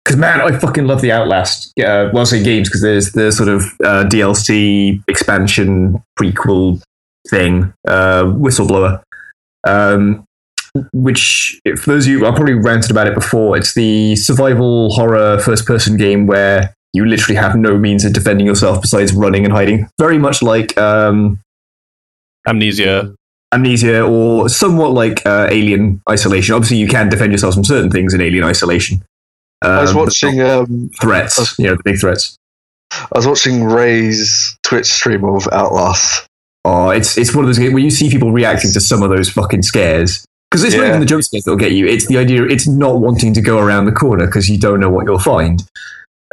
[SPEAKER 1] Because man, I fucking love the Outlast. Uh, well, I say games because there's the sort of uh, DLC expansion prequel thing, uh, Whistleblower, um, which for those of you, I probably ranted about it before. It's the survival horror first-person game where you literally have no means of defending yourself besides running and hiding. Very much like um,
[SPEAKER 5] Amnesia.
[SPEAKER 1] Amnesia, or somewhat like uh, Alien Isolation. Obviously, you can defend yourself from certain things in Alien Isolation.
[SPEAKER 2] I was
[SPEAKER 1] Um, but
[SPEAKER 2] watching um,
[SPEAKER 1] threats, you know, the big threats.
[SPEAKER 2] I was watching Ray's Twitch stream of Outlast.
[SPEAKER 1] Oh, it's it's one of those games where you see people reacting to some of those fucking scares. Because it's not
[SPEAKER 2] Yeah.
[SPEAKER 1] even the jump scares that'll get you. It's the idea. It's not wanting to go around the corner because you don't know what you'll find,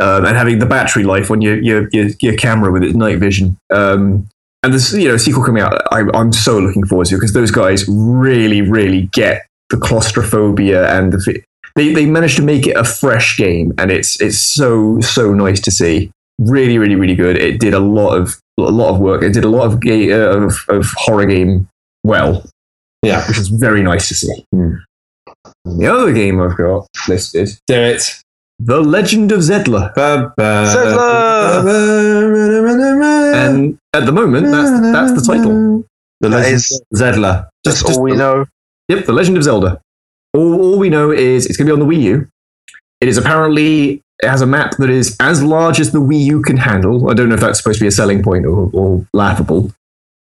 [SPEAKER 1] um, and having the battery life on your your your, your camera with its night vision. Um, and this you know sequel coming out, I, I'm so looking forward to because those guys really really get the claustrophobia and the fe- they they managed to make it a fresh game, and it's it's so so nice to see really, really, really good. It did a lot of a lot of work. It did a lot of ga- uh, of, of horror game well.
[SPEAKER 4] Yeah.
[SPEAKER 1] which is very nice to see. The other game I've got listed,
[SPEAKER 4] Do it.
[SPEAKER 1] The Legend of Zelda, Um, Uh,
[SPEAKER 4] Ba, ba,
[SPEAKER 2] Zelda!
[SPEAKER 4] ba, ba, ba, ba, ba.
[SPEAKER 1] and at the moment, that's, that's the title.
[SPEAKER 4] The
[SPEAKER 2] That
[SPEAKER 4] Legend
[SPEAKER 2] is-
[SPEAKER 4] of Zelda.
[SPEAKER 2] That's all we know.
[SPEAKER 1] Yep, The Legend of Zelda. All, all we know is it's going to be on the Wii U. It is apparently it has a map that is as large as the Wii U can handle. I don't know if that's supposed to be a selling point or, or laughable.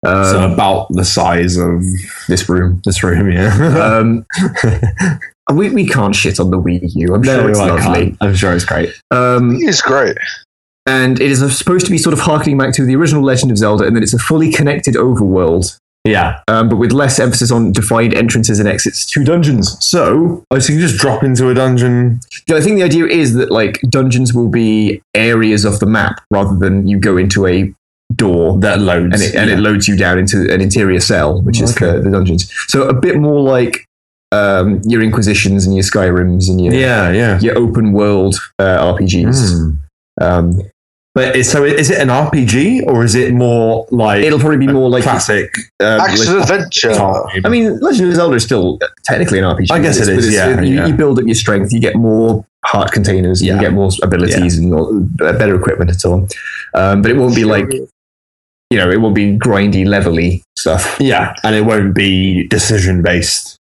[SPEAKER 1] Um,
[SPEAKER 4] so about the size of
[SPEAKER 1] this room.
[SPEAKER 4] this
[SPEAKER 1] *laughs*
[SPEAKER 4] room, yeah. *laughs*
[SPEAKER 1] Um, we, we can't shit on the Wii U. I'm sure it's
[SPEAKER 4] I
[SPEAKER 1] lovely.
[SPEAKER 4] can't. I'm sure it's great.
[SPEAKER 1] Um,
[SPEAKER 2] He's great.
[SPEAKER 1] and it is supposed to be sort of harkening back to the original Legend of Zelda, and that it's a fully connected overworld,
[SPEAKER 4] Yeah.
[SPEAKER 1] um, but with less emphasis on defined entrances and exits to dungeons. So
[SPEAKER 4] Oh, so you can just drop into a dungeon.
[SPEAKER 1] I think the idea is that like dungeons will be areas of the map rather than you go into a door
[SPEAKER 4] That loads.
[SPEAKER 1] and it, and it loads you down into an interior cell, which is the, the dungeons. So a bit more like um, your Inquisitions and your Skyrims and your
[SPEAKER 4] yeah, yeah.
[SPEAKER 1] your open world uh, RPGs.
[SPEAKER 4] Mm.
[SPEAKER 1] Um,
[SPEAKER 4] But is, so is it an RPG or is it more like uh,
[SPEAKER 1] it'll probably be more like.
[SPEAKER 4] classic?
[SPEAKER 1] um,
[SPEAKER 2] Action
[SPEAKER 1] like-
[SPEAKER 2] adventure.
[SPEAKER 1] I mean, Legend of Zelda is still uh, technically an RPG.
[SPEAKER 4] I guess
[SPEAKER 1] but
[SPEAKER 4] it
[SPEAKER 1] it's- but it's-
[SPEAKER 4] is, yeah,
[SPEAKER 1] you,
[SPEAKER 4] yeah.
[SPEAKER 1] you build up your strength, you get more heart containers,
[SPEAKER 4] Yeah.
[SPEAKER 1] you get more abilities and all, uh, better equipment and so on. Um, but it won't be like you know, it won't be grindy, levelly stuff.
[SPEAKER 4] yeah, and it won't be decision based.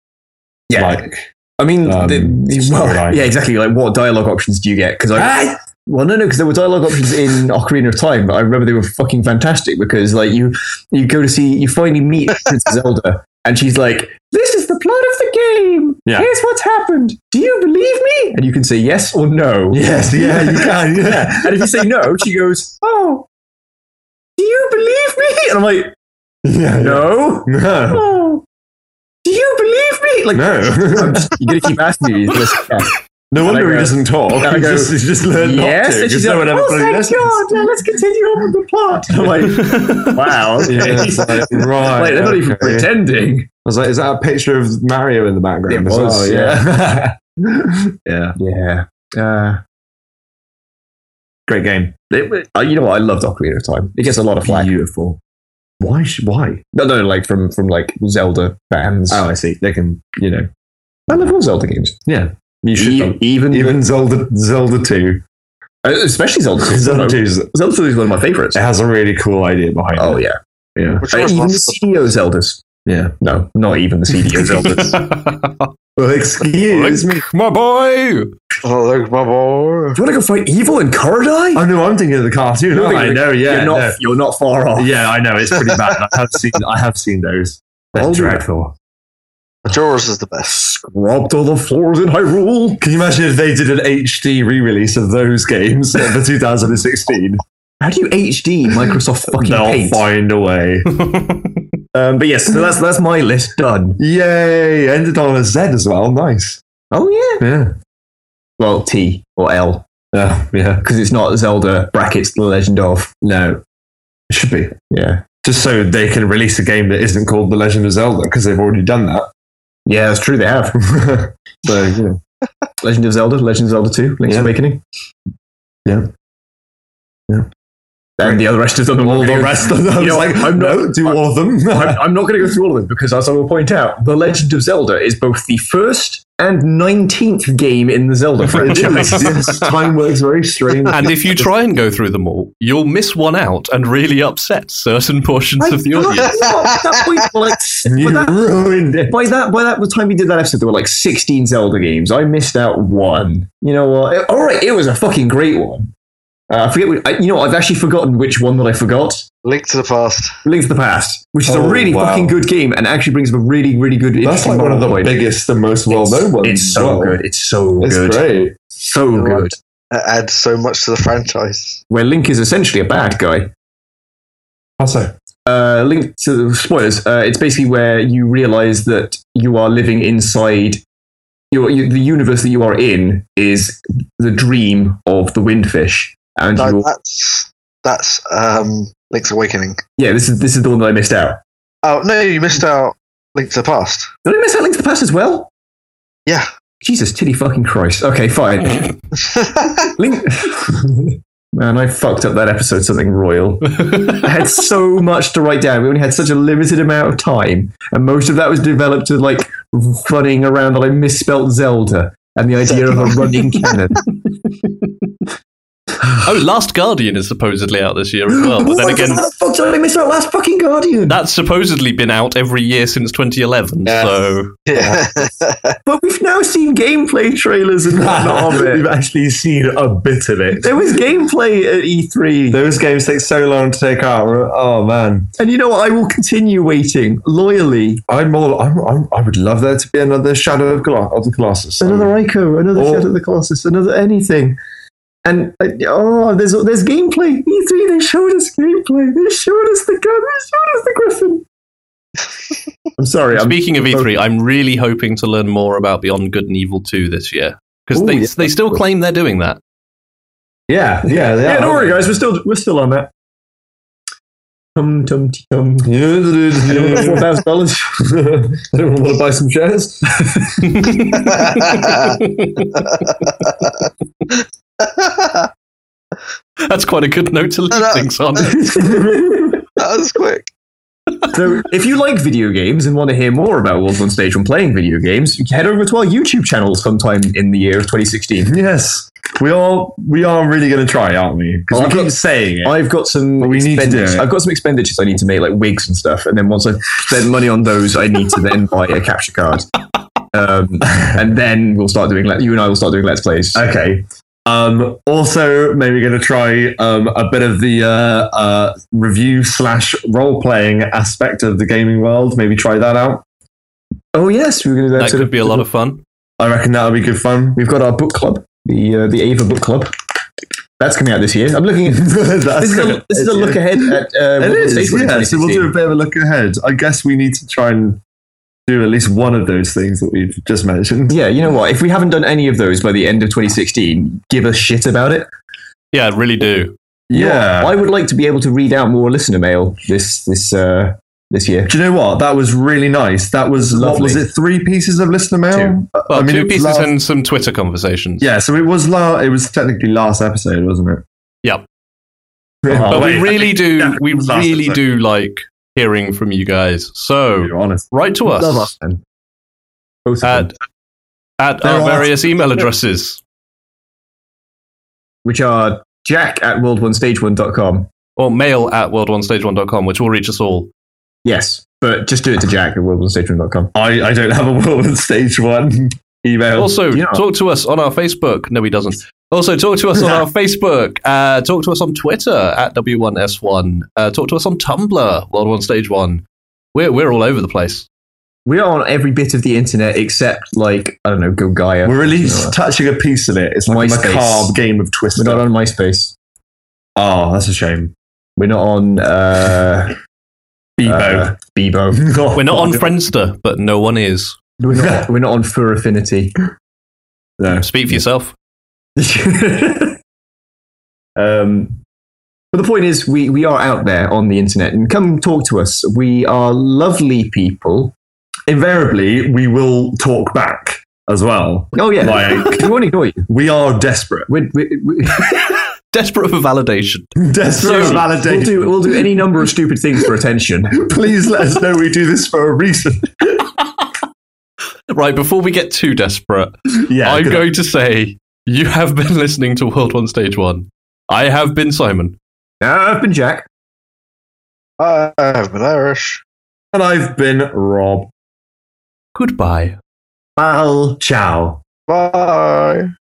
[SPEAKER 1] Yeah.
[SPEAKER 4] Like,
[SPEAKER 1] I mean,
[SPEAKER 4] Um,
[SPEAKER 1] the, the- well,
[SPEAKER 4] storyline.
[SPEAKER 1] yeah, exactly. Like, what dialogue options do you get? Because I, well, no, no, because there were dialogue options
[SPEAKER 4] *laughs*
[SPEAKER 1] in Ocarina of Time, but I remember they were fucking fantastic because, like, you you go to see, you finally
[SPEAKER 4] *laughs*
[SPEAKER 1] meet Princess Zelda, and she's like, "This is the plot of the game.
[SPEAKER 4] Yeah.
[SPEAKER 1] Here's what's happened. Do you believe me?" And you can say yes or no.
[SPEAKER 4] yes,
[SPEAKER 1] *laughs*
[SPEAKER 4] yeah, you can, yeah.
[SPEAKER 1] And if you say no, she goes, "Oh, do you believe me?" And I'm like,
[SPEAKER 4] *laughs* yeah
[SPEAKER 1] *laughs* "No,
[SPEAKER 4] No.
[SPEAKER 1] *laughs* oh, do you believe me?" Like,
[SPEAKER 4] No.
[SPEAKER 1] I'm just- you're gonna keep asking me this.
[SPEAKER 4] *laughs* No
[SPEAKER 1] And I
[SPEAKER 4] wonder he
[SPEAKER 1] go-
[SPEAKER 4] doesn't talk.
[SPEAKER 1] and I
[SPEAKER 4] He
[SPEAKER 1] go,
[SPEAKER 4] just, he's just learned
[SPEAKER 1] Yes,
[SPEAKER 4] not to.
[SPEAKER 1] and she's
[SPEAKER 4] Because no
[SPEAKER 1] like,
[SPEAKER 4] one ever
[SPEAKER 1] "Oh,
[SPEAKER 4] bloody
[SPEAKER 1] thank
[SPEAKER 4] listens.
[SPEAKER 1] God, yeah, let's continue on with the plot. I'm *laughs* like, wow, okay.
[SPEAKER 4] Yeah, it's like,
[SPEAKER 1] *laughs*
[SPEAKER 4] right.
[SPEAKER 1] Like, they're not even
[SPEAKER 4] okay.
[SPEAKER 1] pretending.
[SPEAKER 4] I was like, is that a picture of Mario in the background?
[SPEAKER 1] It
[SPEAKER 4] as
[SPEAKER 1] was,
[SPEAKER 4] well?
[SPEAKER 1] yeah.
[SPEAKER 4] yeah.
[SPEAKER 1] Yeah. Uh,
[SPEAKER 4] Great game.
[SPEAKER 1] it, uh, you know what? I loved Ocarina of Time. It gets a lot of flack.
[SPEAKER 4] Beautiful. Why? sh- Why?
[SPEAKER 1] No, no, like from from like Zelda fans.
[SPEAKER 4] *laughs* Oh, I see. They can, you know,
[SPEAKER 1] I love all Zelda games.
[SPEAKER 4] you should.
[SPEAKER 1] E- even
[SPEAKER 4] even Zelda, Zelda Two.
[SPEAKER 1] uh, especially *laughs* Zelda.
[SPEAKER 4] Zelda Two. It
[SPEAKER 1] Zelda 2 is one of my favorites.
[SPEAKER 4] has a really cool idea behind
[SPEAKER 1] Oh
[SPEAKER 4] it.
[SPEAKER 1] yeah,
[SPEAKER 4] Yeah.
[SPEAKER 2] Which
[SPEAKER 1] Uh,
[SPEAKER 2] was
[SPEAKER 1] even the
[SPEAKER 2] last-
[SPEAKER 1] CDO Zeldas.
[SPEAKER 4] Yeah.
[SPEAKER 1] No, not even the *laughs* CDO Zeldas.
[SPEAKER 5] *laughs*
[SPEAKER 4] Well, *laughs* excuse me.
[SPEAKER 5] My boy.
[SPEAKER 2] Oh, look, my boy.
[SPEAKER 1] Do you want to go fight evil in Korodai?
[SPEAKER 4] Oh, I know. I'm thinking of the cartoon.
[SPEAKER 1] You're
[SPEAKER 4] aren't I
[SPEAKER 1] thinking-
[SPEAKER 4] know. Yeah.
[SPEAKER 1] you're not.
[SPEAKER 4] no.
[SPEAKER 1] You're not far off.
[SPEAKER 4] *laughs* Yeah, I know. It's pretty bad. I have seen. I have seen those. They're
[SPEAKER 1] I'll do that.
[SPEAKER 4] dreadful.
[SPEAKER 2] Majora's is the best.
[SPEAKER 1] Scrubbed all the floors in Hyrule.
[SPEAKER 4] Can you imagine if they did an HD re-release of those games *laughs* for 2016?
[SPEAKER 1] How do you HD
[SPEAKER 4] *laughs*
[SPEAKER 1] Microsoft fucking
[SPEAKER 4] They'll
[SPEAKER 1] paint?
[SPEAKER 4] find a way.
[SPEAKER 1] Um, but yes, so that's that's my list done.
[SPEAKER 4] Yay! Ended on a Z as well. Nice.
[SPEAKER 1] Oh yeah.
[SPEAKER 4] Yeah.
[SPEAKER 1] Well, T or L
[SPEAKER 4] Yeah. Yeah.
[SPEAKER 1] because it's not Zelda brackets The Legend of.
[SPEAKER 4] No. It should be.
[SPEAKER 1] Yeah.
[SPEAKER 4] Just so they can release a game that isn't called The Legend of Zelda because they've already done
[SPEAKER 1] Yeah, that's true. They
[SPEAKER 4] *laughs*
[SPEAKER 1] have
[SPEAKER 4] that. so, you know.
[SPEAKER 1] Legend of Zelda, Legend of Zelda Two, Link's
[SPEAKER 4] Yeah.
[SPEAKER 1] Awakening.
[SPEAKER 4] Yeah. Yeah.
[SPEAKER 1] And the other rest of them.
[SPEAKER 4] All the rest of them.
[SPEAKER 1] *laughs*
[SPEAKER 4] I
[SPEAKER 1] You
[SPEAKER 4] was
[SPEAKER 1] know,
[SPEAKER 4] like,
[SPEAKER 1] I'm not-
[SPEAKER 4] no, do all of them.
[SPEAKER 1] I'm, I'm not going to go through all of them because, as I will point out, The Legend of Zelda is both the first and 19th game in the
[SPEAKER 4] *laughs*
[SPEAKER 1] Zelda franchise.
[SPEAKER 4] yes, time works very strange.
[SPEAKER 5] And if you try and go through them all, you'll miss one out and really upset certain portions of the audience.
[SPEAKER 1] At that point, like,
[SPEAKER 4] *laughs* You
[SPEAKER 1] by, that,
[SPEAKER 4] ruined it.
[SPEAKER 1] by that by that time we did that episode, there were like 16 Zelda games. I missed out one. You know what? It- all right, it was a fucking great one. Uh, I forget. Which, I, you know, I've actually forgotten which one that I forgot.
[SPEAKER 2] Link to the Past.
[SPEAKER 1] Link to the Past, which is
[SPEAKER 4] Oh,
[SPEAKER 1] a really
[SPEAKER 4] wow.
[SPEAKER 1] fucking good game, and actually brings up a really, really good.
[SPEAKER 4] *laughs* That's
[SPEAKER 1] interesting
[SPEAKER 4] like one of the
[SPEAKER 1] moral point.
[SPEAKER 4] biggest and most
[SPEAKER 1] It's-
[SPEAKER 4] well-known ones.
[SPEAKER 1] It's
[SPEAKER 4] as
[SPEAKER 1] so
[SPEAKER 4] well.
[SPEAKER 1] good. It's so
[SPEAKER 4] It's
[SPEAKER 1] good.
[SPEAKER 4] great.
[SPEAKER 1] So
[SPEAKER 2] Right.
[SPEAKER 1] good.
[SPEAKER 2] It uh, adds so much to the franchise.
[SPEAKER 1] Where Link is essentially a bad guy.
[SPEAKER 4] *laughs* Also,
[SPEAKER 1] Uh, Link to the spoilers. Uh, it's basically where you realize that you are living inside your, you, the universe that you are in is the dream of the Windfish, and
[SPEAKER 2] No,
[SPEAKER 1] you,
[SPEAKER 2] that's that's um, Link's Awakening.
[SPEAKER 1] yeah, this is this is the one that I missed out.
[SPEAKER 2] Oh no, you missed out. Link to the Past.
[SPEAKER 1] Did I miss out Link to the Past as well?
[SPEAKER 2] Yeah.
[SPEAKER 1] Jesus, titty fucking Christ. Okay, fine. Link. *laughs* Man, I fucked up that episode something royal. I had so much to write down. We only had such a limited amount of time, and most of that was developed to like running around that I misspelt Zelda and the idea of a running cannon.
[SPEAKER 5] oh, Last Guardian is supposedly out this year as well. But *laughs* then
[SPEAKER 1] What
[SPEAKER 5] again,
[SPEAKER 1] the fuck did I miss out last fucking Guardian?
[SPEAKER 5] that's supposedly been out every year since 2011.
[SPEAKER 2] Yeah.
[SPEAKER 5] So
[SPEAKER 2] *laughs* yeah.
[SPEAKER 1] But we've now seen gameplay trailers and whatnot
[SPEAKER 4] *laughs*
[SPEAKER 1] of
[SPEAKER 5] *laughs*
[SPEAKER 4] we've
[SPEAKER 1] it.
[SPEAKER 4] actually seen a bit of it.
[SPEAKER 1] There was gameplay at E E3,
[SPEAKER 4] Those games take so long to take out. Oh man,
[SPEAKER 1] and you know what? I will continue waiting loyally.
[SPEAKER 4] I'm all. I'm, I'm, I would love there to be another Shadow of, Colo- of the Colossus.
[SPEAKER 1] Another Ico, another
[SPEAKER 4] Or-
[SPEAKER 1] Shadow of the Colossus, another anything. And uh, oh, there's there's gameplay. E3, they showed us gameplay. They showed us the gun. They showed us the griffin. I'm sorry. I'm,
[SPEAKER 5] speaking of E3, I'm really hoping to learn more about Beyond Good and Evil 2 this year because
[SPEAKER 1] Ooh,
[SPEAKER 5] they
[SPEAKER 1] yeah.
[SPEAKER 5] they still claim they're doing that. *laughs*
[SPEAKER 4] yeah, yeah, they
[SPEAKER 1] yeah,
[SPEAKER 4] are.
[SPEAKER 1] don't worry, guys. We're still we're still on that. Tum tum tee, tum. *laughs* Four
[SPEAKER 4] I
[SPEAKER 1] thousand
[SPEAKER 4] *laughs*
[SPEAKER 1] dollars.
[SPEAKER 4] don't want to buy some shares.
[SPEAKER 2] that
[SPEAKER 5] That's quite a good note to leave
[SPEAKER 2] No, no.
[SPEAKER 5] things on.
[SPEAKER 2] was quick.
[SPEAKER 1] So, if you like video games and want to hear more about Wolves on Stage when playing video games, head over to our YouTube channel sometime in the year of 2016.
[SPEAKER 4] yes, we are. We are really going to try, aren't we? Because
[SPEAKER 1] Oh,
[SPEAKER 4] we
[SPEAKER 1] I've
[SPEAKER 4] keep
[SPEAKER 1] got-
[SPEAKER 4] saying it.
[SPEAKER 1] I've got some
[SPEAKER 4] But we need to do
[SPEAKER 1] expenditures.
[SPEAKER 4] it.
[SPEAKER 1] I've got some expenditures I need to make, like wigs and stuff. And then once I spend money on those, I need to then buy a capture card. Um, and then we'll start doing. Let- you and I will start doing let's plays.
[SPEAKER 4] Okay. Um, also, maybe going to try um, a bit of the uh, uh, review slash role playing aspect of the gaming world. Maybe try that out.
[SPEAKER 1] oh yes, we're going to do
[SPEAKER 5] That
[SPEAKER 1] that.
[SPEAKER 5] could be a lot of fun.
[SPEAKER 4] I reckon that'll be good fun.
[SPEAKER 1] We've got our book club, the uh, the Ava book club. That's coming out this year. I'm looking. *laughs* At, this, is *laughs* a, this is a look ahead at. Uh,
[SPEAKER 4] It
[SPEAKER 1] Wolves on
[SPEAKER 4] is,
[SPEAKER 1] Stage
[SPEAKER 4] yeah. So we'll do a bit of a look ahead. I guess we need to try and do at least one of those things that we've just
[SPEAKER 1] *laughs*
[SPEAKER 4] mentioned.
[SPEAKER 1] Yeah, you know what? If we haven't done any of those by the end of 2016, give a shit about it.
[SPEAKER 5] Yeah, I really do.
[SPEAKER 4] Yeah.
[SPEAKER 1] I would like to be able to read out more listener mail this this uh, this year.
[SPEAKER 4] Do you know what? That was really nice. That was what
[SPEAKER 1] Lovely.
[SPEAKER 4] was it? Three pieces of listener mail. Uh,
[SPEAKER 5] Well,
[SPEAKER 4] I mean,
[SPEAKER 5] two
[SPEAKER 4] it's
[SPEAKER 5] pieces
[SPEAKER 4] last-
[SPEAKER 5] and some Twitter conversations.
[SPEAKER 4] Yeah, so it was la- It was technically last episode, wasn't it?
[SPEAKER 5] Yep.
[SPEAKER 4] *laughs* Yeah,
[SPEAKER 5] but
[SPEAKER 10] wait,
[SPEAKER 5] we
[SPEAKER 4] *laughs*
[SPEAKER 5] really do.
[SPEAKER 10] definitely
[SPEAKER 5] We
[SPEAKER 10] was last
[SPEAKER 5] really
[SPEAKER 10] episode.
[SPEAKER 5] do like hearing from you guys. So
[SPEAKER 4] you're honest.
[SPEAKER 5] write to us.
[SPEAKER 1] then.
[SPEAKER 4] Both of them.
[SPEAKER 5] at, at
[SPEAKER 4] There
[SPEAKER 5] our
[SPEAKER 4] are-
[SPEAKER 5] various email addresses
[SPEAKER 1] Which are jack at world1stage1.com.
[SPEAKER 5] or mail at world1stage1.com, which will reach us all.
[SPEAKER 1] Yes, but just do it to jack at world1stage1.com.
[SPEAKER 4] I, I don't have a world in stage one *laughs* email.
[SPEAKER 5] Also,
[SPEAKER 1] yeah.
[SPEAKER 5] talk to us on our Facebook. No, he doesn't. Also, talk to us on our Facebook. Uh, talk to us on Twitter at W1S1. Uh, talk to us on Tumblr, World1Stage1. We're, we're all over the place.
[SPEAKER 1] We are on every bit of the internet except, like, I don't know, Go Gaia.
[SPEAKER 4] We're at least touching a piece of it. It's like
[SPEAKER 1] MySpace.
[SPEAKER 4] a macabre game of
[SPEAKER 1] We're
[SPEAKER 4] Twister.
[SPEAKER 1] not on MySpace. Ah,
[SPEAKER 4] oh, that's a shame.
[SPEAKER 1] We're not on uh,
[SPEAKER 4] Bebo.
[SPEAKER 1] uh,
[SPEAKER 4] *laughs*
[SPEAKER 1] *laughs* Bebo.
[SPEAKER 5] We're not on Friendster, but no one is.
[SPEAKER 1] We're not, we're not on Fur
[SPEAKER 4] *laughs*
[SPEAKER 1] Affinity.
[SPEAKER 4] no.
[SPEAKER 5] Speak for yourself.
[SPEAKER 1] um, but the point is, we, we are out there on the internet and come talk to us. We are lovely people.
[SPEAKER 4] Invariably, we will talk back as well.
[SPEAKER 1] Oh, yeah.
[SPEAKER 4] Like-
[SPEAKER 1] we won't ignore you.
[SPEAKER 4] We are desperate. *laughs*
[SPEAKER 1] We'd, we, we,
[SPEAKER 5] Desperate for validation.
[SPEAKER 4] Desperate
[SPEAKER 5] So,
[SPEAKER 4] for
[SPEAKER 1] we'll,
[SPEAKER 4] validation.
[SPEAKER 1] do, we'll do any number of stupid things for
[SPEAKER 4] *laughs*
[SPEAKER 1] attention.
[SPEAKER 4] Please let us know we do this for
[SPEAKER 1] *laughs*
[SPEAKER 4] a reason.
[SPEAKER 5] Right, before we get too desperate,
[SPEAKER 4] Yeah.
[SPEAKER 5] I'm
[SPEAKER 4] good.
[SPEAKER 5] going to say you have been listening to World 1 Stage 1. I have been Simon.
[SPEAKER 1] Now, I've been Jack.
[SPEAKER 2] I have been Irish.
[SPEAKER 4] and I've been Rob.
[SPEAKER 5] Goodbye.
[SPEAKER 4] Well, ciao.
[SPEAKER 2] Bye.